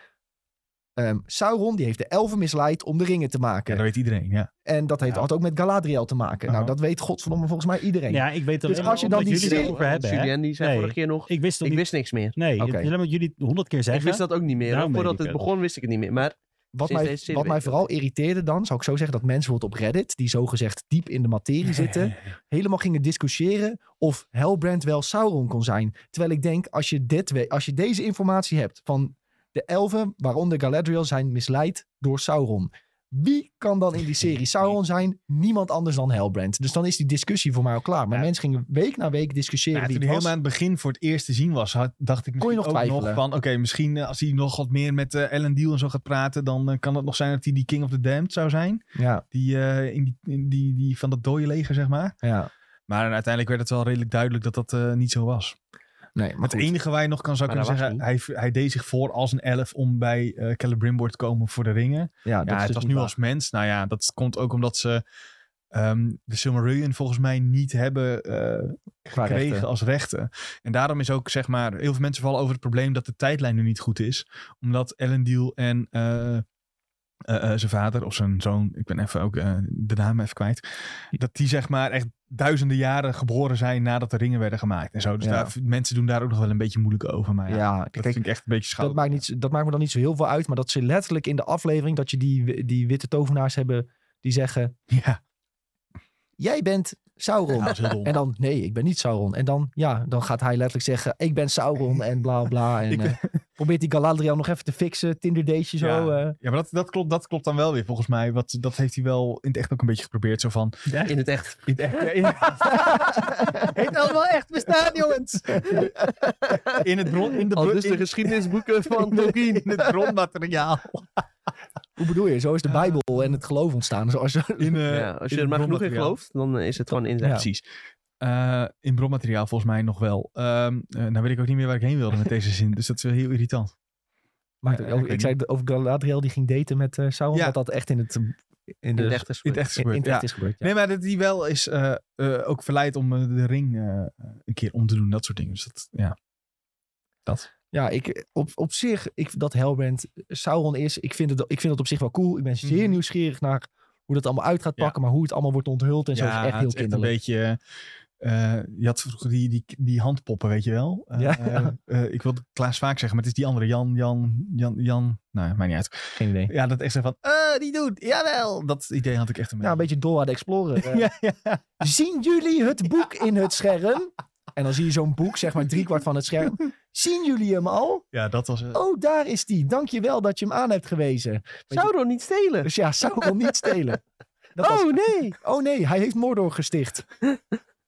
Speaker 1: ehm, Sauron die heeft de elfen misleid om de ringen te maken.
Speaker 4: Ja, dat weet iedereen, ja.
Speaker 1: En dat heeft,
Speaker 2: Ja.
Speaker 1: had ook met Galadriel te maken. Nou,
Speaker 4: Aha.
Speaker 1: dat weet godverdomme volgens mij iedereen.
Speaker 2: Ja, ik weet
Speaker 1: Dus
Speaker 2: alleen
Speaker 1: als je
Speaker 2: maar
Speaker 1: dan die
Speaker 2: omdat jullie
Speaker 1: serie-
Speaker 2: erover hebben, hè.
Speaker 3: Julian, die zei
Speaker 2: Nee.
Speaker 3: vorige keer nog,
Speaker 2: Ik wist dat
Speaker 3: ik
Speaker 2: niet.
Speaker 3: wist niks meer.
Speaker 2: Nee,
Speaker 1: Oké.
Speaker 2: het is alleen maar jullie honderd keer
Speaker 3: Ik
Speaker 2: zeggen.
Speaker 3: wist dat ook niet meer. hoor.
Speaker 2: Daarom weet
Speaker 3: Voordat
Speaker 2: ik
Speaker 3: het
Speaker 2: het.
Speaker 3: begon wist ik het niet meer. Maar
Speaker 1: Wat
Speaker 3: Sinds
Speaker 1: mij,
Speaker 3: deze serie
Speaker 1: wat mij
Speaker 3: weet ik
Speaker 1: vooral irriteerde dan, zou ik zo zeggen, dat mensen bijvoorbeeld op Reddit, die zogezegd diep in de materie zitten, helemaal gingen discussiëren of Hellbrand wel Sauron kon zijn. Terwijl ik denk, als je, dit we- als je deze informatie hebt van de elfen, waaronder Galadriel, zijn misleid door Sauron. Wie kan dan in die serie Sauron zijn? Niemand anders dan Hellbrand. Dus dan is die discussie voor mij al klaar. Maar
Speaker 2: Ja.
Speaker 1: mensen gingen week na week discussiëren
Speaker 4: Nou,
Speaker 1: wie
Speaker 4: toen
Speaker 1: het
Speaker 4: hij
Speaker 1: was.
Speaker 4: helemaal aan het begin voor het eerst te zien was, had- dacht ik
Speaker 1: Kon
Speaker 4: misschien
Speaker 1: je nog
Speaker 4: ook nog
Speaker 1: twijfelen.
Speaker 4: van... Oké, misschien eh, als hij nog wat meer met eh, Ellen Deal en zo gaat praten... dan eh, kan het nog zijn dat hij die King of the Damned zou zijn.
Speaker 1: Ja,
Speaker 4: Die, eh, in die, in die, die van dat dode leger, zeg maar.
Speaker 1: ja.
Speaker 4: Maar uiteindelijk werd het wel redelijk duidelijk dat dat eh, niet zo was.
Speaker 1: Nee, maar
Speaker 4: Maar het
Speaker 1: goed.
Speaker 4: enige waar je nog kan zou
Speaker 3: Maar
Speaker 4: kunnen
Speaker 3: dat
Speaker 4: zeggen... Hij, hij deed zich voor als een elf om bij eh Celebrimbor te komen voor de ringen.
Speaker 1: Ja, dat
Speaker 4: Ja,
Speaker 1: is
Speaker 4: het
Speaker 1: dus
Speaker 4: was
Speaker 1: niet
Speaker 4: nu
Speaker 1: waar.
Speaker 4: als mens. Nou ja, dat komt ook omdat ze... ehm, de Silmarillion volgens mij niet hebben eh,
Speaker 1: Qua
Speaker 4: kregen
Speaker 1: rechten.
Speaker 4: als rechten. En daarom is ook, zeg maar, heel veel mensen vallen over het probleem dat de tijdlijn nu niet goed is. Omdat Elendil en eh, eh, eh, zijn vader of zijn zoon, ik ben even ook eh, de naam even kwijt, dat die zeg maar echt duizenden jaren geboren zijn nadat de ringen werden gemaakt en zo. Dus
Speaker 1: Ja.
Speaker 4: daar, mensen doen daar ook nog wel een beetje moeilijk over. Maar ja,
Speaker 1: Ja,
Speaker 4: dat
Speaker 1: kijk,
Speaker 4: vind ik echt een beetje schade.
Speaker 1: dat maakt, niet, dat maakt me dan niet zo heel veel uit. Maar dat ze letterlijk in de aflevering, dat je die, die witte tovenaars hebben die zeggen:
Speaker 4: Ja,
Speaker 1: Jij bent Sauron.
Speaker 4: dat is heel dom.
Speaker 1: En dan, nee, ik ben niet Sauron. En dan, ja, dan gaat hij letterlijk zeggen: Ik ben Sauron en bla bla. En
Speaker 4: Ik-
Speaker 1: eh, probeert die Galadriel nog even te fixen, Tinder dateje zo.
Speaker 4: Ja.
Speaker 1: eh.
Speaker 4: Ja, maar dat, dat, klopt, dat klopt dan wel weer volgens mij. Wat, dat heeft hij wel in het echt ook een beetje geprobeerd. Zo van,
Speaker 3: in het echt.
Speaker 4: in het echt, ja, in-
Speaker 1: Heeft allemaal echt bestaan, jongens.
Speaker 4: in het bron, in de,
Speaker 3: Al
Speaker 4: bron-
Speaker 3: dus de
Speaker 4: in,
Speaker 3: geschiedenisboeken van Tolkien.
Speaker 4: in het bronmateriaal.
Speaker 1: Hoe bedoel je? Zo is de Bijbel en het geloof ontstaan. Zoals,
Speaker 4: In, eh,
Speaker 3: Ja, als je
Speaker 4: in
Speaker 3: er maar genoeg in
Speaker 4: bronmateriaal.
Speaker 3: gelooft, dan eh, is het gewoon in het
Speaker 1: Ja.
Speaker 3: echt.
Speaker 4: Ja, precies. Eh, in bronmateriaal volgens mij nog wel. Ehm eh, nou weet ik ook niet meer waar ik heen wilde met deze zin. Dus dat is wel heel irritant.
Speaker 1: maar oh,
Speaker 4: Ja, ik
Speaker 1: ik,
Speaker 4: weet
Speaker 1: zei over Galadriel die ging daten met eh, Sauron,
Speaker 4: Ja.
Speaker 1: dat dat echt in het, in
Speaker 3: In het
Speaker 1: de,
Speaker 3: echt is
Speaker 4: In het echt is
Speaker 1: in, in
Speaker 4: gebeurd,
Speaker 1: het
Speaker 4: ja.
Speaker 1: echt is gebeurd. Ja.
Speaker 4: Nee, maar dat die wel is eh, eh, ook verleid om eh, de ring eh, een keer om te doen. Dat soort dingen. Dus dat, ja.
Speaker 1: Ja, ik, op, op zich, ik, dat Hellbrand eh, Sauron is, ik vind, het, ik vind het op zich wel cool. Ik ben zeer
Speaker 4: Mhm.
Speaker 1: nieuwsgierig naar hoe dat allemaal uit gaat
Speaker 4: Ja.
Speaker 1: pakken, maar hoe het allemaal wordt onthuld en zo is echt
Speaker 4: het
Speaker 1: heel
Speaker 4: is een
Speaker 1: kinderlijk.
Speaker 4: beetje... eh, je had vroeger die, die, die handpoppen, weet je wel. Eh,
Speaker 1: Ja.
Speaker 4: eh, eh, ik wilde Klaas vaak zeggen, maar het is die andere Jan, Jan, Jan, Jan. Nou, maakt niet uit.
Speaker 1: Geen idee.
Speaker 4: Ja, dat echt zeggen van, eh, die doet, jawel. Dat idee had ik echt een
Speaker 1: Ja, een beetje Dora de Explorer. eh.
Speaker 4: Ja, ja.
Speaker 1: Zien jullie het boek in het scherm? En dan zie je zo'n boek, zeg maar driekwart van het scherm. Zien jullie hem al?
Speaker 4: ja, dat was... eh,
Speaker 1: Oh, daar is die. Dankjewel dat je hem aan hebt gewezen.
Speaker 3: Sauron niet stelen.
Speaker 1: Dus ja, Sauron niet stelen. Dat was-
Speaker 3: Oh nee.
Speaker 1: Oh nee, hij heeft Mordor gesticht.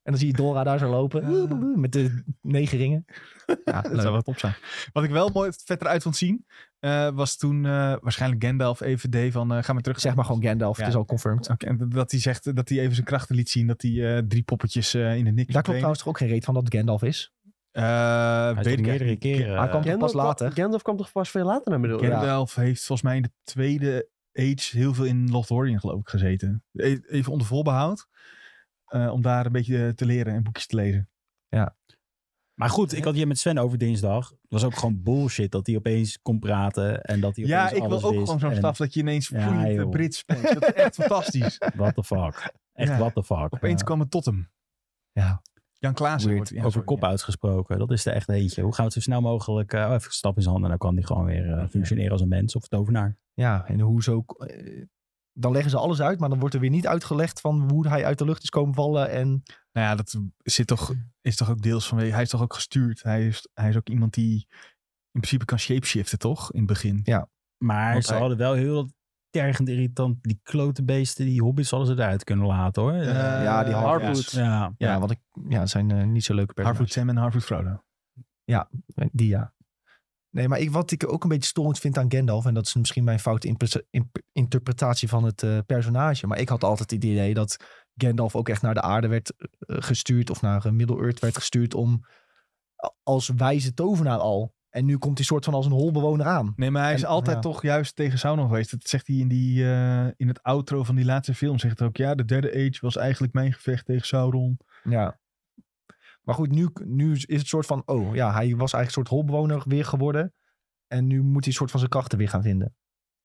Speaker 1: En dan zie je Dora daar zo lopen. Met de negen ringen. Ja,
Speaker 4: Dat zou
Speaker 1: leuk.
Speaker 4: wel top zijn. Wat ik wel mooi vet eruit vond zien, eh, was toen eh, waarschijnlijk Gandalf even deed van, eh, ga maar terug.
Speaker 1: Zeg maar gewoon Gandalf.
Speaker 4: Ja.
Speaker 1: Het is al confirmed.
Speaker 4: Oké, en dat- dat hij zegt eh, dat hij even zijn krachten liet zien, dat hij eh, drie poppetjes eh, in de nek
Speaker 1: Daar klopt
Speaker 4: verdwenen.
Speaker 1: trouwens toch ook geen reet van dat het Gandalf is?
Speaker 4: Eh,
Speaker 2: Hij is
Speaker 4: weet
Speaker 2: toch
Speaker 4: ik eigenlijk
Speaker 2: meerdere
Speaker 4: niet.
Speaker 2: keren.
Speaker 1: Hij
Speaker 2: eh,
Speaker 1: kwam- Pas later.
Speaker 3: Gandalf kwam toch pas veel later naar bedoel.
Speaker 1: Ja.
Speaker 4: Gandalf heeft volgens mij in de tweede age heel veel in Lothlorien geloof ik gezeten. E- Even onder voorbehoud. eh, om daar een beetje eh, te leren en boekjes te lezen.
Speaker 2: Maar goed, ik had hier met Sven over dinsdag. Het was ook gewoon bullshit dat hij opeens kon praten en dat hij
Speaker 4: Ja,
Speaker 2: opeens
Speaker 4: ik wil
Speaker 2: alles
Speaker 4: ook
Speaker 2: wist
Speaker 4: gewoon zo'n
Speaker 2: en
Speaker 4: staf dat je ineens
Speaker 2: Ja,
Speaker 4: vloeiend eh,
Speaker 2: joh.
Speaker 4: Brits spreekt. Dat is echt fantastisch.
Speaker 2: What the fuck? Echt
Speaker 4: Ja.
Speaker 2: what the fuck?
Speaker 4: Opeens
Speaker 2: Ja.
Speaker 4: kwam het tot hem.
Speaker 1: Ja.
Speaker 4: Jan Klaassen.
Speaker 1: Weird.
Speaker 4: wordt- ja,
Speaker 2: Over
Speaker 4: sorry,
Speaker 2: kop
Speaker 4: ja.
Speaker 2: uitgesproken. Dat is er echt eentje. Hoe gaan we het zo snel mogelijk... eh, oh, even een stap in zijn handen. En dan kan hij gewoon weer eh, functioneren als een mens of tovenaar.
Speaker 1: Ja, en hoe zo... eh, Dan leggen ze alles uit, maar dan wordt er weer niet uitgelegd van hoe hij uit de lucht is komen vallen. En
Speaker 4: Nou ja, dat zit toch, is toch ook deels van... Hij is toch ook gestuurd. Hij is, hij is ook iemand die in principe kan shapeshiften, toch? In het begin.
Speaker 2: Maar
Speaker 4: Want
Speaker 2: ze
Speaker 4: hij-
Speaker 2: hadden wel heel dat tergend irritant. Die klote beesten, die hobbits hadden ze eruit kunnen laten hoor. Eh,
Speaker 1: ja, die
Speaker 3: Harvoet.
Speaker 2: ja.
Speaker 1: ja, want ik, ja, het zijn eh, niet zo leuke personages.
Speaker 4: Harvard Sam en Harvard Frodo.
Speaker 1: Eh, Die ja. Nee, maar ik, wat ik ook een beetje storend vind aan Gandalf, en dat is misschien mijn foute impre- imp- interpretatie van het eh, personage, maar ik had altijd het idee dat Gandalf ook echt naar de aarde werd eh, gestuurd of naar eh, Middle-earth werd gestuurd om als wijze tovenaar al. En nu komt hij soort van als een holbewoner aan.
Speaker 4: Nee, maar hij is
Speaker 1: En-
Speaker 4: altijd
Speaker 1: ja.
Speaker 4: toch juist tegen Sauron geweest. Dat zegt hij in, die, eh, in het outro van die laatste film. Zegt hij ook, ja, de derde age was eigenlijk mijn gevecht tegen Sauron.
Speaker 1: Ja. Maar goed, nu, nu is het soort van, oh ja, hij was eigenlijk een soort holbewoner weer geworden. En nu moet hij een soort van zijn krachten weer gaan vinden.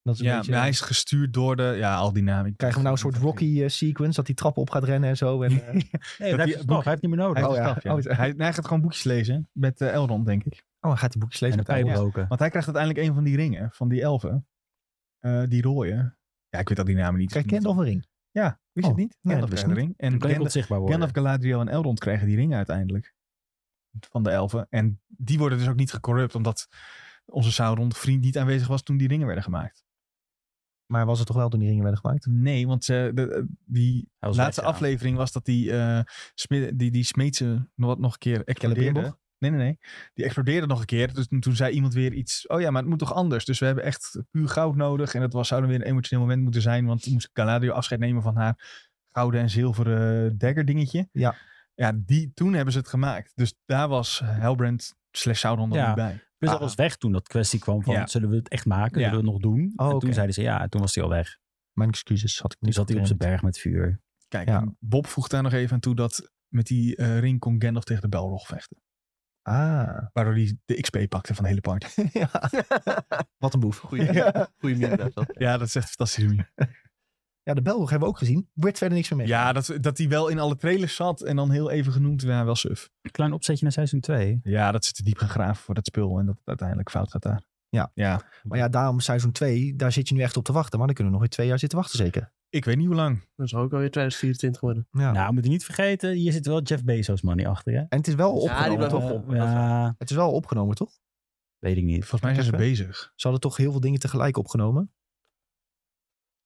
Speaker 1: Dat is een
Speaker 4: Ja,
Speaker 1: beetje,
Speaker 4: maar hij is gestuurd door de, ja, al die namen.
Speaker 1: Krijgen we nou een soort Rocky-sequence, dat hij trappen op gaat rennen en zo. En, eh,
Speaker 2: Nee, dat
Speaker 4: die
Speaker 2: heeft hij,
Speaker 4: boek-
Speaker 2: hij heeft niet meer nodig.
Speaker 4: Hij,
Speaker 1: Oh
Speaker 4: heeft
Speaker 1: ja.
Speaker 4: een staf, ja.
Speaker 1: Oh, is-
Speaker 4: hij, nee, hij gaat gewoon boekjes lezen met eh, Elrond, denk ik.
Speaker 1: oh, hij gaat die boekjes lezen
Speaker 2: en de
Speaker 1: met elkaar.
Speaker 2: pijl
Speaker 1: Ja.
Speaker 2: roken.
Speaker 4: Want hij krijgt uiteindelijk een van die ringen, van die elfen. Eh, die rooien. Ja, ik weet al die namen niet.
Speaker 1: Krijgt Kent
Speaker 4: Wist
Speaker 1: nog een ring?
Speaker 4: je
Speaker 1: Oh,
Speaker 4: het niet?
Speaker 1: nee,
Speaker 4: Gandalf
Speaker 1: dat wist
Speaker 4: krijgt de ring. En
Speaker 2: Dan kan je goed
Speaker 4: Gandalf,
Speaker 2: zichtbaar worden.
Speaker 4: Gandalf, Galadriel en Elrond krijgen die ringen uiteindelijk. Van de elfen. En die worden dus ook niet gecorrupt, omdat onze Sauron vriend niet aanwezig was toen die ringen werden gemaakt.
Speaker 1: Maar was het toch wel toen die ringen werden gemaakt?
Speaker 4: Nee, want eh, de, die
Speaker 2: Hij was
Speaker 4: laatste
Speaker 2: weg, ja.
Speaker 4: aflevering was dat die, eh sme- die, die smeetse nog, wat- nog een keer explodeerde.
Speaker 1: Celebrimbor?
Speaker 4: Nee, nee, nee. Die explodeerde nog een keer. Dus toen- toen zei iemand weer iets. Oh ja, maar het moet toch anders. Dus we hebben echt puur goud nodig. En dat was, zou dan weer een emotioneel moment moeten zijn. Want toen moest Galadriel afscheid nemen van haar gouden en zilveren dagger dingetje.
Speaker 1: Ja.
Speaker 4: Ja, die, toen hebben ze het gemaakt. Dus daar was Helbrand slash Sauron dan
Speaker 2: Ja.
Speaker 4: niet bij.
Speaker 2: Dus hij
Speaker 4: Ah.
Speaker 2: was weg toen dat kwestie kwam van,
Speaker 4: Ja.
Speaker 2: zullen we het echt maken?
Speaker 4: Ja. Oh,
Speaker 2: Zullen we het nog doen? en toen
Speaker 1: oké.
Speaker 2: zeiden ze ja, en toen was hij al weg.
Speaker 1: Mijn excuses had ik
Speaker 2: Nu
Speaker 1: niet.
Speaker 2: zat hij op zijn berg met vuur.
Speaker 4: Kijk,
Speaker 1: Ja.
Speaker 4: en Bob voegt daar nog even aan toe dat met die eh, ring kon Gandalf tegen de Belrog vechten.
Speaker 1: Ah.
Speaker 4: Waardoor hij de XP pakte van de hele party.
Speaker 1: ja. Wat een boef.
Speaker 3: Goeie, goeie meme blijft dat.
Speaker 4: ja, dat is echt fantastisch.
Speaker 1: Ja, de Belg hebben we ook gezien. Wordt verder niks meer mee.
Speaker 4: Ja, dat, dat hij wel in alle trailers zat en dan heel even genoemd. Ja, wel suf.
Speaker 2: Een klein opzetje naar seizoen 2.
Speaker 4: Ja, dat zit te diep gegraven voor dat spul en dat het uiteindelijk fout gaat daar.
Speaker 1: Ja.
Speaker 4: ja.
Speaker 1: Maar ja, daarom seizoen 2, daar zit je nu echt op te wachten. Maar dan kunnen we nog weer twee jaar zitten wachten zeker.
Speaker 4: Ik weet niet hoe lang.
Speaker 3: Dat is ook alweer 2024 geworden.
Speaker 1: Ja.
Speaker 2: Nou, moet je niet vergeten, hier zit wel Jeff Bezos money achter, hè?
Speaker 1: en het is wel
Speaker 3: Ja, die
Speaker 1: opgenomen.
Speaker 3: blijft
Speaker 1: toch?
Speaker 3: wel op.
Speaker 2: Eh, ja,
Speaker 1: Het is wel opgenomen, toch?
Speaker 2: weet ik niet.
Speaker 4: Volgens mij zijn ze
Speaker 1: Even.
Speaker 4: bezig.
Speaker 1: Ze hadden toch heel veel dingen tegelijk opgenomen.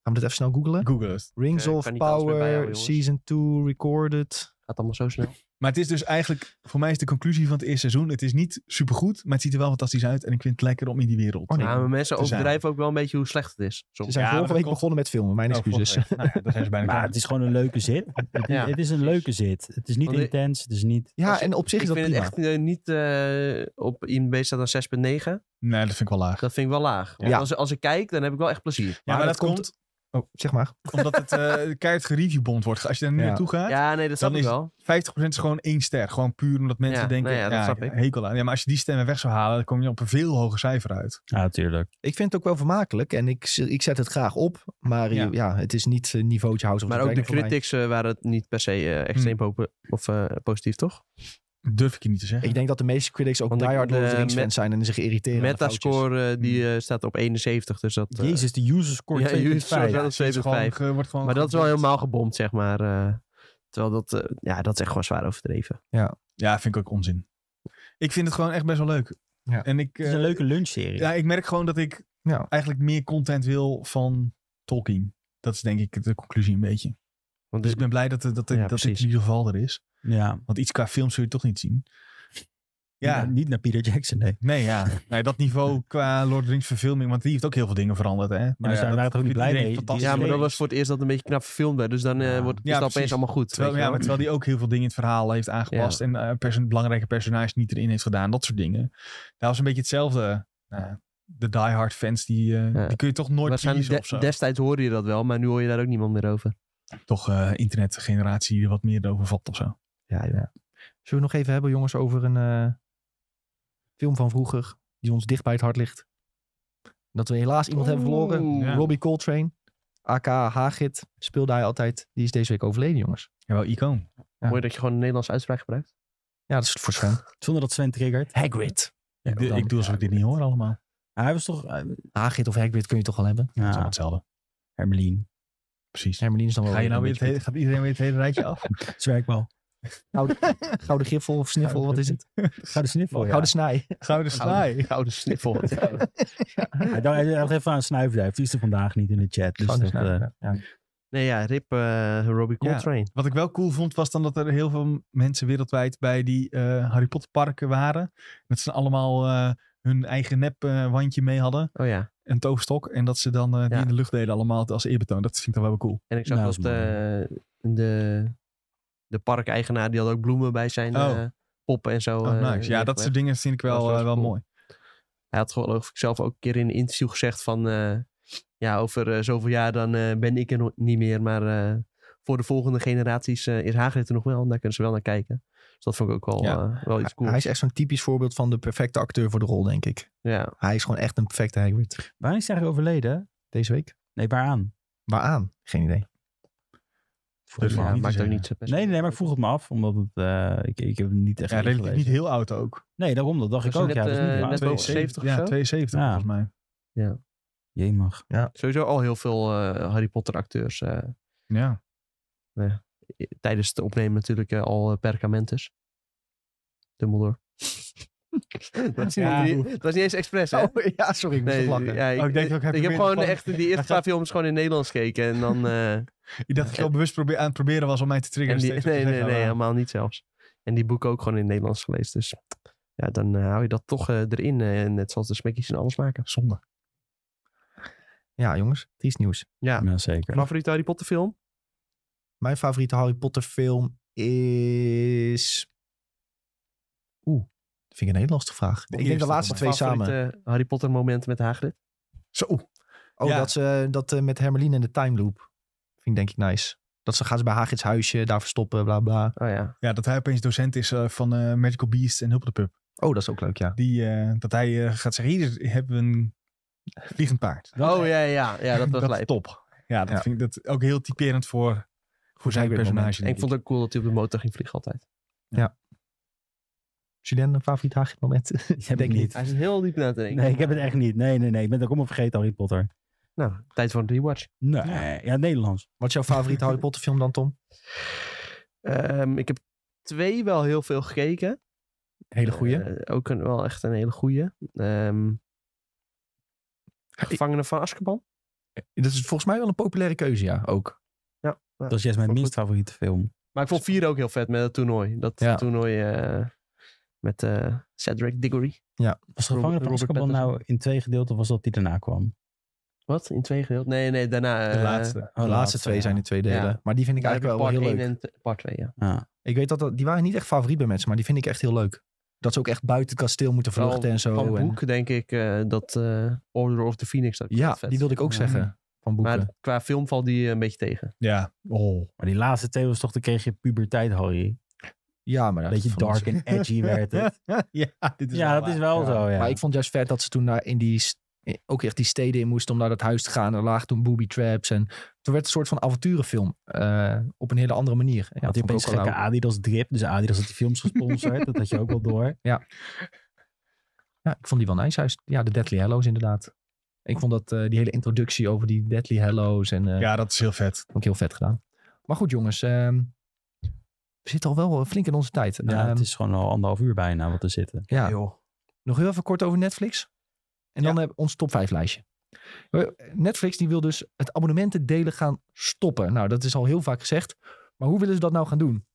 Speaker 1: Gaan we dit even snel googlen?
Speaker 4: Google het.
Speaker 1: Rings
Speaker 3: Ik, eh,
Speaker 1: of
Speaker 3: kan niet alles meer bijhouden,
Speaker 1: Power,
Speaker 3: jongens.
Speaker 1: Season 2, Recorded.
Speaker 3: Gaat allemaal zo snel.
Speaker 4: Maar het is dus eigenlijk, voor mij is de conclusie van het eerste seizoen, het is niet supergoed, maar het ziet er wel fantastisch uit en ik vind het lekker om in die wereld.
Speaker 1: Oh, nee.
Speaker 3: Ja, maar Nou, mensen
Speaker 4: te zijn.
Speaker 3: overdrijven ook wel een beetje hoe slecht het is. Soms.
Speaker 1: Ze zijn
Speaker 4: Ja, maar
Speaker 1: vorige
Speaker 4: dat
Speaker 1: week
Speaker 4: komt-
Speaker 1: begonnen met filmen. Mijn
Speaker 4: Oh,
Speaker 1: excuses.
Speaker 4: volgende week. Nou ja, daar zijn ze bijna
Speaker 2: Maar
Speaker 4: klaar.
Speaker 2: het is gewoon een leuke zit. Het,
Speaker 3: Ja.
Speaker 2: het is een leuke zit. Het is niet
Speaker 3: Want ik-
Speaker 2: intens, het is niet...
Speaker 1: ja,
Speaker 3: Als je-
Speaker 1: en op zich is
Speaker 3: ik
Speaker 1: dat
Speaker 3: vind
Speaker 1: prima.
Speaker 3: het echt eh, niet eh, op IMDb staat dan 6.9.
Speaker 4: Nee, dat vind ik wel laag.
Speaker 3: Dat vind ik wel laag. Want
Speaker 1: Ja.
Speaker 3: als, als ik kijk, dan heb ik wel echt plezier.
Speaker 4: Ja, maar, dat, komt,
Speaker 1: Oh, zeg maar.
Speaker 4: omdat het eh keihard gereviewbond wordt. Als je daar nu
Speaker 1: Ja.
Speaker 4: naartoe gaat,
Speaker 3: Ja, nee, dat
Speaker 4: Dan
Speaker 3: snap ik
Speaker 4: is-
Speaker 3: wel.
Speaker 4: 50% is gewoon één ster. Gewoon puur omdat mensen
Speaker 3: Ja,
Speaker 4: denken,
Speaker 3: nou ja, dat snap ik.
Speaker 4: hekel aan. Ja, maar als je die stemmen weg zou halen, dan kom je op een veel hoger cijfer uit.
Speaker 2: Ja, natuurlijk.
Speaker 1: Ik vind het ook wel vermakelijk. En ik, z- ik zet het graag op. Maar
Speaker 4: Ja.
Speaker 1: ja, ja het is niet eh, niveautje House of
Speaker 3: Maar
Speaker 1: the
Speaker 3: ook de
Speaker 1: Dragon voor mij.
Speaker 3: critics eh, waren het niet per se eh, extreem popu- of, eh, positief, toch?
Speaker 4: Durf ik je niet te zeggen.
Speaker 1: Ik denk dat de meeste critics ook
Speaker 3: Want ik-
Speaker 1: diehard Lord of the
Speaker 3: de
Speaker 1: Rings
Speaker 3: met-
Speaker 1: fans zijn en zich irriteren. aan de foutjes.
Speaker 3: Metascore eh, die eh, staat op 71, dus dat... eh,
Speaker 2: Jezus, de user score
Speaker 3: Ja,
Speaker 2: 2.5.
Speaker 3: user score
Speaker 4: Ja,
Speaker 3: dat is
Speaker 4: het is
Speaker 3: 7,5.
Speaker 4: gewoon ge- wordt gewoon
Speaker 3: maar dat is wel
Speaker 4: gebomd.
Speaker 3: helemaal gebomd, zeg maar. eh, terwijl dat, eh, ja, dat is echt gewoon zwaar overdreven.
Speaker 4: Ja, vind ik ook onzin. Ik vind het gewoon echt best wel leuk.
Speaker 1: Ja.
Speaker 4: En ik,
Speaker 2: Het is een
Speaker 4: eh,
Speaker 2: leuke lunchserie.
Speaker 4: ja, ik merk gewoon dat ik
Speaker 1: Ja.
Speaker 4: eigenlijk meer content wil van Tolkien. Dat is denk ik de conclusie een beetje.
Speaker 3: Want
Speaker 4: Dus ik ben blij dat, het- dat, het-
Speaker 3: Ja,
Speaker 4: dat dit
Speaker 3: precies.
Speaker 4: in ieder geval er is.
Speaker 2: Ja.
Speaker 4: Want iets qua films zul je toch niet zien.
Speaker 2: Ja.
Speaker 4: Ja,
Speaker 2: Niet naar Peter Jackson, nee.
Speaker 4: nee, ja. Nee, dat niveau qua Lord of the Rings verfilming. Want die heeft ook heel veel dingen veranderd, hè.
Speaker 2: daar
Speaker 4: ja,
Speaker 2: zijn wij
Speaker 4: dat
Speaker 2: toch ook niet
Speaker 4: vindt
Speaker 2: blij
Speaker 4: iedereen
Speaker 2: mee. Die-
Speaker 4: fantastisch.
Speaker 3: ja, maar dat
Speaker 2: Jezus.
Speaker 3: was voor het eerst dat het een beetje knap verfilmd werd. Dus dan eh,
Speaker 2: Ja.
Speaker 3: wordt, is
Speaker 4: Ja,
Speaker 3: het opeens
Speaker 4: precies.
Speaker 3: allemaal goed.
Speaker 4: Terwijl,
Speaker 3: weet je
Speaker 4: ja, maar
Speaker 3: wel.
Speaker 4: terwijl hij ook heel veel dingen in het verhaal heeft aangepast. En eh, perso- belangrijke personages niet erin heeft gedaan. Dat soort dingen. Daar was een beetje hetzelfde. eh, de diehard fans, die, eh,
Speaker 3: Ja.
Speaker 4: die kun je toch nooit
Speaker 3: Waarschijnlijk
Speaker 4: verliezen
Speaker 3: de-
Speaker 4: of zo.
Speaker 3: destijds hoorde je dat wel, maar nu hoor je daar ook niemand meer over.
Speaker 4: Toch eh, internetgeneratie die er wat meer over valt of zo.
Speaker 3: Ja,
Speaker 1: ja. Zullen we nog even hebben, jongens, over een eh, film van vroeger. Die ons dicht bij het hart ligt. Dat we helaas iemand hebben verloren.
Speaker 4: Ja.
Speaker 1: Robbie Coltrane, aka Hagrid, speelde hij altijd. Die is deze week overleden, jongens.
Speaker 4: Jawel, icoon.
Speaker 3: Mooi dat je gewoon een Nederlandse uitspraak gebruikt.
Speaker 1: Ja, dat is voor Sven.
Speaker 2: Zonder dat Sven triggert.
Speaker 1: Hagrid.
Speaker 2: Ja,
Speaker 4: ik,
Speaker 2: dan-
Speaker 4: ik doe alsof ik dit niet hoor allemaal. Het
Speaker 2: Hij was toch... eh,
Speaker 1: Hagrid of Hagrid kun je toch wel hebben?
Speaker 4: is allemaal
Speaker 2: ja,
Speaker 4: hetzelfde.
Speaker 2: Hermelien.
Speaker 4: Precies.
Speaker 1: Hermelien is dan wel
Speaker 4: Ga je nou
Speaker 1: een
Speaker 4: weer het
Speaker 1: beetje
Speaker 4: hele, gaat iedereen weer het hele rijtje af?
Speaker 2: Zwerkbal.
Speaker 1: goed. Gouden giffel of sniffel, wat is het?
Speaker 2: Gouden sniffel, ja.
Speaker 1: Gouden snij.
Speaker 4: Gouden snaai.
Speaker 3: Gouden sniffel.
Speaker 2: Hij dacht- Hij dacht even aan snuifduif. Die is er vandaag niet in de chat. Dus
Speaker 1: Gouden
Speaker 2: dat, eh,
Speaker 1: snij. ja.
Speaker 3: nee, ja, Rip eh, Robbie
Speaker 4: Ja.
Speaker 3: Coltrane.
Speaker 4: Wat ik wel cool vond, was dan dat er heel veel mensen wereldwijd bij die eh, Harry Potter parken waren. Dat ze allemaal eh, hun eigen nep eh, wandje mee hadden.
Speaker 3: Oh ja.
Speaker 4: Een toofstok. En dat ze dan eh, die
Speaker 3: Ja.
Speaker 4: in de lucht deden allemaal als eerbetoon. Dat vind ik dan wel weer cool.
Speaker 3: En ik zag
Speaker 2: Nou,
Speaker 3: dat
Speaker 2: dat is mooi.
Speaker 3: eh, de, de parkeigenaar, die had ook bloemen bij zijn
Speaker 4: Oh.
Speaker 3: eh, poppen en zo.
Speaker 4: Oh,
Speaker 3: eh,
Speaker 4: nice. Ja, dat
Speaker 3: neergelegd.
Speaker 4: soort dingen vind ik
Speaker 3: Dat
Speaker 4: wel,
Speaker 3: is wel
Speaker 4: eh, wel
Speaker 3: cool.
Speaker 4: mooi.
Speaker 3: Hij had gewoon geloof ik zelf ook een keer in een interview gezegd van... eh, ja, over eh, zoveel jaar dan eh, ben ik er nog niet meer. Maar eh, voor de volgende generaties eh, is Hagrid er nog wel. En daar kunnen ze wel naar kijken. Dus dat vond ik ook wel,
Speaker 4: Ja.
Speaker 3: eh, wel iets cool.
Speaker 1: Hij is echt zo'n typisch voorbeeld van de perfecte acteur voor de rol, denk ik.
Speaker 3: Ja.
Speaker 1: Hij is gewoon echt een perfecte Hagrid.
Speaker 2: Waar is hij eigenlijk overleden?
Speaker 1: Deze week.
Speaker 2: Nee, waaraan?
Speaker 1: Waaraan? Geen idee.
Speaker 2: Volgens
Speaker 4: Ja,
Speaker 2: mij
Speaker 3: dus ja,
Speaker 2: niet.
Speaker 4: niet te
Speaker 3: maakt ook
Speaker 4: zeggen.
Speaker 3: niet zo best.
Speaker 2: Nee, nee, maar ik vroeg het me af, omdat het, eh, ik, ik heb het niet echt
Speaker 4: Ja,
Speaker 2: ingelezen.
Speaker 4: relatief niet heel oud ook.
Speaker 2: Nee, daarom, dat dacht ik
Speaker 3: Was
Speaker 2: ook.
Speaker 3: hij
Speaker 2: ja,
Speaker 3: net,
Speaker 2: dat is niet
Speaker 3: eh,
Speaker 2: waar.
Speaker 3: net boven 70 of
Speaker 4: ja,
Speaker 3: zo?
Speaker 4: 72
Speaker 2: Ja.
Speaker 4: volgens mij.
Speaker 2: Jemig.
Speaker 3: Sowieso al heel veel eh, Harry Potter acteurs. eh,
Speaker 4: Ja.
Speaker 3: tijdens het opnemen natuurlijk eh, al eh, perkamentus. Dumbledore. dat, is niet,
Speaker 2: Ja.
Speaker 3: dat was niet eens expres, hè?
Speaker 1: ja, sorry. Ik moest
Speaker 3: Nee,
Speaker 1: nog lachen.
Speaker 3: ja, Oh, ik,
Speaker 4: Oh, ik denk ook, heb
Speaker 3: ik
Speaker 4: je
Speaker 3: heb
Speaker 4: weer
Speaker 3: gewoon
Speaker 4: gevallen?
Speaker 3: echt die eerste paar films gewoon in Nederlands gekeken. En dan... eh,
Speaker 4: Ik dacht dat je wel bewust probeer, aan het proberen was om mij te
Speaker 3: En
Speaker 4: triggeren.
Speaker 3: die-
Speaker 4: steeds om te
Speaker 3: nee, nee,
Speaker 4: zeggen,
Speaker 3: nee,
Speaker 4: ah,
Speaker 3: helemaal niet zelfs. En die boeken ook gewoon in het Nederlands gelezen. Dus ja, dan eh, hou je dat toch eh, erin. eh, en net zoals de smekjes en alles maken.
Speaker 1: Zonde. Ja, jongens. Triest nieuws.
Speaker 3: Ja.
Speaker 2: Ja, Nou, zeker.
Speaker 3: Favoriete Harry Potter film?
Speaker 1: Mijn favoriete Harry Potter film is... Oeh, dat vind ik een hele lastige vraag. ik denk
Speaker 4: eerste
Speaker 1: de laatste
Speaker 4: voor
Speaker 1: twee samen.
Speaker 3: Favoriete Harry Potter momenten met Hagrid?
Speaker 4: eh, Zo, oeh.
Speaker 1: Oh,
Speaker 4: Ja.
Speaker 1: dat, ze, dat eh, met Hermeline en de time loop. Vind ik denk ik nice. Dat ze gaan ze bij Hagrid's huisje, daar verstoppen, bla bla.
Speaker 3: Oh ja.
Speaker 4: Ja, dat hij opeens docent is eh, van eh, Magical Beast en Hulp de Pup.
Speaker 1: Oh, dat is ook leuk, ja.
Speaker 4: Die, eh, dat hij eh, gaat zeggen, hier hebben we een vliegend paard.
Speaker 3: oh ja, ja, ja, dat was
Speaker 4: is
Speaker 3: lijp.
Speaker 4: top. Ja, dat
Speaker 1: Ja.
Speaker 4: vind ik dat ook heel typerend voor, voor zijn
Speaker 1: Hagrid
Speaker 4: personage.
Speaker 3: En
Speaker 4: denk
Speaker 3: ik vond het ook cool dat hij op de motor ging vliegen altijd.
Speaker 1: Julien, een favoriet Hagrid moment?
Speaker 2: heb ik niet.
Speaker 3: Hij is heel diep na te denken.
Speaker 2: Nee, ik heb het echt niet. Nee, nee, nee. Ik ben het ook allemaal vergeten, Harry Potter.
Speaker 3: Nou, tijd voor een rewatch.
Speaker 2: Nee, ja, Nederlands.
Speaker 1: Wat is jouw favoriete Harry Potter film dan, Tom?
Speaker 3: Ehm, ik heb twee wel heel veel gekeken.
Speaker 1: Hele goeie.
Speaker 3: Eh, ook een, wel echt een hele goeie. Ehm Gevangenen van Azkaban.
Speaker 1: Eh, dat is volgens mij wel een populaire keuze, ja, ook.
Speaker 2: Dat is juist mijn
Speaker 3: Goed.
Speaker 2: minst favoriete film.
Speaker 3: Maar ik vond vier ook heel vet met het toernooi. Dat
Speaker 1: Ja.
Speaker 3: toernooi eh, met eh, Cedric Diggory.
Speaker 2: Was
Speaker 3: Robert-
Speaker 2: Gevangen van
Speaker 3: Robert
Speaker 2: Azkaban
Speaker 3: Pattinson.
Speaker 2: nou in twee gedeelten of was dat die daarna kwam? Oh,
Speaker 3: Wat? In twee gedeeld? Nee, nee, daarna.
Speaker 4: ik.
Speaker 3: eh,
Speaker 4: de laatste.
Speaker 1: De laatste twee
Speaker 2: ja.
Speaker 1: zijn de twee delen.
Speaker 3: Ja.
Speaker 1: Maar die vind ik
Speaker 3: daar heb
Speaker 1: eigenlijk wel
Speaker 3: part
Speaker 1: heel leuk.
Speaker 3: één en t- part 2, ja.
Speaker 2: Ja.
Speaker 1: Ik weet dat, dat die waren niet echt favoriet bij mensen, maar die vind ik echt heel leuk. Dat ze ook echt buiten het kasteel moeten vluchten
Speaker 3: Vooral
Speaker 1: en zo.
Speaker 3: Van
Speaker 1: en-
Speaker 3: boek denk ik eh, dat eh, Order of the Phoenix. Dat ik
Speaker 1: ja,
Speaker 3: vet vind.
Speaker 1: die wilde ik ook
Speaker 2: Ja.
Speaker 1: zeggen. Van boeken.
Speaker 3: Maar qua film valt die eh, een beetje tegen.
Speaker 4: Ja. Oh.
Speaker 2: Maar die laatste twee was toch, dan kreeg je puberteit, Harry.
Speaker 1: ja, maar dat
Speaker 2: Beetje
Speaker 1: van-
Speaker 2: dark en edgy werd het.
Speaker 4: ja, dit is
Speaker 2: Ja, dat
Speaker 4: waar.
Speaker 2: is wel
Speaker 4: Ja.
Speaker 2: zo, ja.
Speaker 1: Maar ik vond juist vet dat ze toen daar in die, st- ook echt die steden in moesten om naar dat huis te gaan. Er lagen toen booby traps en toen werd het een soort van avonturenfilm eh, op een hele andere manier. Ja, dat
Speaker 2: had hij
Speaker 1: vond ik
Speaker 2: opeens
Speaker 1: ook wel
Speaker 2: gekke
Speaker 1: leuk.
Speaker 2: Adidas drip. Dus Adidas had die films gesponsord. dat had je ook wel door.
Speaker 1: Ja, ik vond die wel nice. Hij is- Ja, de Deadly Hallows inderdaad. Ik vond dat, eh, die hele introductie over die Deadly Hallows en eh
Speaker 4: Ja, dat is heel vet.
Speaker 1: vond ik heel vet gedaan. Maar goed jongens, ehm, we zitten al wel eh, flink in onze tijd.
Speaker 2: Ja,
Speaker 1: Ehm,
Speaker 2: het is gewoon al anderhalf uur bijna wat er zitten.
Speaker 1: ja.
Speaker 3: joh.
Speaker 1: Nog heel even kort over Netflix. En dan hebben we ons top 5 lijstje. Netflix die wil dus het abonnementen delen gaan stoppen. Nou, dat is al heel vaak gezegd. Maar hoe willen ze dat nou gaan doen?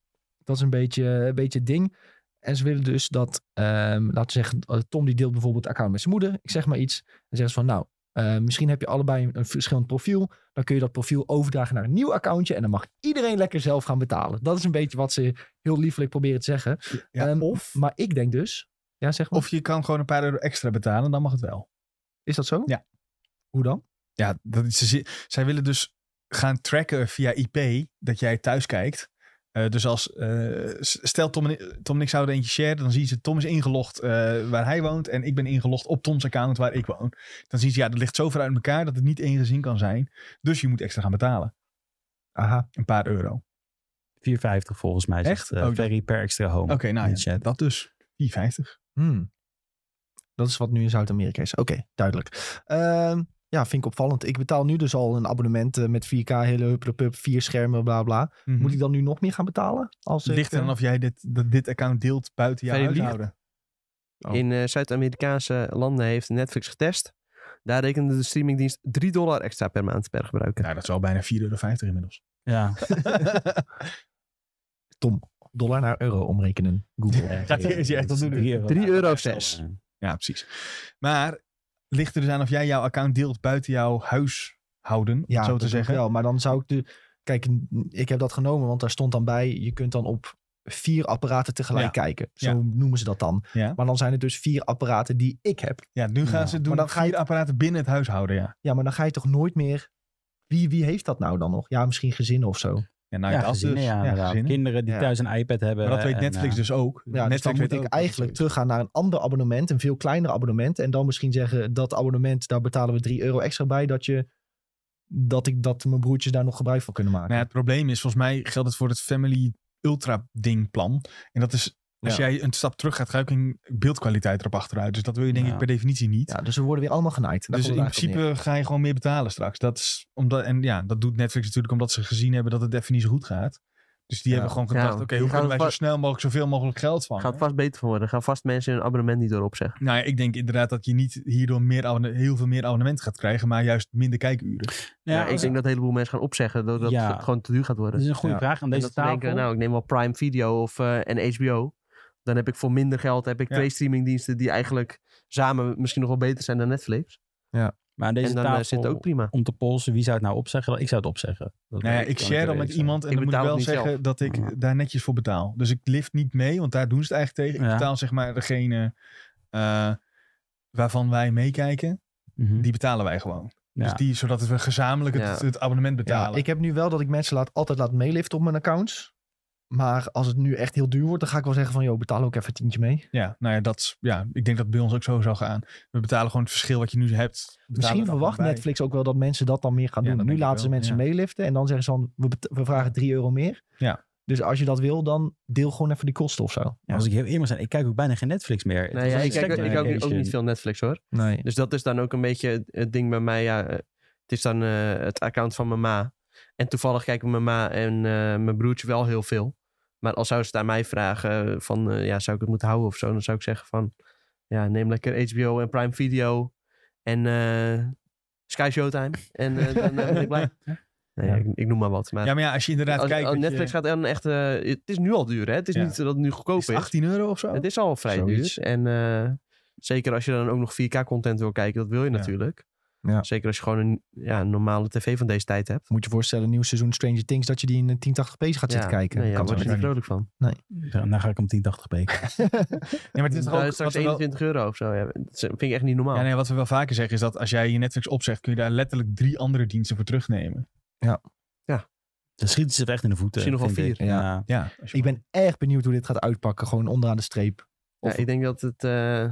Speaker 1: Dat is een beetje, een beetje het ding. En ze willen dus dat, ehm, laten we zeggen, eh, Tom die deelt bijvoorbeeld account met zijn moeder. Ik zeg maar iets. Dan zeggen ze van, nou, eh, misschien heb je allebei een, een verschillend profiel. Dan kun je dat profiel overdragen naar een nieuw accountje. En dan mag iedereen lekker zelf gaan betalen. Dat is een beetje wat ze heel liefelijk proberen te zeggen.
Speaker 4: Ja,
Speaker 1: Ehm,
Speaker 4: of,
Speaker 1: Maar ik denk dus, ja zeg maar,
Speaker 4: of je kan gewoon een paar euro extra betalen, dan mag het wel.
Speaker 1: is dat zo?
Speaker 4: Ja.
Speaker 1: Hoe dan?
Speaker 4: Ja, dat is, ze- zij willen dus gaan tracken via IP dat jij thuis kijkt. Eh, dus als, eh, s- stel Tom en, i- Tom en ik zouden eentje sharen, dan zien ze Tom is ingelogd eh, waar hij woont en ik ben ingelogd op Toms account waar ik woon. Dan zien ze, ja, dat ligt zo ver uit elkaar dat het niet één gezin kan zijn. Dus je moet extra gaan betalen.
Speaker 1: Aha.
Speaker 4: Een paar euro. Oké,
Speaker 2: 4,50 volgens mij.
Speaker 4: Echt?
Speaker 2: Zegt, eh,
Speaker 4: Oh, dat-
Speaker 2: Ferry per extra home.
Speaker 4: nou
Speaker 2: In de
Speaker 4: ja,
Speaker 2: chat.
Speaker 4: dat dus. 4,50.
Speaker 1: Hmm. Dat is wat nu in Zuid-Amerika is. Oké, duidelijk. Ehm, ja, vind ik opvallend. Ik betaal nu dus al een abonnement eh, met 4K, hele huppelepup, vier schermen, bla bla.
Speaker 4: Mhm.
Speaker 1: Moet ik dan nu nog meer gaan betalen? Als ik,
Speaker 4: Ligt er dan
Speaker 1: eh,
Speaker 4: of jij dit, dat dit account deelt buiten jouw
Speaker 3: Van je lief-
Speaker 4: huishouden.
Speaker 1: Oh.
Speaker 3: In eh, Zuid-Amerikaanse landen heeft Netflix getest. Daar rekende de streamingdienst 3 dollar extra per maand per gebruiker.
Speaker 4: Nou, dat is al bijna 4,50 euro inmiddels.
Speaker 2: Ja.
Speaker 1: Tom, dollar naar euro omrekenen. Google.
Speaker 4: Gaat hij eerst je echt dat doen?
Speaker 2: Drie euro.
Speaker 3: 3,06 euro.
Speaker 2: eh,
Speaker 4: Ja, precies. Maar ligt er dus aan of jij jouw account deelt buiten jouw huishouden, om
Speaker 1: ja,
Speaker 4: zo te zeggen.
Speaker 1: Wel, maar dan zou ik de... Kijk, n- ik heb dat genomen, want daar stond dan bij, je kunt dan op vier apparaten tegelijk
Speaker 4: Ja.
Speaker 1: kijken. Zo
Speaker 4: Ja.
Speaker 1: noemen ze dat dan.
Speaker 4: Ja.
Speaker 1: Maar dan zijn het dus vier apparaten die ik heb.
Speaker 4: Ja, nu gaan
Speaker 2: Ja.
Speaker 4: ze het doen.
Speaker 1: Maar
Speaker 4: Maar
Speaker 1: dan ga je-
Speaker 4: apparaten binnen het huishouden, ja.
Speaker 1: Ja, maar dan ga je toch nooit meer... Wie, wie heeft dat nou dan nog? Ja, misschien gezinnen of zo.
Speaker 4: Ja,
Speaker 2: Ja,
Speaker 4: nou, dat
Speaker 2: gezinnen,
Speaker 4: dus.
Speaker 2: ja, inderdaad.
Speaker 4: gezinnen.
Speaker 2: Kinderen die
Speaker 1: Ja.
Speaker 2: thuis een iPad hebben.
Speaker 4: Maar dat weet
Speaker 2: en,
Speaker 4: Netflix
Speaker 2: eh,
Speaker 4: dus ook.
Speaker 1: Ja, dus
Speaker 4: Netflix
Speaker 1: dan
Speaker 4: weet
Speaker 1: moet
Speaker 4: ook
Speaker 1: ik
Speaker 4: dat het
Speaker 1: eigenlijk
Speaker 4: zo is.
Speaker 1: teruggaan naar een ander abonnement, een veel kleiner abonnement. En dan misschien zeggen, dat abonnement, daar betalen we 3 euro extra bij, dat, je, dat, ik, dat mijn broertjes daar nog gebruik van kunnen maken.
Speaker 4: Nou ja, het probleem is, volgens mij geldt het voor het Family Ultra ding plan. En dat is, als
Speaker 1: Ja.
Speaker 4: jij een stap terug gaat, ga ik in beeldkwaliteit erop achteruit. Dus dat wil je denk
Speaker 2: Ja.
Speaker 4: ik per definitie niet.
Speaker 1: Ja, dus we worden weer allemaal genaaid. Daar
Speaker 4: dus in
Speaker 1: komt het eigenlijk op
Speaker 4: principe ga je gewoon meer betalen straks. Dat is omdat, en ja, dat doet Netflix natuurlijk omdat ze gezien hebben dat het even niet zo goed gaat. Dus die
Speaker 1: Ja.
Speaker 4: hebben gewoon gedacht,
Speaker 3: Ja,
Speaker 4: oké,
Speaker 3: die
Speaker 4: hoe
Speaker 3: gaan
Speaker 4: kunnen wij zo
Speaker 3: vast-
Speaker 4: snel mogelijk zoveel mogelijk geld vangen?
Speaker 3: Gaat vast beter van worden. Gaan vast mensen hun abonnement niet door opzeggen.
Speaker 4: Nou ja, ik denk inderdaad dat je niet hierdoor meer abonne- heel veel meer abonnementen gaat krijgen, maar juist minder kijkuren.
Speaker 2: nou
Speaker 3: Ja, ik denk dat een heleboel mensen gaan opzeggen doordat
Speaker 2: Ja.
Speaker 3: het gewoon te duur gaat worden.
Speaker 2: Dat is een goede
Speaker 1: Ja.
Speaker 2: vraag aan
Speaker 3: En
Speaker 2: deze
Speaker 3: dat ze
Speaker 2: tafel.
Speaker 3: denken, nou, ik neem wel Prime Video of, eh, en HBO. Dan heb ik voor minder geld heb ik
Speaker 4: Ja.
Speaker 3: twee streamingdiensten die eigenlijk samen misschien nog wel beter zijn dan Netflix.
Speaker 2: maar aan deze
Speaker 3: en dan eh,
Speaker 2: tafel,
Speaker 3: zit het ook prima.
Speaker 2: om te polsen, wie zou het nou opzeggen? Ik zou het opzeggen. Dat
Speaker 4: Nou ja,
Speaker 2: weet
Speaker 4: ik
Speaker 2: kan
Speaker 4: share dat
Speaker 2: natuurlijk
Speaker 4: met
Speaker 2: zo.
Speaker 4: iemand en
Speaker 3: Ik
Speaker 4: dan moet ik
Speaker 3: betaal
Speaker 4: wel
Speaker 3: het niet
Speaker 4: zeggen dat ik
Speaker 2: Ja.
Speaker 4: daar netjes voor betaal. Dus ik lift niet mee, want daar doen ze het eigenlijk tegen. Ik
Speaker 2: Ja.
Speaker 4: betaal zeg maar degene eh, waarvan wij meekijken,
Speaker 2: Mhm.
Speaker 4: die betalen wij gewoon.
Speaker 2: Ja.
Speaker 4: Dus die, zodat we gezamenlijk het,
Speaker 3: Ja.
Speaker 4: het abonnement
Speaker 1: neer. Ja,
Speaker 4: betalen.
Speaker 1: ik heb nu wel dat ik mensen laat, altijd laat meeliften op mijn accounts. Maar als het nu echt heel duur wordt, dan ga ik wel zeggen van, joh, betaal ook even een tientje mee.
Speaker 4: Ja, nou ja, dat, is- ja, ik denk dat het bij ons ook zo zou gaan. We betalen gewoon het verschil wat je nu hebt. betalen we
Speaker 1: Misschien
Speaker 4: er gewoon
Speaker 1: verwacht
Speaker 4: bij.
Speaker 1: Netflix ook wel dat mensen dat dan meer gaan
Speaker 4: Ja,
Speaker 1: doen.
Speaker 4: dat
Speaker 1: Nu
Speaker 4: denk ik
Speaker 1: laten ze
Speaker 4: wel,
Speaker 1: mensen
Speaker 4: ja.
Speaker 1: meeliften en dan zeggen ze dan, we, bet- we vragen 3 euro meer.
Speaker 4: Ja.
Speaker 1: Dus als je dat wil, dan deel gewoon even die kosten of zo.
Speaker 2: Ja, als ik heel eerlijk ben, ik kijk ook bijna geen Netflix meer. Het
Speaker 3: Nee,
Speaker 2: is
Speaker 3: Nou ja,
Speaker 2: een
Speaker 3: ik kijk
Speaker 2: sector
Speaker 3: ik ook, ook
Speaker 2: vacation.
Speaker 3: niet veel Netflix hoor.
Speaker 1: Nee.
Speaker 3: Dus dat is dan ook een beetje het- het ding bij mij. Ja, eh, het is dan eh, het account van mijn ma. En toevallig kijken mijn ma en eh, mijn broertje wel heel veel. Maar als zou ze het aan mij vragen eh, van, eh, ja, zou ik het moeten houden of zo? Dan zou ik zeggen van, ja, neem lekker HBO en Prime Video en eh, Sky Showtime. En eh, dan eh, ben ik blij. Nee,
Speaker 1: Ja.
Speaker 3: ik, ik noem maar wat. Maar
Speaker 4: Ja, maar ja, als je inderdaad
Speaker 3: als-
Speaker 4: kijkt.
Speaker 3: als
Speaker 4: dat je-
Speaker 3: Netflix gaat dan echt... eh, het is nu al duur, hè? Het is
Speaker 4: Ja.
Speaker 3: niet dat het nu goedkoop
Speaker 4: is het 18 euro of zo?
Speaker 3: het is al vrij
Speaker 1: Oh, Zoiets.
Speaker 3: duur. En eh, zeker als je dan ook nog 4K-content wil kijken, dat wil je
Speaker 4: Ja.
Speaker 3: natuurlijk.
Speaker 1: Ja.
Speaker 3: Zeker als je gewoon een ja, een normale tv van deze tijd hebt.
Speaker 1: Moet je voorstellen, nieuw seizoen Stranger Things, dat je die in eh, 1080p gaat
Speaker 3: Ja,
Speaker 1: zitten kijken.
Speaker 3: Nee, ja,
Speaker 1: kan
Speaker 3: daar word
Speaker 1: zo
Speaker 3: je
Speaker 1: niet.
Speaker 3: niet vrolijk van.
Speaker 2: Ja, dan ga ik om 1080p.
Speaker 4: Nee, maar het is toch
Speaker 3: Daar
Speaker 4: ook
Speaker 3: is eh, straks
Speaker 4: wat er wel-
Speaker 3: 21 euro of zo. Ja, dat vind ik echt niet normaal.
Speaker 4: Ja, nee, wat we wel vaker zeggen is dat als jij je Netflix opzegt, kun je daar letterlijk drie andere diensten voor terugnemen.
Speaker 2: Dan schieten ze het echt in de voeten.
Speaker 3: Misschien nog wel
Speaker 2: vind ik.
Speaker 1: vier. Ja.
Speaker 4: Ja, als je-
Speaker 1: Ik ben erg benieuwd hoe dit gaat uitpakken. Gewoon onderaan de streep.
Speaker 3: Ja,
Speaker 1: Of-
Speaker 3: ik denk dat het eh,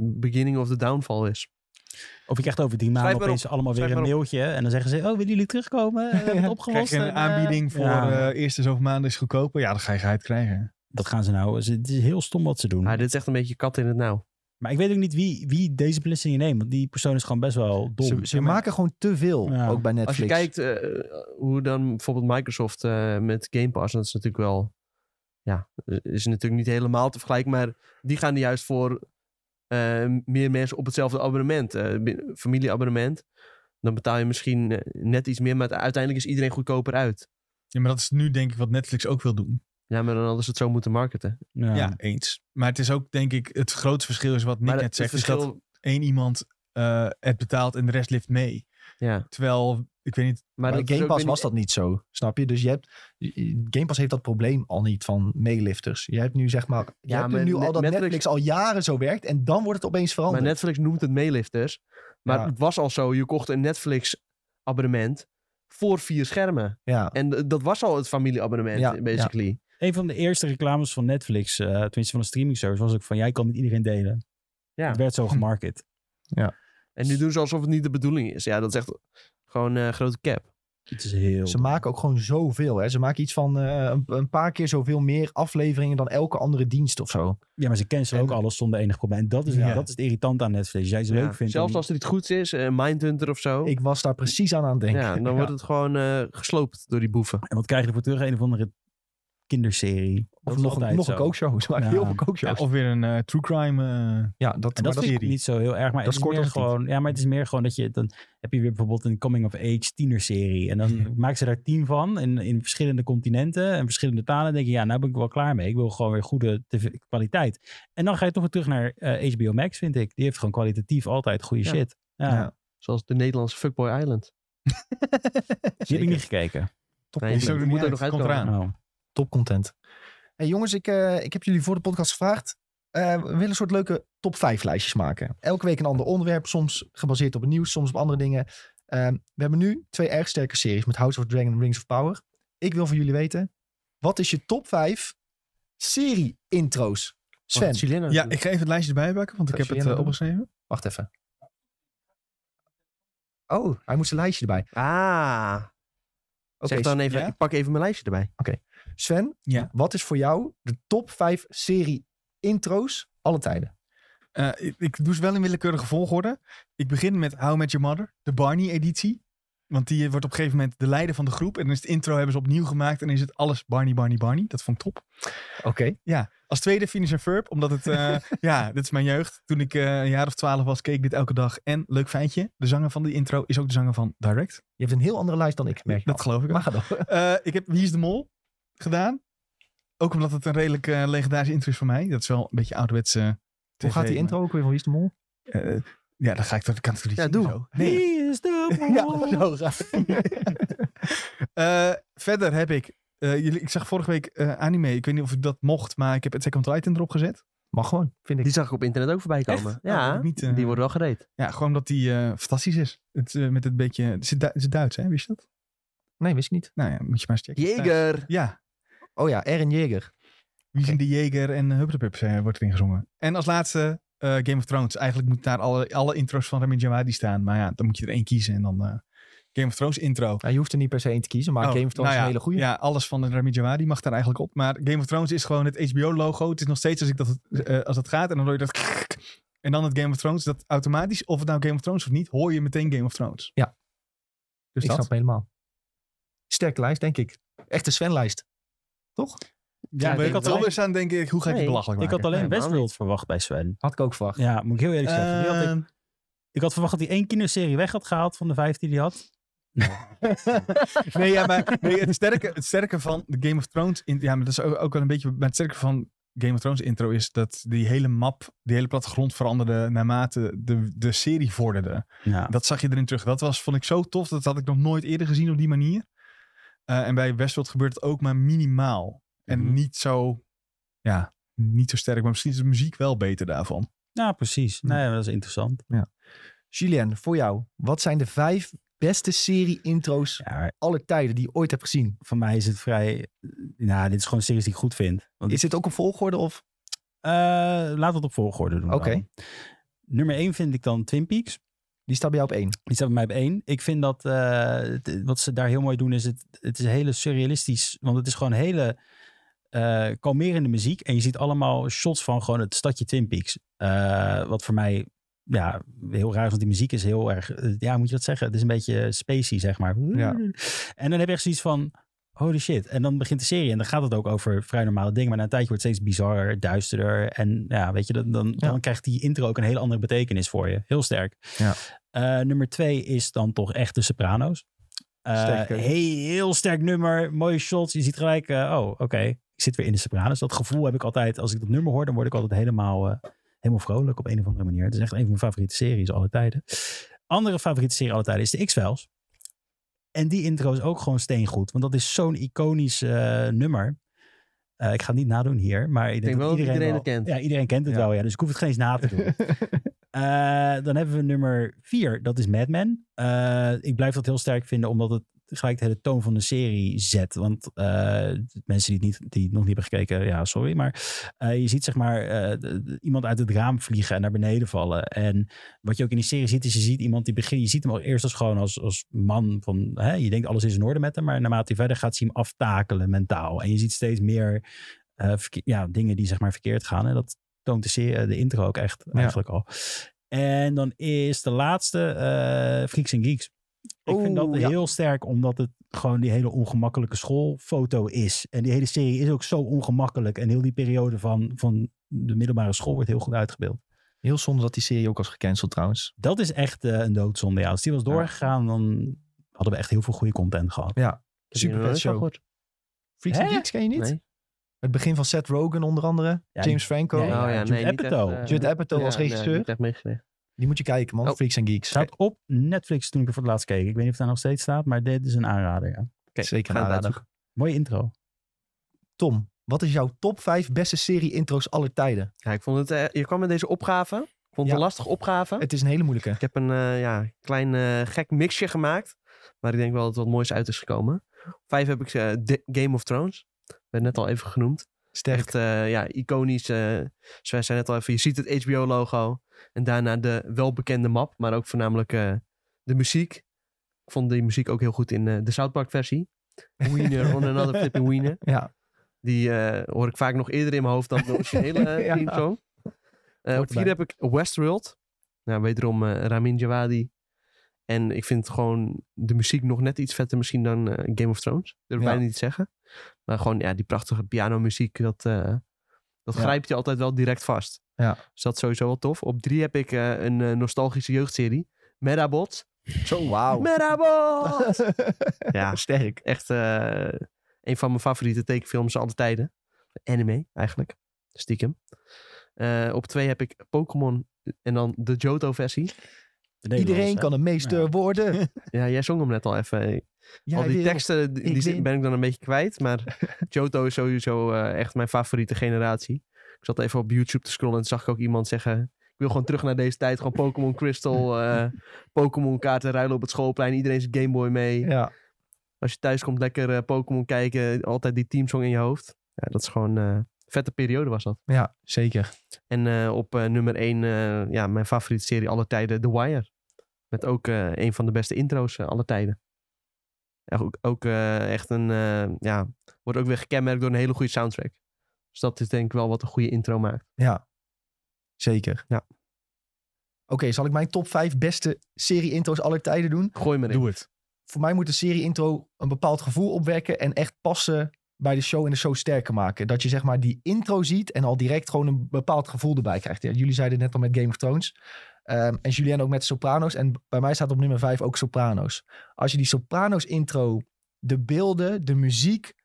Speaker 3: beginning of the downfall is.
Speaker 2: Of je krijgt over drie maanden
Speaker 3: Schrijf maar
Speaker 2: opeens allemaal weer
Speaker 3: Schrijf
Speaker 2: een
Speaker 3: maar
Speaker 2: mailtje. En dan zeggen ze, oh, willen jullie terugkomen? Eh, We hebben het opgelost.
Speaker 4: krijg je een
Speaker 2: en, eh,
Speaker 4: aanbieding voor
Speaker 2: ja.
Speaker 4: eh eerste zoveel maanden is goedkoper. Ja, dan ga je geheid krijgen.
Speaker 2: Dat gaan ze nou. ze- Het is heel stom wat ze doen.
Speaker 3: Maar dit is echt een beetje kat in het nauw.
Speaker 2: Maar ik weet ook niet wie, wie deze beslissingen neemt. Want die persoon is gewoon best wel dom.
Speaker 1: Ze, ze maken gewoon te veel,
Speaker 2: Ja.
Speaker 1: ook bij
Speaker 3: Als
Speaker 1: Netflix.
Speaker 3: je kijkt eh, hoe dan bijvoorbeeld Microsoft eh, met Game Pass, dat is natuurlijk wel, ja, eh, is natuurlijk niet helemaal te vergelijken, maar die gaan er juist voor eh, meer mensen op hetzelfde abonnement, eh, bi- familieabonnement. Dan betaal je misschien eh, net iets meer, maar het- uiteindelijk is iedereen goedkoper uit.
Speaker 4: Ja, maar dat is nu denk ik wat Netflix ook wil doen.
Speaker 3: Ja, maar dan hadden ze het zo moeten marketen.
Speaker 2: Ja.
Speaker 4: Ja, eens. Maar het is ook denk ik het grootste verschil is wat Nick
Speaker 3: maar
Speaker 4: net zegt.
Speaker 3: het
Speaker 4: Is
Speaker 3: verschil,
Speaker 4: dat één iemand eh, het betaalt en de rest lift mee.
Speaker 3: ja.
Speaker 4: Terwijl, ik weet niet,
Speaker 1: Maar
Speaker 3: dat
Speaker 1: bij
Speaker 3: is
Speaker 1: Game
Speaker 3: ook
Speaker 1: Pass
Speaker 3: weer
Speaker 1: was dat niet zo, snap je? Dus je hebt, Game Pass heeft dat probleem al niet van meelifters. Je hebt nu zeg maar, je
Speaker 3: Ja,
Speaker 1: hebt
Speaker 3: maar
Speaker 1: nu al
Speaker 3: Net-
Speaker 1: dat Netflix...
Speaker 3: Netflix
Speaker 1: al jaren zo werkt en dan wordt het opeens veranderd.
Speaker 3: Maar Netflix noemt het meelifters. Maar
Speaker 1: Ja.
Speaker 3: het was al zo, je kocht een Netflix abonnement voor vier schermen.
Speaker 1: Ja,
Speaker 3: En d- dat was al het familieabonnement,
Speaker 1: Ja,
Speaker 3: eh, basically.
Speaker 2: Een van de eerste reclames van Netflix, eh tenminste van een streaming service, was ook van jij kan met iedereen delen.
Speaker 3: Ja.
Speaker 2: Het werd zo gemarket.
Speaker 3: En nu doen ze alsof het niet de bedoeling is. Ja, dat is echt gewoon eh, grote cap.
Speaker 2: Het is heel...
Speaker 1: ze maken ook gewoon zoveel. Hè? Ze maken iets van eh, een, een paar keer zoveel meer afleveringen dan elke andere dienst of zo.
Speaker 2: Ja, maar ze cancelen ook
Speaker 4: En-
Speaker 2: alles zonder enig probleem. En dat is,
Speaker 4: Ja.
Speaker 2: dat is het irritant aan Netflix. Als jij ze
Speaker 3: Ja.
Speaker 2: leuk vindt.
Speaker 3: Zelfs
Speaker 2: dan-
Speaker 3: als er iets goeds is, eh, Mindhunter of zo.
Speaker 1: Ik was daar precies aan aan het denken.
Speaker 3: ja, dan
Speaker 1: Ja.
Speaker 3: wordt het gewoon eh, gesloopt door die boeven.
Speaker 2: En wat krijg je ervoor terug? Een of andere kinderserie. Dat
Speaker 1: Of
Speaker 2: is
Speaker 1: nog,
Speaker 2: altijd
Speaker 1: een- nog een
Speaker 2: zo.
Speaker 1: kookshow. Ze maken
Speaker 2: Ja.
Speaker 1: heel veel kookshows.
Speaker 4: ja, of weer een eh, true crime. eh,
Speaker 1: Ja, dat,
Speaker 2: En
Speaker 1: maar
Speaker 2: dat,
Speaker 1: dat
Speaker 2: vind ik
Speaker 4: serie.
Speaker 2: niet zo heel erg.
Speaker 1: Dat
Speaker 2: Maar het is
Speaker 1: scoort
Speaker 2: meer
Speaker 1: ons niet.
Speaker 2: gewoon. Ja, maar het is meer gewoon dat je. Dan heb je weer bijvoorbeeld een coming of age tienerserie. En dan
Speaker 1: Hmm.
Speaker 4: Mhm.
Speaker 2: maken ze daar tien van. In, in verschillende continenten en verschillende talen. En denk je, ja, nou ben ik wel klaar mee. Ik wil gewoon weer goede TV kwaliteit. En dan ga je toch weer terug naar eh, HBO Max, vind ik. Die heeft gewoon kwalitatief altijd goede
Speaker 3: Ja.
Speaker 2: shit. Ja,
Speaker 1: Ja,
Speaker 3: Zoals de Nederlandse Fuckboy Island.
Speaker 2: die heb ik niet gekeken.
Speaker 1: top,
Speaker 3: Nee,
Speaker 4: die is ook
Speaker 3: moet
Speaker 4: nog niet
Speaker 3: er
Speaker 4: uit,
Speaker 3: nog
Speaker 4: komt
Speaker 3: uitkomen.
Speaker 4: eraan.
Speaker 2: Oh.
Speaker 1: topcontent. Hey jongens, ik, eh, ik heb jullie voor de podcast gevraagd. eh, we willen een soort leuke top 5 lijstjes maken. Elke week een ander onderwerp. Soms gebaseerd op het nieuws, soms op andere dingen. Ehm, we hebben nu twee erg sterke series met House of Dragon en Rings of Power. Ik wil van jullie weten, wat is je top 5 serie-intro's? Sven,
Speaker 3: Oh.
Speaker 4: Ja, ik ga even het lijstje erbij pakken, want ik
Speaker 1: Wat
Speaker 4: heb
Speaker 1: zie
Speaker 4: het
Speaker 1: je nou
Speaker 4: eh,
Speaker 1: doen?
Speaker 4: opgeschreven.
Speaker 1: wacht even. Oh, hij moet zijn lijstje erbij.
Speaker 3: Ah,
Speaker 1: Oké,
Speaker 3: zeg dan even,
Speaker 4: ja.
Speaker 3: ik pak even mijn lijstje erbij.
Speaker 1: Sven,
Speaker 4: Ja.
Speaker 1: wat is voor jou de top 5 serie-intro's alle tijden?
Speaker 4: Eh, ik, ik doe ze wel in willekeurige volgorde. Ik begin met How I Met Your Mother, de Barney-editie. Want die wordt op een gegeven moment de leider van de groep. En dan is het intro hebben ze opnieuw gemaakt. En dan is het alles Barney, Barney, Barney. Dat vond ik top.
Speaker 1: Oké.
Speaker 4: Ja, als tweede Venus en Verb, omdat het, eh, ja, dit is mijn jeugd. Toen ik eh, een jaar of twaalf was, keek ik dit elke dag. En leuk feitje, de zanger van die intro is ook de zanger van Direct.
Speaker 1: Je hebt een heel andere lijst dan ik, merk je
Speaker 4: dat
Speaker 1: al.
Speaker 4: geloof ik wel.
Speaker 1: Maar ga door.
Speaker 4: Eh, ik heb Wie is de Mol gedaan. Ook omdat het een redelijk eh, legendarische intro is voor mij. Dat is wel een beetje ouderwetse
Speaker 1: Hoe
Speaker 4: TV,
Speaker 1: gaat die
Speaker 4: maar,
Speaker 1: intro ook weer van Wie is de Mol?
Speaker 4: eh, ja, dan ga ik dat kan ik natuurlijk
Speaker 3: Ja,
Speaker 4: niet
Speaker 3: doe.
Speaker 4: zien zo. Nee.
Speaker 2: is de
Speaker 1: zo gaat
Speaker 4: nou, Eh, verder heb ik, eh, jullie, ik zag vorige week eh, anime. Ik weet niet of ik dat mocht, maar ik heb het Second Titan erop gezet.
Speaker 1: Mag gewoon, vind ik.
Speaker 3: Die zag ik op internet ook voorbij komen.
Speaker 4: Echt? Oh,
Speaker 3: Ja,
Speaker 4: dat heb ik niet, eh,
Speaker 3: die wordt wel gereed.
Speaker 4: Ja, gewoon omdat die eh, fantastisch is. Het, eh, met het beetje, het is, Du- het is Duits hè, wist je dat?
Speaker 1: Nee, wist ik niet.
Speaker 4: Nou ja, moet je maar eens checken.
Speaker 3: Jeger!
Speaker 4: Ja,
Speaker 1: Oh ja, Eren Jäger.
Speaker 4: wie zijn de Jeger en Hupplepups eh, wordt erin gezongen. En als laatste eh, Game of Thrones. Eigenlijk moet daar alle, alle intro's van Ramin Djawadi staan. Maar ja, dan moet je er één kiezen en dan eh, Game of Thrones intro.
Speaker 1: Nou, je hoeft er niet per se één te kiezen, maar
Speaker 4: Oh,
Speaker 1: Game of Thrones
Speaker 4: nou
Speaker 1: is
Speaker 4: ja,
Speaker 1: een hele goede.
Speaker 4: Ja, alles van Rami Djawadi mag daar eigenlijk op. Maar Game of Thrones is gewoon het HBO-logo. Het is nog steeds als, ik dat, eh, als dat gaat en dan hoor je dat... krrrk. En dan het Game of Thrones. Dat automatisch, of het nou Game of Thrones of niet, hoor je meteen Game of Thrones.
Speaker 1: Ja.
Speaker 4: Dus
Speaker 1: ik
Speaker 4: dat.
Speaker 1: snap hem helemaal. Sterke lijst, denk ik. Echte Sven-lijst. Toch?
Speaker 4: Ja,
Speaker 3: Ja,
Speaker 4: maar
Speaker 3: ik
Speaker 4: ik had
Speaker 3: denk-
Speaker 4: anders aan denk ik, hoe ga ik
Speaker 3: Nee,
Speaker 4: het belachelijk
Speaker 2: Ik
Speaker 4: maken?
Speaker 2: had alleen
Speaker 3: Nee, man.
Speaker 2: Westworld verwacht bij Sven.
Speaker 1: Had ik ook verwacht.
Speaker 2: Ja, moet ik heel eerlijk zeggen. Die had ik-
Speaker 4: Ehm,
Speaker 2: Ik had verwacht dat hij één kinderserie weg had gehaald van de vijf die hij had.
Speaker 4: Ehm, nee, ja, maar nee, het, sterke, het sterke van de Game of Thrones... In, ja, maar dat is ook, ook wel een beetje... Maar het sterke van Game of Thrones intro is dat die hele map... die hele plattegrond veranderde naarmate de, de serie vorderde.
Speaker 2: Ja.
Speaker 4: Dat zag je erin terug. Dat was, vond ik zo tof. Dat had ik nog nooit eerder gezien op die manier. Eh, en bij Westworld gebeurt het ook maar minimaal. En
Speaker 3: Mhm.
Speaker 4: niet zo... Ja, niet zo sterk. Maar misschien is de muziek wel beter daarvan.
Speaker 2: ja,
Speaker 1: Hm.
Speaker 2: precies. Nee, maar dat is interessant.
Speaker 1: Julien, voor jou. Wat zijn de vijf beste serie-intro's
Speaker 2: Ja, maar
Speaker 1: alle tijden die je ooit hebt gezien?
Speaker 2: voor mij is het vrij... Nou, dit is gewoon een serie die ik goed vind. Want
Speaker 1: Is dit ook een volgorde of?
Speaker 2: eh, laten we het op volgorde doen.
Speaker 1: Oké.
Speaker 2: dan. Nummer één vind ik dan Twin Peaks.
Speaker 1: Die staat bij jou op één.
Speaker 2: Die staat bij mij op één. Ik vind dat eh, het- wat ze daar heel mooi doen is het, het is hele surrealistisch. Want het is gewoon hele eh, kalmerende muziek. En je ziet allemaal shots van gewoon het stadje Twin Peaks. Eh, wat voor mij ja, heel raar is, want die muziek is heel erg... eh, ja, moet je dat zeggen? Het is een beetje spacey, zeg maar.
Speaker 1: Ja.
Speaker 2: En dan heb je echt zoiets van... Holy shit. En dan begint de serie en dan gaat het ook over vrij normale dingen. Maar na een tijdje wordt het steeds bizarrer, duisterder. En ja, weet je, dan, dan, dan krijgt die intro ook een hele andere betekenis voor je. Heel sterk. Eh, nummer twee is dan toch echt de Soprano's. Eh,
Speaker 1: Sterke keuze.
Speaker 2: heel, heel sterk nummer, mooie shots. Je ziet gelijk, eh, oh, oké, ik zit weer in de Soprano's. Dat gevoel heb ik altijd, als ik dat nummer hoor, dan word ik altijd helemaal, eh, helemaal vrolijk op een of andere manier. Het is echt een van mijn favoriete series alle tijden. Andere favoriete serie alle tijden is de X-Files. En die intro is ook gewoon steengoed, want dat is zo'n iconisch eh, nummer. Eh, ik ga het niet nadoen hier, maar ik denk,
Speaker 3: denk wel
Speaker 2: dat
Speaker 3: dat
Speaker 2: iedereen,
Speaker 3: iedereen
Speaker 2: wel-
Speaker 3: het kent.
Speaker 2: Ja, iedereen kent het
Speaker 1: Ja.
Speaker 2: wel, ja, dus ik hoef het geen eens na te doen. Eh, dan hebben we nummer vier, dat is Mad Men. Eh, ik blijf dat heel sterk vinden, omdat het gelijk de hele toon van de serie zet. Want eh, mensen die het, niet, die het nog niet hebben gekeken, ja, sorry. Maar eh, je ziet zeg maar eh, de- de- iemand uit het raam vliegen en naar beneden vallen. En wat je ook in die serie ziet, is je ziet iemand die begint. Je ziet hem al eerst als gewoon als, als man van. Hè, je denkt alles is in orde met hem, maar naarmate hij verder gaat, zie je hem aftakelen mentaal. En je ziet steeds meer eh, verke- ja, dingen die zeg maar verkeerd gaan. En dat toont de, serie, eh, de intro ook echt eigenlijk al. En dan is de laatste eh Freaks and Geeks. Ik vind dat
Speaker 3: Oeh, ja.
Speaker 2: heel sterk, omdat het gewoon die hele ongemakkelijke schoolfoto is. En die hele serie is ook zo ongemakkelijk. En heel die periode van, van de middelbare school wordt heel goed uitgebeeld.
Speaker 1: Heel zonde dat die serie ook was gecanceld trouwens.
Speaker 2: Dat is echt eh, een doodzonde. Ja. Als die was doorgegaan, dan hadden we echt heel veel goede content gehad.
Speaker 1: Super vet show. Freaks and
Speaker 2: Hè?
Speaker 1: Geeks ken je niet?
Speaker 3: Nee.
Speaker 1: Het begin van Seth Rogen onder andere.
Speaker 2: Ja,
Speaker 1: James Franco.
Speaker 2: Nee,
Speaker 3: oh
Speaker 2: ja,
Speaker 3: ja,
Speaker 2: Judd
Speaker 3: nee, niet echt,
Speaker 2: Apatow.
Speaker 3: eh,
Speaker 1: Judd Apatow als
Speaker 3: nee,
Speaker 1: regisseur.
Speaker 3: niet echt meegekregen.
Speaker 1: Die moet je kijken man.
Speaker 3: Oh.
Speaker 1: Freaks and Geeks.
Speaker 2: Staat op Netflix toen ik er voor het laatst keek. Ik weet niet of het daar nog steeds staat, maar dit is een aanrader. Ja.
Speaker 3: Oké,
Speaker 1: Zeker nou,
Speaker 3: we gaan
Speaker 1: aanrader.
Speaker 3: het uitzoeken.
Speaker 2: Mooie intro.
Speaker 1: Tom, Wat is jouw top 5 beste serie-intro's aller tijden?
Speaker 3: Ja, ik vond het, eh, je kwam met deze opgave. Ik vond het
Speaker 1: Ja.
Speaker 3: een lastige opgave.
Speaker 1: Het is een hele moeilijke.
Speaker 3: Ik heb een eh, ja, klein eh, gek mixje gemaakt. Maar ik denk wel dat er wat moois uit is gekomen. Vijf heb ik eh, de- Game of Thrones. Werd net al even genoemd.
Speaker 1: Sterk.
Speaker 3: Echt eh, ja, iconisch. eh Sven zei net al even, je ziet het HBO-logo. En daarna de welbekende map, maar ook voornamelijk eh, de muziek. Ik vond die muziek ook heel goed in eh, de South Park-versie. Wiener on another flipping wiener.
Speaker 1: Ja.
Speaker 3: Die eh, hoor ik vaak nog eerder in mijn hoofd dan de originele
Speaker 1: Ja.
Speaker 3: eh, theme song. Eh,
Speaker 1: Hoort
Speaker 3: op vier
Speaker 1: erbij.
Speaker 3: heb ik Westworld. Nou, wederom eh, Ramin Djawadi. En ik vind gewoon de muziek nog net iets vetter misschien dan eh, Game of Thrones. Durf
Speaker 1: Ja.
Speaker 3: bijna niet te zeggen. Maar gewoon ja, die prachtige pianomuziek, dat, eh, dat
Speaker 1: Ja.
Speaker 3: grijpt je altijd wel direct vast.
Speaker 1: Ja.
Speaker 3: Dus dat is sowieso wel tof. Op drie heb ik eh, een eh, nostalgische jeugdserie. Metabots.
Speaker 1: Zo, wauw.
Speaker 3: Metabots! ja,
Speaker 1: Sterk.
Speaker 3: Echt eh, een van mijn favoriete tekenfilms aller tijden. Anime, eigenlijk. Stiekem. Eh, op twee heb ik Pokémon en dan de Johto-versie.
Speaker 1: Iedereen kan een meester
Speaker 2: Ja.
Speaker 1: worden.
Speaker 3: Ja, jij zong hem net al even. Eh,
Speaker 1: Jij
Speaker 3: al die
Speaker 1: wil.
Speaker 3: teksten die,
Speaker 1: ik
Speaker 3: die
Speaker 1: win.
Speaker 3: ben ik dan een beetje kwijt. Maar Johto is sowieso eh, echt mijn favoriete generatie. Ik zat even op YouTube te scrollen en toen zag ik ook iemand zeggen... Ik wil gewoon terug naar deze tijd. Gewoon Pokémon Crystal, eh, Pokémon kaarten ruilen op het schoolplein. Iedereen zijn Game Boy mee.
Speaker 1: Ja.
Speaker 3: Als je thuis komt, lekker eh, Pokémon kijken. Altijd die teamsong in je hoofd. Ja, dat is gewoon eh, een vette periode was dat.
Speaker 1: ja, zeker.
Speaker 3: En eh, op eh, nummer 1, ja, mijn favoriete serie aller tijden, The Wire. Met ook eh, een van de beste intro's eh, aller tijden. Ja, ook ook eh, echt een, eh, ja, wordt ook weer gekenmerkt door een hele goede soundtrack. Dus dat is denk ik wel wat een goede intro maakt.
Speaker 1: Ja. Zeker.
Speaker 3: Ja.
Speaker 1: Oké, zal ik mijn top 5 beste serie-intro's aller tijden doen?
Speaker 3: Gooi maar in.
Speaker 1: Doe het. Voor mij moet de serie-intro een bepaald gevoel opwekken en echt passen bij de show en de show sterker maken. Dat je zeg maar die intro ziet en al direct gewoon een bepaald gevoel erbij krijgt. Ja, jullie zeiden het net al met Game of Thrones. Ehm, en Julien ook met Sopranos. En bij mij staat op nummer 5 ook Sopranos. Als je die Sopranos-intro, de beelden, de muziek.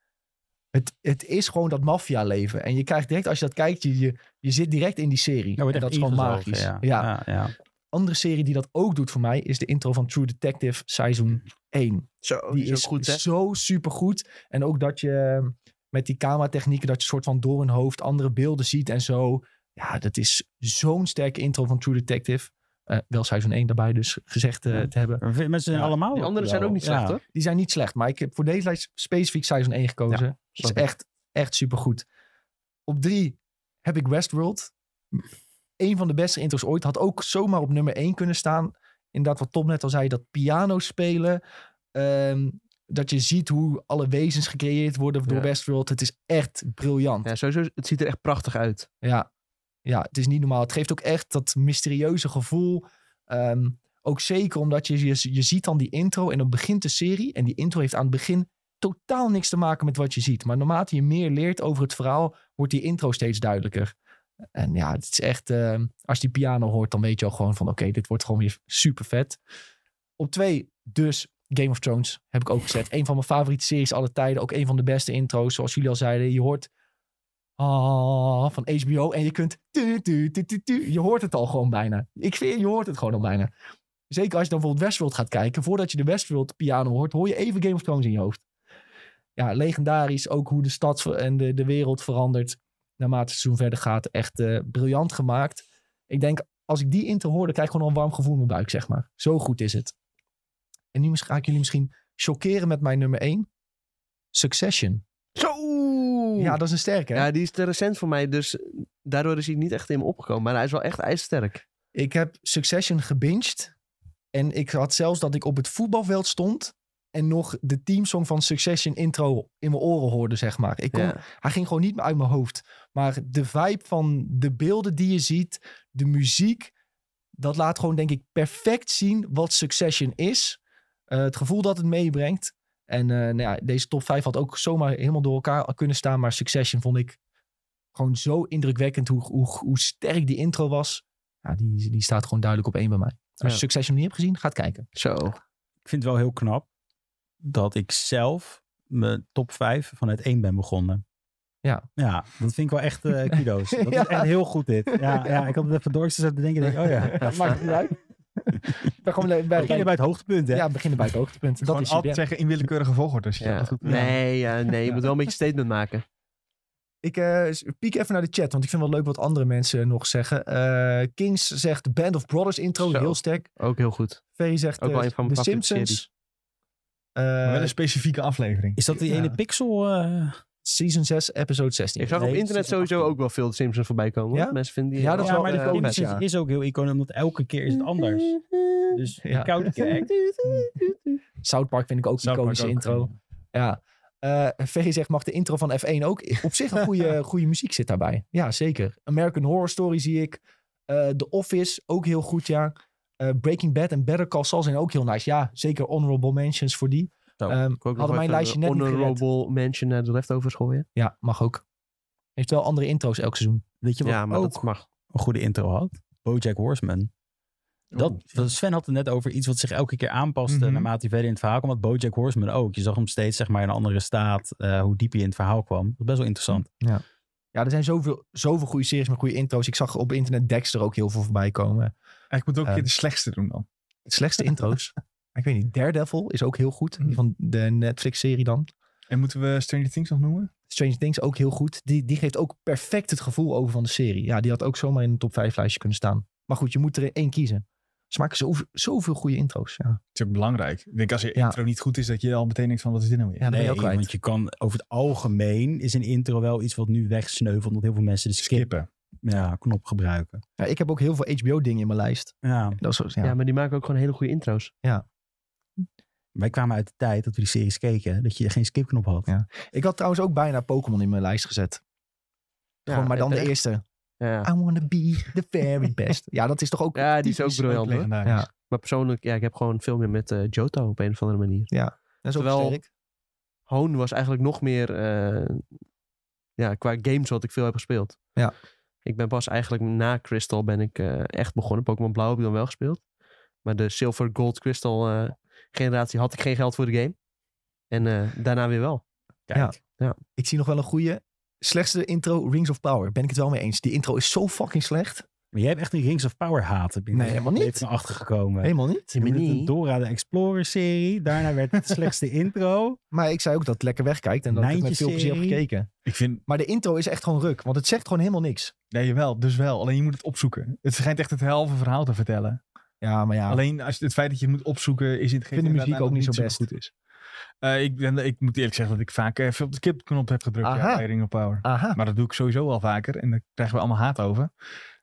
Speaker 1: Het, het is gewoon dat maffia-leven. En je krijgt direct, als je dat kijkt, je, je, je zit direct in die
Speaker 2: Nou,
Speaker 1: serie. en dat is gewoon magisch.
Speaker 2: Ja.
Speaker 1: ja
Speaker 2: Ja, ja.
Speaker 1: andere serie die dat ook doet voor mij is de intro van True Detective seizoen 1.
Speaker 3: Zo,
Speaker 1: die is
Speaker 3: goed, hè?
Speaker 1: zo supergoed. En ook dat je eh, met die cameratechnieken dat je soort van door hun hoofd andere beelden ziet en zo. Ja, dat is zo'n sterke intro van True Detective. Eh, wel seizoen 1 daarbij dus gezegd eh,
Speaker 2: Ja.
Speaker 1: te hebben.
Speaker 2: Maar vind- Mensen zijn
Speaker 1: Ja,
Speaker 2: allemaal...
Speaker 3: Die anderen
Speaker 2: wel-
Speaker 3: zijn ook niet slecht,
Speaker 2: ja.
Speaker 3: hoor.
Speaker 1: Die zijn niet slecht, maar ik heb voor deze lijst specifiek seizoen 1 gekozen. Het is
Speaker 3: snap ik.
Speaker 1: echt, echt supergoed. Op drie heb ik Westworld. Een van de beste intro's ooit. Had ook zomaar op nummer 1 kunnen staan. Inderdaad, wat Tom net al zei, dat piano spelen. ehm, dat je ziet hoe alle wezens gecreëerd worden door
Speaker 3: Ja.
Speaker 1: Westworld. Het is echt briljant.
Speaker 3: Ja, sowieso, het ziet er echt prachtig uit.
Speaker 1: Ja. ja, het is niet normaal. Het geeft ook echt dat mysterieuze gevoel. Ehm, ook zeker omdat je, je, je ziet dan die intro en dan begint de serie. En die intro heeft aan het begin totaal niks te maken met wat je ziet. Maar naarmate je meer leert over het verhaal, wordt die intro steeds duidelijker. En ja, het is echt, ehm, als je die piano hoort, dan weet je al gewoon van oké, dit wordt gewoon weer super vet. Op twee, dus Game of Thrones heb ik ook gezet. Een van mijn favoriete series alle tijden. Ook een van de beste intro's, zoals jullie al zeiden. Je hoort Ah, van HBO. En je kunt. tu, tu, tu, tu, tu. Je hoort het al gewoon bijna. Ik vind, je hoort het gewoon al bijna. Zeker als je dan bijvoorbeeld Westworld gaat kijken. Voordat je de Westworld piano hoort, hoor je even Game of Thrones in je hoofd. Ja, legendarisch. Ook hoe de stad ver- en de, de wereld verandert. Naarmate het seizoen verder gaat. Echt eh, briljant gemaakt. Ik denk, als ik die intro hoor, dan krijg ik gewoon al een warm gevoel in mijn buik, zeg maar. Zo goed is het. En nu mis- ga ik jullie misschien chockeren met mijn nummer 1. Succession.
Speaker 3: Zo!
Speaker 1: Ja, dat is een sterke. hè?
Speaker 3: Ja, die is te recent voor mij, dus daardoor is hij niet echt in me opgekomen. Maar hij is wel echt ijzersterk.
Speaker 1: Ik heb Succession gebinged. En ik had zelfs dat ik op het voetbalveld stond. En nog de teamsong van Succession intro in mijn oren hoorde, zeg maar. Ik kon,
Speaker 3: Ja.
Speaker 1: Hij ging gewoon niet meer uit mijn hoofd. Maar de vibe van de beelden die je ziet, de muziek. Dat laat gewoon, denk ik, perfect zien wat Succession is. Eh, het gevoel dat het meebrengt. En eh, nou ja, deze top 5 had ook zomaar helemaal door elkaar kunnen staan. Maar Succession vond ik gewoon zo indrukwekkend hoe, hoe, hoe sterk die intro was. Ja, die, die staat gewoon duidelijk op één bij mij. Als
Speaker 3: Ja.
Speaker 1: je Succession nog niet hebt gezien, ga het kijken.
Speaker 3: Zo.
Speaker 2: Ik vind het wel heel knap dat ik zelf mijn top 5 vanuit 1 ben begonnen.
Speaker 1: Ja.
Speaker 2: Ja, dat vind ik wel echt eh, kudo's. Dat
Speaker 1: Ja.
Speaker 2: is echt heel goed dit. Ja, ja, ik had het even doorgezet te denken. denk ik, oh ja, dat maakt niet uit.
Speaker 1: We beginnen
Speaker 2: We beginnen bij het hoogtepunt, hè?
Speaker 1: ja, beginnen bij het hoogtepunt. Dat
Speaker 4: Gewoon
Speaker 1: is het,
Speaker 4: altijd
Speaker 1: ja.
Speaker 4: zeggen in willekeurige volgorde. als je
Speaker 3: Ja.
Speaker 4: dat goed-
Speaker 3: Nee, ja, nee, je moet wel een beetje statement maken.
Speaker 1: Ik eh, s- piek even naar de chat, want ik vind wel leuk wat andere mensen nog zeggen. Eh, Kings zegt de Band of Brothers intro,
Speaker 3: Zo.
Speaker 1: heel sterk.
Speaker 3: Ook heel goed.
Speaker 1: Ferry zegt
Speaker 3: Ook wel
Speaker 1: eh,
Speaker 3: een van
Speaker 1: The
Speaker 3: mijn favoriete
Speaker 1: Simpsons.
Speaker 4: Maar wel
Speaker 1: Eh,
Speaker 4: een specifieke aflevering.
Speaker 2: Is dat die
Speaker 1: Ja.
Speaker 2: ene pixel? eh,
Speaker 1: season 6, episode 16.
Speaker 3: Ik zag op
Speaker 2: Nee,
Speaker 3: internet
Speaker 2: season
Speaker 3: sowieso
Speaker 2: 18.
Speaker 3: ook wel veel de Simpsons voorbij komen. hoor.
Speaker 1: Ja?
Speaker 3: Mensen vinden die
Speaker 1: Ja, dat is
Speaker 2: ja,
Speaker 1: wel-
Speaker 2: maar
Speaker 1: eh,
Speaker 2: de
Speaker 1: wel
Speaker 2: Simpsons
Speaker 1: vet, ja.
Speaker 2: is ook heel iconisch, omdat elke keer is
Speaker 3: Mm.
Speaker 2: het anders. Dus
Speaker 1: Ja.
Speaker 2: de koude kerk.
Speaker 1: South Park vind ik ook een
Speaker 2: South Park
Speaker 1: iconische
Speaker 2: ook.
Speaker 1: intro. Ja. Eh Ferry zegt, mag de intro van F1 ook? Op zich een goede, goede muziek zit daarbij. Ja, zeker. American Horror Story zie ik. Eh, The Office, ook heel goed, ja. Eh, Breaking Bad en Better Call Saul zijn ook heel nice. Ja, zeker honorable mentions voor die.
Speaker 2: Zo,
Speaker 1: Ehm,
Speaker 3: Ik ook nog
Speaker 1: hadden mijn
Speaker 3: even eh,
Speaker 1: lijstje
Speaker 3: een
Speaker 1: net niet gered.
Speaker 3: honorable mention naar de leftovers gooien.
Speaker 1: Ja, mag ook. Heeft wel andere intro's elk seizoen.
Speaker 2: Weet je wat
Speaker 3: Ja, maar
Speaker 2: ook
Speaker 3: dat mag.
Speaker 2: een goede intro had? Bojack Horseman. Dat,
Speaker 4: Oeh.
Speaker 2: dat- Sven had het net over iets wat zich elke keer aanpaste
Speaker 4: Mhm.
Speaker 2: naarmate hij verder in het verhaal kwam. Want Bojack Horseman ook. Je zag hem steeds zeg maar, in een andere staat, eh, hoe diep hij in het verhaal kwam. Dat is best wel interessant.
Speaker 1: Ja, er zijn zoveel, zoveel goede series met goede intro's. Ik zag op internet Dexter ook heel veel voorbij komen.
Speaker 4: Ik moet ook een
Speaker 1: Ehm.
Speaker 4: keer de slechtste doen dan.
Speaker 1: De slechtste intro's. ik weet niet. Daredevil is ook heel goed. Die van de Netflix-serie dan.
Speaker 4: En moeten we Stranger Things nog noemen?
Speaker 1: Strange Things ook heel goed. Die, die geeft ook perfect het gevoel over van de serie. Ja, die had ook zomaar in de top 5 lijstje kunnen staan. Maar goed, je moet er één kiezen. Ze maken zoveel, zoveel goede intro's. Ja,
Speaker 4: Het is ook belangrijk. Ik denk als je
Speaker 1: Ja.
Speaker 4: intro niet goed is, dat je al meteen denkt van wat is dit nou weer?
Speaker 1: ja dat ben je ook kwijt.
Speaker 2: want je kan over het algemeen is een intro wel iets wat nu wegsneuvelt. Omdat heel veel mensen de skip,
Speaker 4: Skippen.
Speaker 2: Ja, knop gebruiken.
Speaker 1: Ja, ik heb ook heel veel HBO-dingen in mijn lijst.
Speaker 2: Ja,
Speaker 1: Dat is, zo-
Speaker 3: Ja.
Speaker 1: ja.
Speaker 3: maar die maken ook gewoon hele goede intro's.
Speaker 2: wij kwamen uit de tijd dat we die series keken. Dat je geen skipknop had.
Speaker 1: Ja. Ik had trouwens ook bijna Pokémon in mijn lijst gezet. Gewoon,
Speaker 3: Ja,
Speaker 1: maar dan de
Speaker 3: echt.
Speaker 1: eerste.
Speaker 3: Ja.
Speaker 1: I wanna be the very best. ja, dat is toch ook...
Speaker 3: ja, die is ook
Speaker 1: typisch-
Speaker 3: briljant. hoor.
Speaker 4: Legendarisch.
Speaker 1: Ja,
Speaker 3: Maar persoonlijk, ja, ik heb gewoon veel meer met eh Johto op een of andere manier.
Speaker 1: dat is ook
Speaker 3: Terwijl-
Speaker 1: sterk.
Speaker 3: Hoon was eigenlijk nog meer eh, ja, qua games wat ik veel heb gespeeld.
Speaker 1: Ja.
Speaker 3: Ik ben pas eigenlijk na Crystal ben ik eh, echt begonnen. Pokémon Blauw heb ik dan wel gespeeld. Maar de Silver, Gold, Crystal eh, generatie had ik geen geld voor de game. En eh, daarna weer wel.
Speaker 2: Kijk,
Speaker 1: Ik zie nog wel een goede. Slechtste intro, Rings of Power. Ben ik het wel mee eens. Die intro is zo fucking slecht.
Speaker 2: Maar jij hebt echt een Rings of Power haat. heb je
Speaker 1: Nee,
Speaker 2: net
Speaker 1: helemaal niet.
Speaker 2: even achtergekomen.
Speaker 1: Helemaal niet.
Speaker 2: Je noemde het een
Speaker 3: niet.
Speaker 2: Dora de Explorer serie. Daarna werd het de slechtste intro.
Speaker 1: Maar ik zei ook dat het lekker wegkijkt en dat ik het met veel plezier heb
Speaker 2: Nijntjesserie.
Speaker 1: gekeken.
Speaker 4: Ik vind,
Speaker 1: Maar de intro is echt gewoon ruk, want het zegt gewoon helemaal niks.
Speaker 4: nee wel, dus wel. Alleen je moet het opzoeken. Het schijnt echt het halve verhaal te vertellen.
Speaker 1: Ja, maar ja.
Speaker 4: Alleen als, het feit dat je het moet opzoeken is in het
Speaker 1: vind de muziek ook niet zo best.
Speaker 4: goed is. Eh, ik, ben, ik moet eerlijk zeggen dat ik vaak eh, veel op de skipknop heb gedrukt ja,
Speaker 1: Aha.
Speaker 4: bij Ring of Power.
Speaker 1: Aha.
Speaker 4: Maar dat doe ik sowieso al vaker en daar krijgen we allemaal haat over.
Speaker 1: Nee,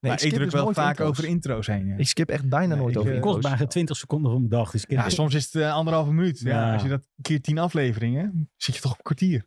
Speaker 4: maar ik,
Speaker 1: skip
Speaker 4: druk
Speaker 1: dus
Speaker 4: wel
Speaker 1: nooit
Speaker 4: vaak
Speaker 1: intro's.
Speaker 4: over intro's heen. ja.
Speaker 1: Ik skip echt bijna
Speaker 4: Nee,
Speaker 1: nooit
Speaker 4: ik,
Speaker 1: over
Speaker 2: Het
Speaker 4: eh,
Speaker 1: intro's.
Speaker 2: kost maar geen 20 seconden van de dag. Dus
Speaker 4: Ja, soms is het eh, anderhalve minuut. Ja.
Speaker 2: Ja.
Speaker 4: Als je dat keer tien afleveringen, zit je toch op een kwartier.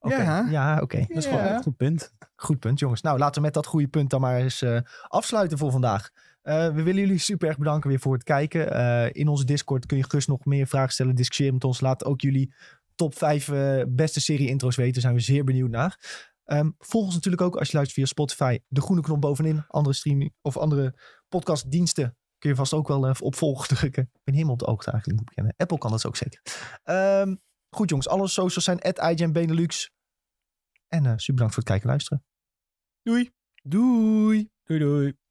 Speaker 1: Oké.
Speaker 4: Ja.
Speaker 1: Ja, oké.
Speaker 2: dat is gewoon
Speaker 4: Ja.
Speaker 2: een goed punt.
Speaker 1: Goed punt, jongens. Nou, laten we met dat goede punt dan maar eens eh, afsluiten voor vandaag. Eh, we willen jullie super erg bedanken weer voor het kijken. Eh, in onze Discord kun je gerust nog meer vragen stellen. Discussieer met ons. Laat ook jullie top 5 eh, beste serie-intro's weten. Daar zijn we zeer benieuwd naar. Ehm, volg ons natuurlijk ook als je luistert via Spotify. De groene knop bovenin. Andere streaming of andere podcastdiensten kun je vast ook wel even op volgen drukken. Ik ben helemaal op de oogte eigenlijk, moet ik bekennen. Apple kan dat ook zeker. Ehm, goed jongens, alle socials zijn at Benelux. En eh, super bedankt voor het kijken en luisteren.
Speaker 4: Doei.
Speaker 3: Doei!
Speaker 2: Doei doei.